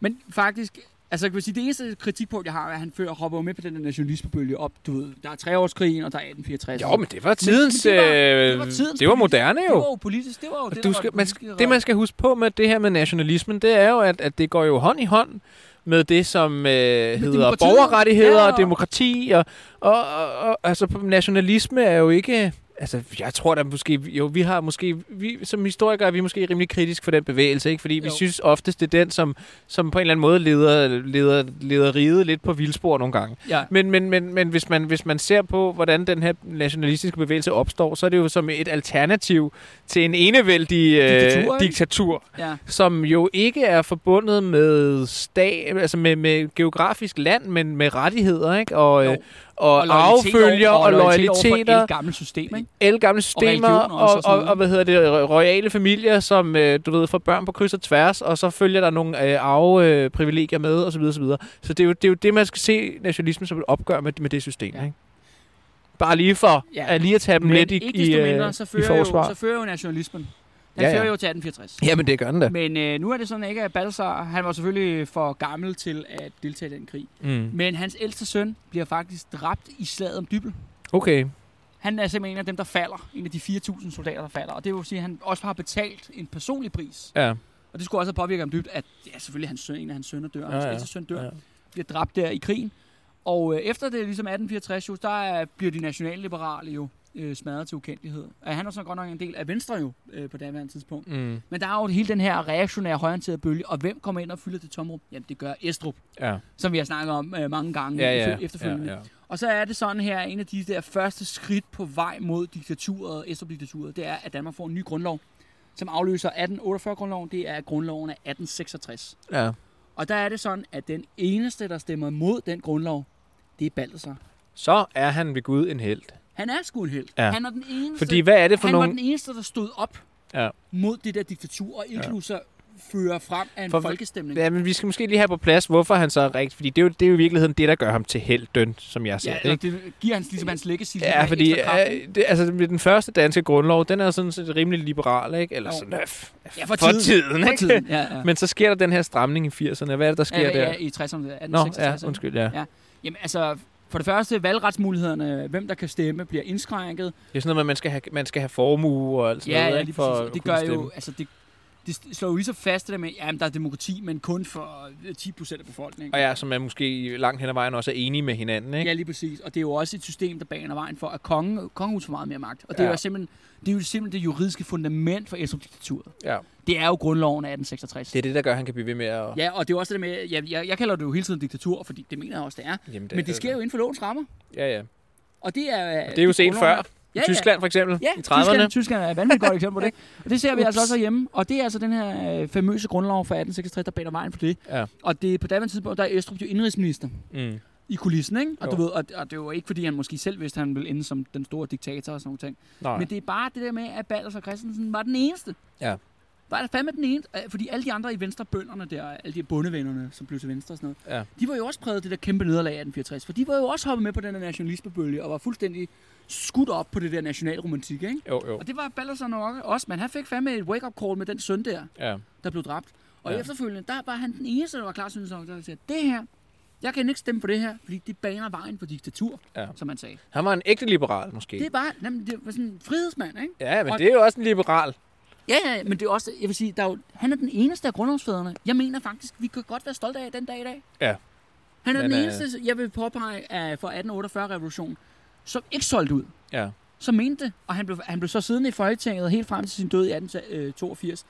men faktisk, altså kan man sige, det eneste kritikpunkt, jeg har, er, at han før hopper jo med på den der nationalismebølge op. Du ved, der er treårskrigen, og der er 1864. Jo, men det var tidens... Altså, men det var- øh, det var tidens det var moderne det jo. var jo politisk, det var jo det, du der var skal, det man, politiske skal- det, man skal huske på med det her med nationalismen, det er jo, at, at det går jo hånd i hånd med det, som øh, hedder demokratiet. borgerrettigheder Ja, ja, og og- demokrati. Og, og, og, og altså, nationalisme er jo ikke... Altså, jeg tror da måske... Jo, vi har måske... Vi, som historikere er vi måske rimelig kritisk for den bevægelse, ikke? Fordi jo. vi Jo. synes oftest, det er den, som, som på en eller anden måde leder, leder, leder riget lidt på vildspor nogle gange. Ja. Men, men, men, men hvis, man, hvis man ser på, hvordan den her nationalistiske bevægelse opstår, så er det jo som et alternativ til en enevældig Diktatur, øh, ikke? diktatur, Ja. som jo ikke er forbundet med stat, altså med, med geografisk land, men med rettigheder, ikke? Og, Jo. øh, og, og arvefølger og, og loyaliteter. loyaliteter. Mm. Et gammelt system, ikke? Elgamle systemer religioner og, og, også og sådan og, noget. hvad hedder det, ro- royale familier, som øh, du ved, får børn på kryds og tværs, og så følger der nogle øh, arveprivilegier øh, privilegier med, osv. Så, videre, så, videre. så det, er jo, det er jo det, man skal se nationalismen som et opgør med, med det system. Ja. Ikke? Bare lige for ja. Ja. at lige at tage dem Men lidt i, ikke i, desto øh, mindre, så i fører, forsvar. jo, så fører jo nationalismen. Den Ja, ja. fører jo til 1864. Jamen, det gør den da. Men øh, nu er det sådan ikke, at Balsar, han var selvfølgelig for gammel til at deltage i den krig. Mm. Men hans ældste søn bliver faktisk dræbt i slaget om Dybel. Okay. Han er simpelthen en af dem, der falder. En af de 4.000 soldater, der falder. Og det vil sige, at han også har betalt en personlig pris. Ja. Og det skulle også have påvirket ham dybt, at ja, selvfølgelig hans søn, en af hans sønner dør. Ja, Ja, hans ja. ældste søn dør. ja. Ja. Bliver dræbt der i krigen. Og øh, efter det, ligesom 1864, jo, der er, bliver de nationalliberale jo øh, smadret til ukendelighed. Og han er så godt nok en del af Venstre jo øh, på daværende tidspunkt. Mm. Men der er jo hele den her reaktionære højorienterede bølge, og hvem kommer ind og fylder det tomrum? Jamen, det gør Estrup, Ja. som vi har snakket om øh, mange gange Ja, ja. efterføl- efterfølgende. Ja, ja. Og så er det sådan her, en af de der første skridt på vej mod diktaturet, Estrup-diktaturet, det er, at Danmark får en ny grundlov, som afløser 1848-grundloven, det er grundloven af 1866. ja. Og der er det sådan, at den eneste, der stemmer mod den grundlov, det er Balthasar. Så er han ved Gud en held. Han er sgu en held. Ja. Han er den eneste, Fordi hvad er det for han var nogle... den eneste, der stod op Ja. mod det der diktatur, og inkluser fører frem af en For- folkestemning. Ja, men vi skal måske lige have på plads, hvorfor han så er rigtigt. Fordi det er jo, det er jo i virkeligheden det, der gør ham til helten, som jeg ser Ja, det. eller altså, Ikke? det giver hans, ligesom hans legacy. lidt Ja, mere fordi ekstra kraft, ikke? øh, det, altså, med den første danske grundlov, den er sådan set rimelig liberal, ikke? Eller Jo. sådan, øh, f- Ja, for for tiden. tiden, ikke? For tiden, ja, ja. Men så sker der den her stramning i 80'erne. Hvad er det, der sker ja, der? ja, i 60'erne, 1866. Nå, ja, ikke? undskyld, ja. Ja. Jamen, altså, for det første, valgretsmulighederne, hvem der kan stemme, bliver indskrænket. Det er sådan noget med, at man skal have, man skal have formue og alt sådan Ja, noget, ja, ikke? lige For præcis. at Og det kunne gør stemme. jo, altså det, det st- slår jo lige så fast det der med, at der er demokrati, men kun for øh, 10 procent af befolkningen. Og ja, som er måske langt hen ad vejen også er enige med hinanden, ikke? Ja, lige præcis. Og det er jo også et system, der baner vejen for, at kongen, kongen får meget mere magt. Og det, ja. er Ja. jo simpelthen, det er jo simpelthen det juridiske fundament for Estrup-diktaturet. Ja. Det er jo grundloven af 1866. Det er det, der gør, at han kan blive ved med at... Ja, og det er også det der med, jeg, jeg, jeg kalder det jo hele tiden diktatur, fordi det mener jeg også, det er. Jamen, Men det sker jo inden for lovens rammer. Ja, ja. Og det er... Det er jo set før. grundloven, I Tyskland for eksempel, Ja, i 30'erne. Tyskland, Tyskland er et vanvittigt godt eksempel på det. Og det ser vi Ups. altså også hjemme. Og det er altså den her øh, famøse grundlov fra 1866, der baner vejen for det. Ja. Og det er på daværende tidspunkt, der er Østrup jo indrigsminister Mm. i kulissen, ikke? Og, Jo. du ved, og, og det var ikke, fordi han måske selv vidste, at han ville ende som den store diktator og sådan nogle ting. Nej. Men det er bare det der med, at Balder og Christensen var den eneste. Ja. Var der fandme den eneste? Øh, Fordi alle de andre i venstrebønderne der, alle de bondevennerne, som blev til venstre og sådan noget, Ja. de var jo også præget af det der kæmpe nederlag i 1864. For de var jo også hoppet med på den der nationalismebølge og var fuldstændig skudt op på det der nationalromantik, ikke? Jo, jo. Og det var Baldersson nok også, men han fik fandme et wake-up call med den søn der, Ja. der blev dræbt. Og Ja. ja. efterfølgende, der var han den eneste, der var klar, synes jeg, der sagde, det her, jeg kan ikke stemme for det her, fordi det baner vejen for diktatur, Ja. ja. som han sagde. Han var en ægte liberal, måske. Det var, jamen, det var sådan en frihedsmand, ikke? Ja, men Og- det er jo også en liberal. Ja, ja, men det er også, jeg vil sige, der er jo, han er den eneste af grundlovsfædrene. Jeg mener faktisk, vi kan godt være stolte af den dag i dag. Ja. Han er Men, men, den øh, eneste, jeg vil påpege, af for 1848-revolutionen, som ikke solgte ud. Ja. som mente det, og han blev, han blev så siddende i Folketinget helt frem til sin død i 1882.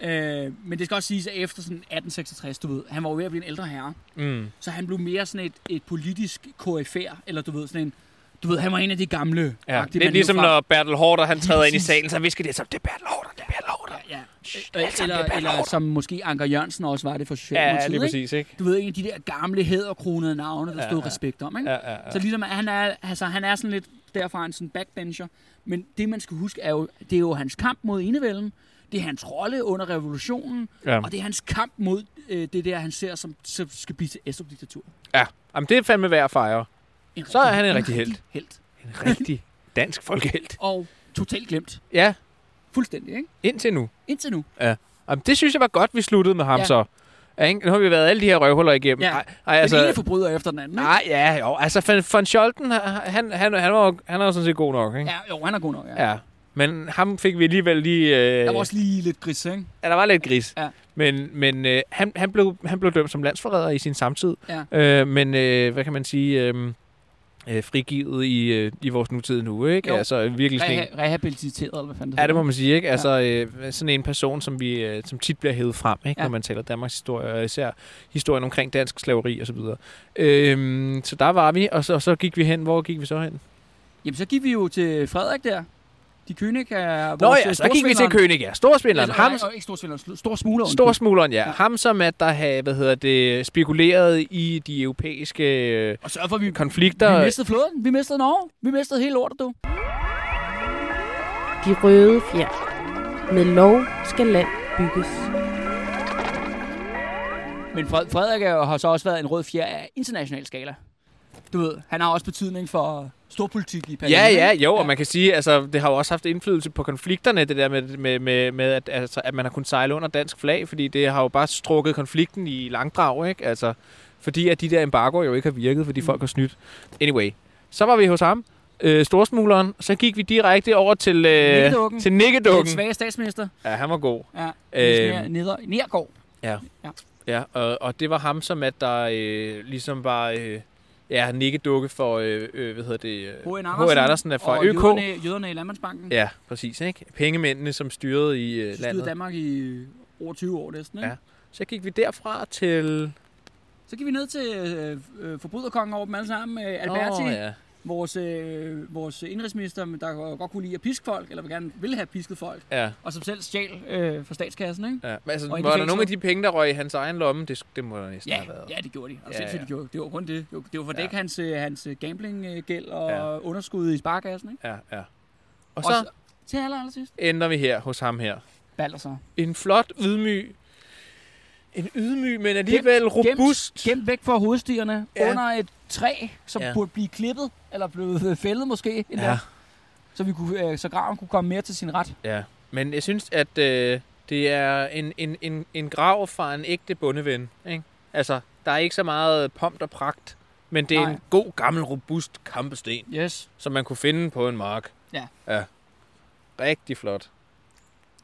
Øh, men det skal også siges, at efter sådan 1866, du ved, han var jo ved at blive en ældre herre, Mm. så han blev mere sådan et, et politisk KFR, eller du ved, sådan en, du ved, han var en af de gamle. Ja. agtige, Lidt man ligesom hed fra. når Bertel Hårder, han træder ind i præcis. salen, så visker det som, det er Bertel Hårder, det er Bertel Hårder. Ja, Shh, øh, altså, det eller, bliver eller lort. som måske Anker Jørgensen også var det for Socialdemokratiet, Ja, lige ikke? præcis, ikke? Du ved, en af de der gamle hæderkronede navne, der Ja, ja, stod ja. ja. respekt om, ikke? Ja, ja, ja. Så ligesom, at han er, altså, han er sådan lidt derfra en sådan backbencher. Men det, man skal huske, er jo, det er jo hans kamp mod enevælden. Det er hans rolle under revolutionen. Ja. Og det er hans kamp mod øh, det der, han ser, som, som skal blive til Estrup diktatur. ja. Jamen, det er fandme værd at fejre. Så er han en rigtig held. helt. En rigtig dansk folkehelt. Og totalt glemt. Ja, Fuldstændig, ikke? indtil nu. Indtil nu. Jamen, det synes jeg var godt, vi sluttede med ham ja. Ja. så. Ja, ikke? nu har vi været alle de her røvhuller igennem. Ja. Ej, ej, Altså, den ene altså, forbryder efter den anden, ikke? nej, ja, jo. Altså, Van, Van Scholten, han, han, han, var, jo- han var jo sådan set god nok, ikke? Ja, jo, han er god nok, ja. Ja. ja. Men ham fik vi alligevel lige... Øh, Der var også lige lidt gris, ikke? ja, der var lidt gris. Ja. Men, men øh, han, han, blev, han blev dømt som landsforræder i sin samtid. Ja. Øh, men øh, hvad kan man sige... Øh, øh, frigivet i, øh, i vores nutid nu, ikke? Jo. Altså virkelig sådan en, Reha- rehabiliteret, eller hvad fanden det Ja, det hedder. må man sige, ikke? Altså, øh, sådan en person, som, vi, øh, som tit bliver hævet frem, ikke? Ja. Ja. når man taler Danmarks historie, og især historien omkring dansk slaveri osv. Øhm, så der var vi, og så, og så gik vi hen. Hvor gik vi så hen? Jamen, så gik vi jo til Frederik der. De König er vores Nå ja, øh, så gik vi til storsvinderen. König, ja. Storspilleren. Altså, Ham, nej, og ikke storsvinderen, sl- storsmugleren. storsmugleren, ja. Ja. Ham, som at der havde, hvad hedder det, spekuleret i de europæiske øh, Og sørg for, at vi, vi konflikter. mistede floden. Vi mistede Norge. Vi mistede hele lortet, du. De røde fjer. Med lov skal land bygges. Men Fred, Frederik er jo- har så også været en rød fjer af international skala. Du ved, han har også betydning for storpolitik i perioden. Ja, ja, ikke? jo, og Ja. man kan sige, altså, det har jo også haft indflydelse på konflikterne, det der med, med, med, med at, altså, at man har kunnet sejle under dansk flag, fordi det har jo bare strukket konflikten i langdrag, ikke? Altså, fordi at de der embargoer jo ikke har virket, fordi mm. Mm. folk har snydt. Anyway, så var vi hos ham, øh, storsmugleren, så gik vi direkte over til, øh, Nikkedukken. til Den nikkedukken. svage statsminister. Ja, han var god. Ja. Øhm. Øhm. Neder, Nergård. Ja, og, og det var ham, som at der øh, ligesom var... Øh, Ja, nikkedukke for, øh, øh, hvad hedder det? øh, H.N. H.N. Andersen er fra og ØK. Jøderne, jøderne i Landmandsbanken. Ja, præcis. Ikke? Pengemændene, som styrede i øh, Så styrede landet. Danmark i over 20 år næsten. Ikke? Ja. Så gik vi derfra til... Så gik vi ned til øh, øh, forbryderkongen over dem alle sammen. Øh, Alberti. Åh, ja. vores, øh, vores indrigsminister, der godt kunne lide at piske folk, eller gerne ville have pisket folk, ja, og som selv stjal øh, fra statskassen, ikke? ja. Men altså, Og ind i var der fængslet. nogle af de penge, der røg i hans egen lomme? Det, sk- det må der næsten Ja, have været. ja, det gjorde de. Og Ja, ja, ja. ja. de gjorde. Det var kun det. Det var- Det var for at Ja. dække hans, øh, hans gamblinggæld og Ja. ja. underskud i sparekassen, ikke? ja, ja. Og så til aller, aller sidst. ender vi her hos ham her. Baller så. En flot, ydmyg... En ydmyg, men alligevel robust... Gemt væk fra hovedstierne Ja. ja. under et træ, som Ja. ja. burde blive klippet, eller blevet øh, fældet måske. endda. Ja, Så, vi kunne, øh, så graven kunne komme mere til sin ret. ja. Men jeg synes, at øh, det er en, en, en, en grav fra en ægte bondeven. Ikke? Altså, der er ikke så meget pomp og pragt, men det er Nej. Nej. en god, gammel, robust kampesten. Yes. som man kunne finde på en mark. Ja. ja. Rigtig flot.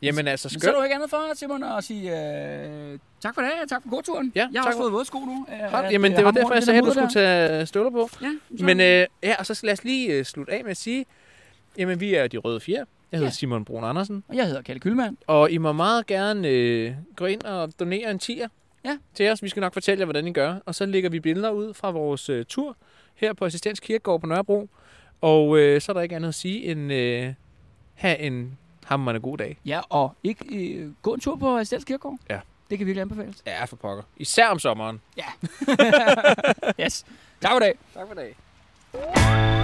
Jamen altså, Men så er skønt. du ikke andet for, Simon, at sige øh, tak for det, tak for god turen. Ja, jeg har tak også for- fået våde sko nu. Øh, Hold, at, jamen, øh, det var ham derfor, rundt jeg i sagde, at du den skulle mudder tage støvler på. der. Ja, Men øh, ja, og så lad os lige øh, slutte af med at sige, jamen vi er De Røde Fjer. Jeg hedder Ja. Simon Brun Andersen, Og jeg hedder Kalle Kylmand. og I må meget gerne øh, gå ind og donere en tier Ja. til os. Vi skal nok fortælle jer, hvordan I gør. Og så lægger vi billeder ud fra vores øh, tur her på Assistens Kirkegård på Nørrebro. Og øh, så er der ikke andet at sige end, øh, have en hammerende god dag. Ja, og ikke øh, gå en tur på Assistens Kirkegård. Ja. Det kan virkelig anbefales. Ja, for pokker. Især om sommeren. yes. Tak for i dag. Tak for dag.